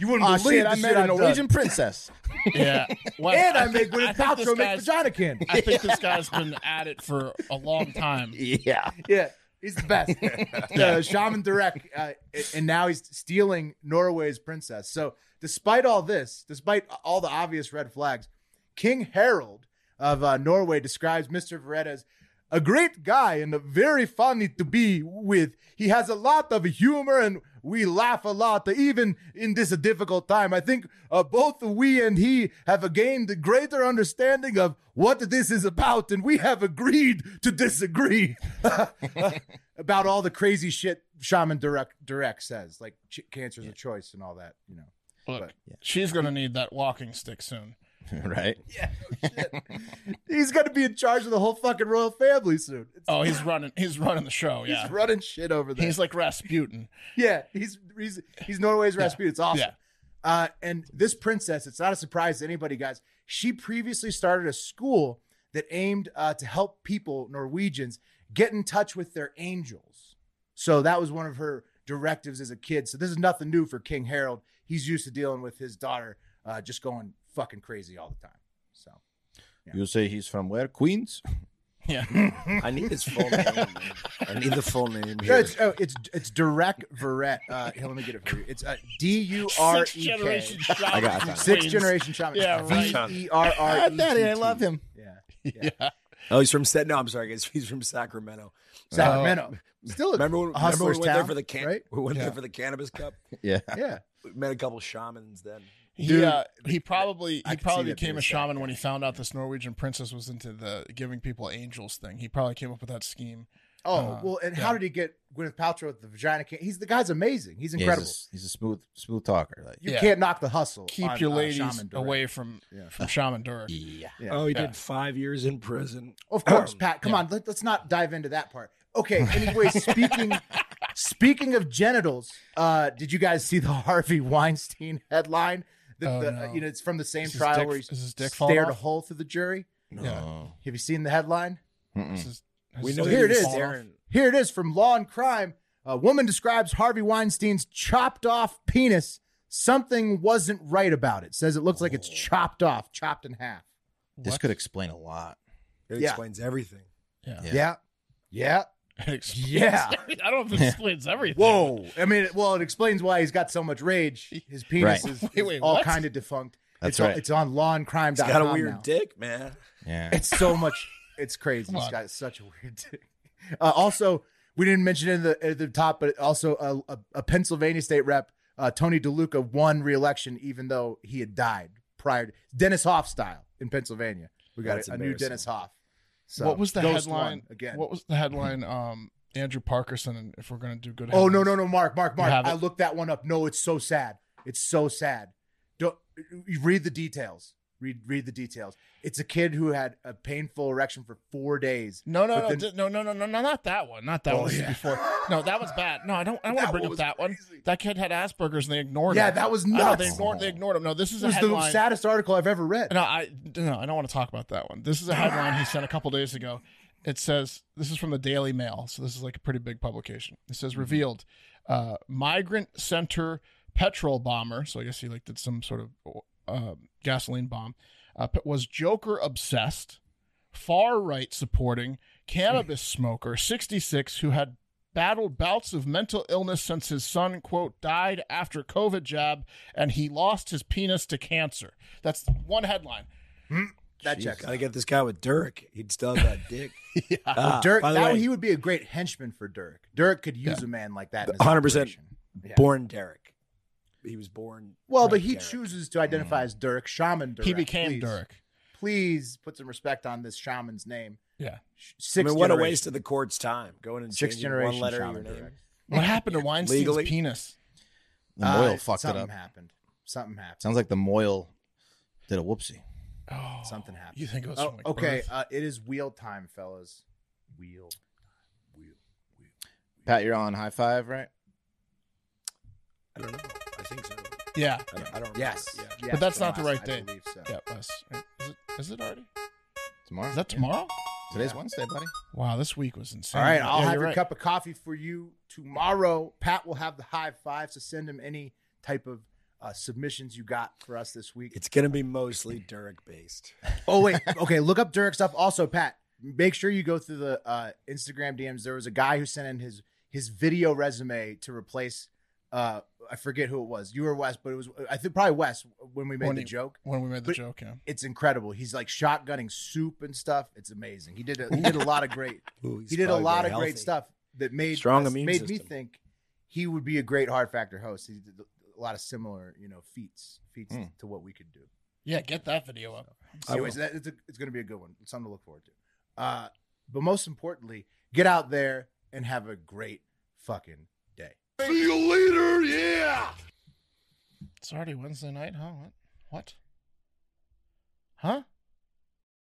[SPEAKER 2] You wouldn't
[SPEAKER 4] Aw,
[SPEAKER 2] believe
[SPEAKER 4] shit, I
[SPEAKER 2] the
[SPEAKER 4] met a
[SPEAKER 2] I've done.
[SPEAKER 4] Norwegian princess.
[SPEAKER 2] <laughs>
[SPEAKER 3] Yeah, Well,
[SPEAKER 2] and I,
[SPEAKER 3] think-
[SPEAKER 2] make Gwyneth
[SPEAKER 3] think this
[SPEAKER 2] Paltrow make
[SPEAKER 3] guy's-
[SPEAKER 2] vagina candles.
[SPEAKER 3] I
[SPEAKER 2] <laughs>
[SPEAKER 3] think this guy's been at it for a long time.
[SPEAKER 4] Yeah.
[SPEAKER 2] Yeah, he's the best. uh, Shaman Durek, uh, and now he's stealing Norway's princess. So, despite all this, despite all the obvious red flags, King Harold of uh, Norway describes Mr. Verrett as a great guy and a very funny to be with. He has a lot of humor and we laugh a lot, even in this difficult time. I think uh, both we and he have gained a greater understanding of what this is about, and we have agreed to disagree <laughs> about all the crazy shit Shaman Direct, Direct says, like ch- cancer's a choice and all that, you know.
[SPEAKER 3] Look, she's gonna need that walking stick soon.
[SPEAKER 4] <laughs> right?
[SPEAKER 2] He's going to be in charge of the whole fucking royal family soon. It's- <laughs>
[SPEAKER 3] Oh, he's running. He's running the show. Yeah,
[SPEAKER 2] He's running shit over there.
[SPEAKER 3] he's like Rasputin.
[SPEAKER 2] <laughs> Yeah, he's he's he's Norway's Rasputin. It's awesome.
[SPEAKER 3] Yeah.
[SPEAKER 2] Uh, and this princess, it's not a surprise to anybody, guys. She previously started a school that aimed uh, to help people, Norwegians, get in touch with their angels. So that was one of her directives as a kid. So this is nothing new for King Harold. He's used to dealing with his daughter uh, just going fucking crazy all the time. So
[SPEAKER 4] You say he's from where? Queens?
[SPEAKER 5] I need
[SPEAKER 2] <laughs>
[SPEAKER 5] his full name. man. I need the full name.
[SPEAKER 2] No,
[SPEAKER 5] Here.
[SPEAKER 2] it's oh, it's it's Direct Verret. Uh, here, let me get it for you. It's uh, D U R
[SPEAKER 6] Sixth
[SPEAKER 2] E K.
[SPEAKER 6] generation
[SPEAKER 4] I
[SPEAKER 6] shaman.
[SPEAKER 4] got that.
[SPEAKER 2] Sixth generation shaman.
[SPEAKER 3] Yeah, right.
[SPEAKER 2] V E <laughs> R R
[SPEAKER 3] <laughs>
[SPEAKER 2] E T T.
[SPEAKER 4] him.
[SPEAKER 2] Yeah.
[SPEAKER 5] Oh, he's from Sa- No, I'm sorry, guys. He's from Sacramento.
[SPEAKER 2] Sacramento. Still a,
[SPEAKER 5] uh, Remember when,
[SPEAKER 2] a
[SPEAKER 5] remember when
[SPEAKER 2] hustler's
[SPEAKER 5] we went there
[SPEAKER 2] town,
[SPEAKER 5] for the can-
[SPEAKER 2] right?
[SPEAKER 5] We went
[SPEAKER 3] Yeah.
[SPEAKER 5] there for the cannabis cup.
[SPEAKER 4] <laughs> Yeah.
[SPEAKER 2] <laughs>
[SPEAKER 5] <laughs>
[SPEAKER 2] Yeah.
[SPEAKER 5] We met a couple shamans then.
[SPEAKER 3] He,
[SPEAKER 2] Dude,
[SPEAKER 3] uh, he probably
[SPEAKER 2] I
[SPEAKER 3] he
[SPEAKER 2] could see
[SPEAKER 3] probably
[SPEAKER 2] that being
[SPEAKER 3] became
[SPEAKER 2] a
[SPEAKER 3] a
[SPEAKER 2] sad
[SPEAKER 3] shaman when he found out this Norwegian princess was into the giving people angels thing. He probably came up with that scheme.
[SPEAKER 2] Oh,
[SPEAKER 3] Uh,
[SPEAKER 2] well, and how
[SPEAKER 3] yeah.
[SPEAKER 2] did he get Gwyneth Paltrow with the vagina? Can- he's the guy's amazing. He's
[SPEAKER 4] Yeah,
[SPEAKER 2] incredible.
[SPEAKER 4] He's a, he's a smooth, smooth talker. Like,
[SPEAKER 2] you
[SPEAKER 3] Yeah.
[SPEAKER 2] can't knock the hustle.
[SPEAKER 3] Keep
[SPEAKER 2] on,
[SPEAKER 3] your
[SPEAKER 2] uh,
[SPEAKER 3] ladies
[SPEAKER 2] Shaman Durek.
[SPEAKER 3] away from from Shaman Durek.
[SPEAKER 4] yeah.
[SPEAKER 2] Yeah.
[SPEAKER 5] Oh, he
[SPEAKER 3] Yeah.
[SPEAKER 5] did five years in prison.
[SPEAKER 2] Of
[SPEAKER 5] <clears throat>
[SPEAKER 2] course, Pat. Come on, let, us not dive into that part.
[SPEAKER 3] <laughs>
[SPEAKER 2] Okay. Anyway, speaking speaking of genitals, uh, did you guys see the <laughs> Harvey Weinstein headline? The,
[SPEAKER 3] Oh,
[SPEAKER 2] the,
[SPEAKER 3] no.
[SPEAKER 2] You know, it's from the same
[SPEAKER 3] Is his
[SPEAKER 2] trial
[SPEAKER 3] dick-
[SPEAKER 2] where
[SPEAKER 3] is his
[SPEAKER 2] he
[SPEAKER 3] dick falling
[SPEAKER 2] stared a
[SPEAKER 3] off?
[SPEAKER 2] hole through the jury.
[SPEAKER 4] No.
[SPEAKER 2] Have you seen the headline?
[SPEAKER 3] This is- this
[SPEAKER 5] We
[SPEAKER 3] is
[SPEAKER 5] know
[SPEAKER 3] just
[SPEAKER 2] Mm. here it
[SPEAKER 5] he was
[SPEAKER 2] is.
[SPEAKER 3] falling off.
[SPEAKER 5] staring.
[SPEAKER 2] Here it is from Law and Crime. A woman describes Harvey Weinstein's chopped off penis. Something wasn't right about it. Says it looks like it's chopped off, chopped in half.
[SPEAKER 4] This could explain a lot.
[SPEAKER 5] It
[SPEAKER 2] Yeah.
[SPEAKER 5] explains everything.
[SPEAKER 4] Yeah.
[SPEAKER 2] Yeah. Yeah. <laughs>
[SPEAKER 3] <laughs> Ex-
[SPEAKER 2] Yeah.
[SPEAKER 3] <laughs>
[SPEAKER 6] I don't know if it explains everything.
[SPEAKER 2] Whoa. I mean, it- well, it explains why he's got so much rage. His penis
[SPEAKER 4] Right.
[SPEAKER 2] is,
[SPEAKER 3] Wait, wait,
[SPEAKER 2] is all
[SPEAKER 3] what?
[SPEAKER 2] kind of defunct.
[SPEAKER 4] That's
[SPEAKER 2] it's
[SPEAKER 4] right.
[SPEAKER 2] On, it's on lawandcrime.com.
[SPEAKER 5] He's got a weird
[SPEAKER 2] now.
[SPEAKER 5] dick, man.
[SPEAKER 4] Yeah.
[SPEAKER 2] It's so much. It's crazy.
[SPEAKER 3] Come
[SPEAKER 2] He's
[SPEAKER 3] on.
[SPEAKER 2] got such a weird <laughs> dick. Uh, also, we didn't mention it in the at the top, but also a, a, a Pennsylvania state rep, uh, Tony DeLuca, won re-election even though he had died prior. To, Dennis Hoff style in Pennsylvania. We got
[SPEAKER 5] That's
[SPEAKER 2] a, a new
[SPEAKER 5] embarrassing.
[SPEAKER 2] Dennis Hoff. So,
[SPEAKER 3] what was the
[SPEAKER 2] Ghost
[SPEAKER 3] headline
[SPEAKER 2] won again? <laughs>
[SPEAKER 3] What was the headline? Um, Andrew Parkerson. And if we're gonna do good,
[SPEAKER 2] oh no
[SPEAKER 3] headlines.
[SPEAKER 2] no no! Mark Mark Mark!
[SPEAKER 3] have it?
[SPEAKER 2] I looked that one up. No, it's so sad. It's so sad. Don't you read the details. Read read the details. It's a kid who had a painful erection for four days.
[SPEAKER 3] No, no,
[SPEAKER 2] But
[SPEAKER 3] no,
[SPEAKER 2] then-
[SPEAKER 3] di- no, no, no, no, no, not that one. Not that
[SPEAKER 2] Oh,
[SPEAKER 3] one. This is
[SPEAKER 2] yeah.
[SPEAKER 3] Before, no, that was bad. No, I don't. I don't want
[SPEAKER 2] That
[SPEAKER 3] to bring
[SPEAKER 2] one
[SPEAKER 3] up
[SPEAKER 2] was
[SPEAKER 3] that
[SPEAKER 2] crazy.
[SPEAKER 3] one. That kid had Asperger's and they ignored
[SPEAKER 2] Yeah,
[SPEAKER 3] him.
[SPEAKER 2] that was
[SPEAKER 3] I know,
[SPEAKER 2] nuts.
[SPEAKER 3] they ignored. They ignored him. No, this is
[SPEAKER 2] It
[SPEAKER 3] a
[SPEAKER 2] was the
[SPEAKER 3] headline.
[SPEAKER 2] saddest article I've ever read.
[SPEAKER 3] no, I no, I don't want to talk about that one. This is a headline he sent a couple days ago. It says this is from the Daily Mail, so this is like a pretty big publication. It says
[SPEAKER 2] Mm-hmm.
[SPEAKER 3] revealed uh, migrant center petrol bomber. So I guess he like did some sort of uh, gasoline bomb. Uh, p- was Joker obsessed, far right supporting
[SPEAKER 2] Mm.
[SPEAKER 3] cannabis smoker, 66, who had battled bouts of mental illness since his son quote died after COVID jab and he lost his penis to cancer. That's one headline.
[SPEAKER 2] That checks.
[SPEAKER 5] Gotta get this guy with Dirk. He'd still have
[SPEAKER 2] <laughs>
[SPEAKER 5] that dick.
[SPEAKER 3] yeah.
[SPEAKER 5] Ah,
[SPEAKER 2] Dirk,
[SPEAKER 5] by the
[SPEAKER 2] now
[SPEAKER 5] way-
[SPEAKER 2] he would be a great henchman for Dirk. Dirk could use a man like that. in his
[SPEAKER 5] 100%
[SPEAKER 2] operation. Yeah.
[SPEAKER 5] Born Derek. He was born.
[SPEAKER 2] Well, but
[SPEAKER 5] Frank
[SPEAKER 2] he
[SPEAKER 5] Derek.
[SPEAKER 2] chooses to identify as Dirk, Shaman Dirk.
[SPEAKER 3] Mm. He became
[SPEAKER 2] please,
[SPEAKER 3] Dirk.
[SPEAKER 2] Please put some respect on this shaman's name.
[SPEAKER 3] Yeah.
[SPEAKER 2] Sh-
[SPEAKER 5] I
[SPEAKER 2] Six
[SPEAKER 5] mean, what a
[SPEAKER 2] generation-
[SPEAKER 5] waste of the court's time going and
[SPEAKER 2] Six
[SPEAKER 5] changing
[SPEAKER 2] generation
[SPEAKER 5] one letter of
[SPEAKER 2] shaman
[SPEAKER 5] your name.
[SPEAKER 2] Dirk.
[SPEAKER 3] What happened to Weinstein's
[SPEAKER 5] Legally?
[SPEAKER 3] penis?
[SPEAKER 4] The
[SPEAKER 2] Uh,
[SPEAKER 4] Moyle fucked it
[SPEAKER 2] something
[SPEAKER 4] up.
[SPEAKER 2] happened. Something happened.
[SPEAKER 4] Sounds like the Moyle did a whoopsie.
[SPEAKER 3] Oh,
[SPEAKER 2] Something happened.
[SPEAKER 3] You think it was
[SPEAKER 2] Oh,
[SPEAKER 3] from like
[SPEAKER 2] okay,
[SPEAKER 3] birth?
[SPEAKER 2] uh, it is wheel time, fellas. Wheel.
[SPEAKER 4] Pat, you're on high five, right?
[SPEAKER 5] I don't know. I think so.
[SPEAKER 3] yeah.
[SPEAKER 5] I don't, I don't
[SPEAKER 2] Yes.
[SPEAKER 5] remember.
[SPEAKER 2] yes,
[SPEAKER 3] But that's not the
[SPEAKER 2] last-
[SPEAKER 3] right
[SPEAKER 2] I
[SPEAKER 3] date.
[SPEAKER 2] believe so.
[SPEAKER 3] Yeah, us. Is it, is it already?
[SPEAKER 4] Tomorrow.
[SPEAKER 3] Is that
[SPEAKER 4] Yeah.
[SPEAKER 3] tomorrow?
[SPEAKER 4] Today's Wednesday, buddy.
[SPEAKER 3] Wow, this week was insane.
[SPEAKER 2] All right, I'll
[SPEAKER 3] Yeah,
[SPEAKER 2] have
[SPEAKER 3] you're
[SPEAKER 2] your
[SPEAKER 3] right.
[SPEAKER 2] cup of coffee for you tomorrow. Pat will have the high fives to send him any type of uh, submissions you got for us this week.
[SPEAKER 5] It's going to be mostly
[SPEAKER 2] <laughs>
[SPEAKER 5] Derek based.
[SPEAKER 2] Oh
[SPEAKER 3] <laughs>
[SPEAKER 2] wait, okay. Look up Dirk stuff. Also, Pat, make sure you go through the uh, Instagram DMs. There was a guy who sent in his his video resume to replace. Uh, I forget who it was. You or Wes, but it was I think probably Wes when we made
[SPEAKER 3] When
[SPEAKER 2] the
[SPEAKER 3] he-
[SPEAKER 2] joke.
[SPEAKER 3] When we made the
[SPEAKER 2] But-
[SPEAKER 3] joke, yeah.
[SPEAKER 2] It's incredible. He's like shotgunning soup and stuff. It's amazing. He did a, he did a lot of great
[SPEAKER 5] Ooh, he's
[SPEAKER 2] he did a
[SPEAKER 5] probably
[SPEAKER 2] lot of
[SPEAKER 5] very
[SPEAKER 2] great
[SPEAKER 5] healthy.
[SPEAKER 2] stuff that made
[SPEAKER 5] Strong
[SPEAKER 2] us-
[SPEAKER 5] immune
[SPEAKER 2] made me
[SPEAKER 5] system.
[SPEAKER 2] think he would be a great hard factor host. He did a lot of similar you know feats feats
[SPEAKER 4] Hmm.
[SPEAKER 2] to what we could do.
[SPEAKER 3] Yeah, get that video up.
[SPEAKER 5] I
[SPEAKER 2] Anyways, that, it's, a, it's going to be a good one. It's something to look forward to. Uh, but most importantly, get out there and have a great fucking day.
[SPEAKER 1] See you later, yeah!
[SPEAKER 3] It's already Wednesday night, huh? What? What? Huh?